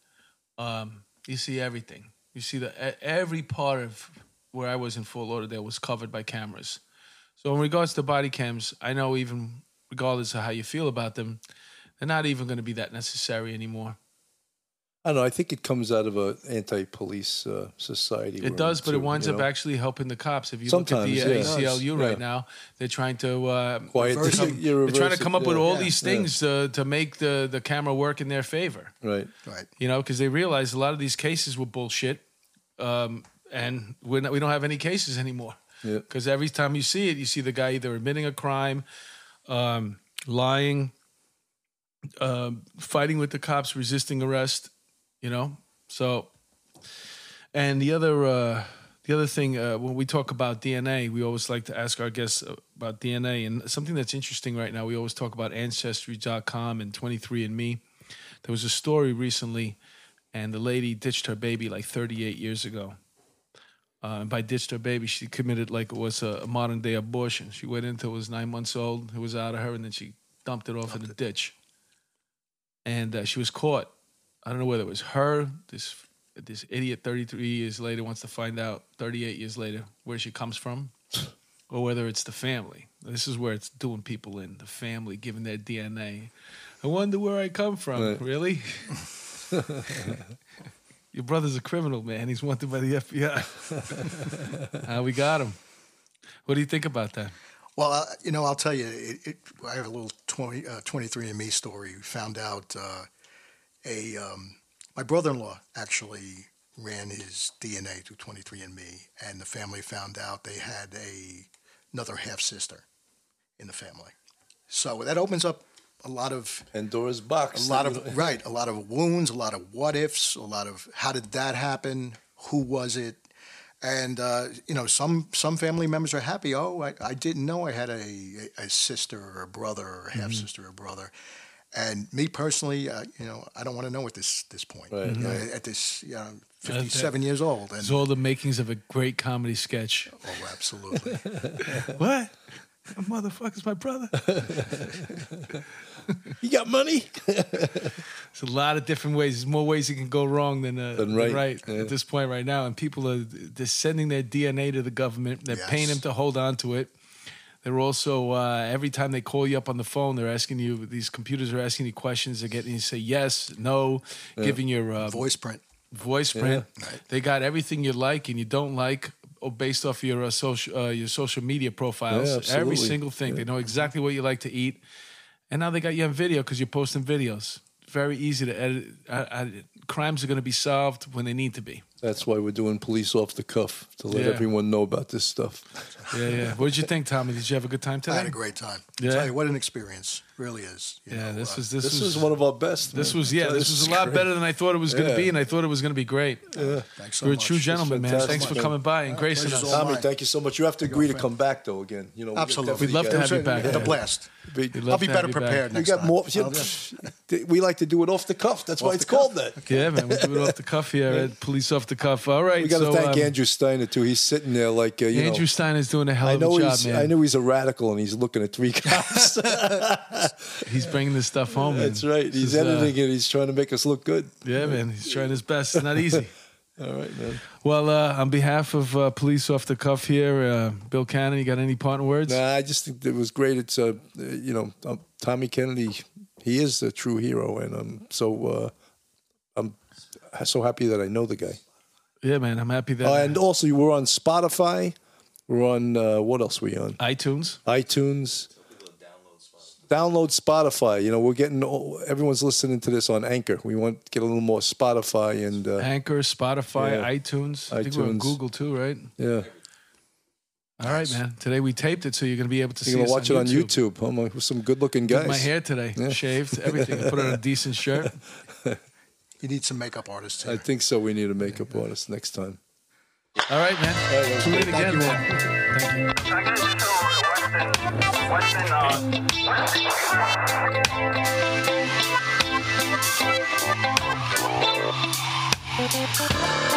[SPEAKER 1] Um, you see everything. You see the e- every part of where I was in Fort Lauderdale was covered by cameras. So in regards to body cams, I know even regardless of how you feel about them, they're not even going to be that necessary anymore.
[SPEAKER 3] I don't know. I think it comes out of a anti-police uh, society. we're
[SPEAKER 1] It does, but
[SPEAKER 3] into,
[SPEAKER 1] it winds
[SPEAKER 3] you
[SPEAKER 1] up
[SPEAKER 3] know.
[SPEAKER 1] actually helping the cops. If you
[SPEAKER 3] Sometimes,
[SPEAKER 1] look at the
[SPEAKER 3] yeah.
[SPEAKER 1] uh, ACLU
[SPEAKER 3] Yeah.
[SPEAKER 1] right now, they're trying to uh,
[SPEAKER 3] Quiet *laughs*
[SPEAKER 1] they're
[SPEAKER 3] the-
[SPEAKER 1] come-
[SPEAKER 3] you
[SPEAKER 1] they're trying
[SPEAKER 3] reverse
[SPEAKER 1] to come
[SPEAKER 3] it,
[SPEAKER 1] up with
[SPEAKER 3] yeah.
[SPEAKER 1] all
[SPEAKER 3] Yeah,
[SPEAKER 1] these
[SPEAKER 3] yeah.
[SPEAKER 1] things to to make the the camera work in their favor.
[SPEAKER 3] right.
[SPEAKER 2] Right.
[SPEAKER 1] You know, because they realize a lot of these cases were bullshit, um, and we're not, we don't have any cases anymore.
[SPEAKER 3] Yeah.
[SPEAKER 1] Because every time you see it, you see the guy either admitting a crime, um, lying, um, fighting with the cops, resisting arrest. You know, so. And the other, uh, the other thing, uh, when we talk about DNA, we always like to ask our guests about DNA. And something that's interesting right now, we always talk about Ancestry.com and 23andMe. There was a story recently, and the lady ditched her baby like 38 years ago. Uh, and by ditched her baby, she committed like it was a, a modern day abortion. She went into it was nine months old, it was out of her, and then she dumped it off in a ditch. And uh, she was caught. I don't know whether it was her. This this idiot, 33 years later, wants to find out 38 years later where she comes from, or whether it's the family. This is where it's doing people in the family, giving their DNA. I wonder where I come from.
[SPEAKER 3] Right.
[SPEAKER 1] Really? Your brother's a criminal, man. He's wanted by the FBI. Ah, we got him. What do you think about that?
[SPEAKER 2] Well, uh, you know, I'll tell you, it, it, I have a little 20, uh, 23andMe story. We found out uh, a um, my brother-in-law actually ran his DNA through 23andMe, and the family found out they had a another half sister in the family. So that opens up a lot of
[SPEAKER 3] Pandora's box.
[SPEAKER 2] a lot of right, a lot of wounds, a lot of what ifs, a lot of how did that happen? Who was it? And uh, you know, some some family members are happy. Oh, I, I didn't know I had a, a sister or a brother or half
[SPEAKER 1] Mm-hmm.
[SPEAKER 2] sister or brother. And me personally, uh, you know, I don't want to know at this this point.
[SPEAKER 3] Right,
[SPEAKER 2] You know, At this, you know,
[SPEAKER 1] that-
[SPEAKER 2] fifty seven years old, and
[SPEAKER 1] It's all the makings of a great comedy sketch.
[SPEAKER 2] *laughs* oh,
[SPEAKER 1] *laughs*
[SPEAKER 2] absolutely.
[SPEAKER 1] What? That motherfucker's my brother.
[SPEAKER 3] You got money?
[SPEAKER 1] It's a lot of different ways. There's more ways it can go wrong than, uh,
[SPEAKER 3] Than
[SPEAKER 1] than
[SPEAKER 3] right,
[SPEAKER 1] right,
[SPEAKER 3] yeah.
[SPEAKER 1] at this point right now. And people are they're sending their DNA to the government. They're paying
[SPEAKER 2] Yes.
[SPEAKER 1] them to hold on to it. They're also uh, every time they call you up on the phone, they're asking you. These computers are asking you questions. They're getting you to say yes, no, giving your uh,
[SPEAKER 2] Voice print.
[SPEAKER 1] voice print. They got everything you like and you don't like oh, based off your uh, social uh, your social media
[SPEAKER 3] Yeah,
[SPEAKER 1] profiles.
[SPEAKER 3] absolutely.
[SPEAKER 1] Every single thing. They know exactly what you like to eat, and now they got you on video because you're posting videos. Very easy to edit. I, I, crimes are going to be solved when they need to
[SPEAKER 3] *laughs*
[SPEAKER 1] be.
[SPEAKER 3] That's why we're doing police off the cuff to let
[SPEAKER 1] Yeah.
[SPEAKER 3] everyone know about this stuff.
[SPEAKER 1] Yeah, yeah. what did you think, Tommy? Did you have a good time
[SPEAKER 2] I
[SPEAKER 1] today?
[SPEAKER 2] had a great time.
[SPEAKER 1] Yeah.
[SPEAKER 2] Tell you what an experience really is. you
[SPEAKER 1] yeah,
[SPEAKER 2] know,
[SPEAKER 1] this
[SPEAKER 2] uh,
[SPEAKER 1] was this,
[SPEAKER 3] This
[SPEAKER 1] was,
[SPEAKER 3] was one of our best.
[SPEAKER 1] this
[SPEAKER 3] man.
[SPEAKER 1] was yeah, this, was a lot
[SPEAKER 3] great.
[SPEAKER 1] better than I thought it was going to
[SPEAKER 3] Yeah.
[SPEAKER 1] be, and I thought it was going to be great.
[SPEAKER 2] thanks so
[SPEAKER 1] You're a
[SPEAKER 2] much.
[SPEAKER 1] true gentleman, man.
[SPEAKER 3] fantastic.
[SPEAKER 1] Thanks for coming by and gracing
[SPEAKER 2] pleasure's
[SPEAKER 1] us.
[SPEAKER 2] all-
[SPEAKER 3] Tommy,
[SPEAKER 2] mine.
[SPEAKER 3] thank you so much. You have to agree to come back though again. You know,
[SPEAKER 2] Absolutely.
[SPEAKER 1] We'd love to have you back.
[SPEAKER 2] It's a blast.
[SPEAKER 3] you.
[SPEAKER 1] We'd
[SPEAKER 2] I'll
[SPEAKER 1] love
[SPEAKER 2] be
[SPEAKER 1] to have
[SPEAKER 2] better
[SPEAKER 1] you back.
[SPEAKER 2] prepared
[SPEAKER 3] We
[SPEAKER 2] next
[SPEAKER 3] got
[SPEAKER 2] time.
[SPEAKER 3] more.
[SPEAKER 2] I'll do-
[SPEAKER 3] we like to do it off the cuff. That's why
[SPEAKER 2] Off
[SPEAKER 3] it's
[SPEAKER 2] the cuff.
[SPEAKER 3] called that.
[SPEAKER 1] Yeah, man, we do it off the cuff here at Police Off the Cuff. All right,
[SPEAKER 3] We got to
[SPEAKER 1] so,
[SPEAKER 3] thank
[SPEAKER 1] um,
[SPEAKER 3] Andrew Steiner too. He's sitting there like uh, you
[SPEAKER 1] Andrew
[SPEAKER 3] know.
[SPEAKER 1] Stein is doing a hell
[SPEAKER 3] I
[SPEAKER 1] of a
[SPEAKER 3] know
[SPEAKER 1] job,
[SPEAKER 3] he's.
[SPEAKER 1] man. *laughs*
[SPEAKER 3] I know he's a radical, and he's looking at three *laughs* cops.
[SPEAKER 1] he's, *laughs* he's bringing this stuff home. man.
[SPEAKER 3] That's right.
[SPEAKER 1] This
[SPEAKER 3] He's
[SPEAKER 1] is, uh,
[SPEAKER 3] editing it. He's trying to make us look good.
[SPEAKER 1] yeah, man. He's trying his best. It's not
[SPEAKER 3] *laughs*
[SPEAKER 1] easy.
[SPEAKER 3] All right, man.
[SPEAKER 1] Well, uh, on behalf of uh, police off the cuff here, uh, Bill Cannon, you got any parting words?
[SPEAKER 3] Nah, I just think it was great. It's uh, uh, you know, um, Tommy Kennedy. He is a true hero, and I'm so uh, I'm so happy that I know the guy.
[SPEAKER 1] Yeah, man. I'm happy that
[SPEAKER 3] Oh, and also, we're on Spotify. We're on uh, what else? Are we on
[SPEAKER 1] iTunes.
[SPEAKER 3] iTunes. Download Spotify. You know, we're getting all, everyone's listening to this on Anchor. We want to get a little more Spotify and uh,
[SPEAKER 1] Anchor, Spotify,
[SPEAKER 3] Yeah.
[SPEAKER 1] iTunes. I think we're on
[SPEAKER 3] iTunes.
[SPEAKER 1] Google too, right?
[SPEAKER 3] yeah.
[SPEAKER 1] All right, man. Today we taped it, so you're gonna be able to see.
[SPEAKER 3] You're gonna
[SPEAKER 1] us
[SPEAKER 3] watch it on YouTube. I'm like, some good-looking
[SPEAKER 1] Did my
[SPEAKER 3] guys.
[SPEAKER 1] hair today,
[SPEAKER 3] Yeah.
[SPEAKER 1] shaved, everything. I put
[SPEAKER 3] *laughs*
[SPEAKER 1] on a decent shirt.
[SPEAKER 2] You need some makeup artists
[SPEAKER 3] I
[SPEAKER 2] here.
[SPEAKER 3] think so. We need a makeup artist next time.
[SPEAKER 1] All right, man. Tune in again,
[SPEAKER 2] you,
[SPEAKER 1] man. Thank you.
[SPEAKER 4] I guess so. Western, Western, uh,
[SPEAKER 5] Thank you.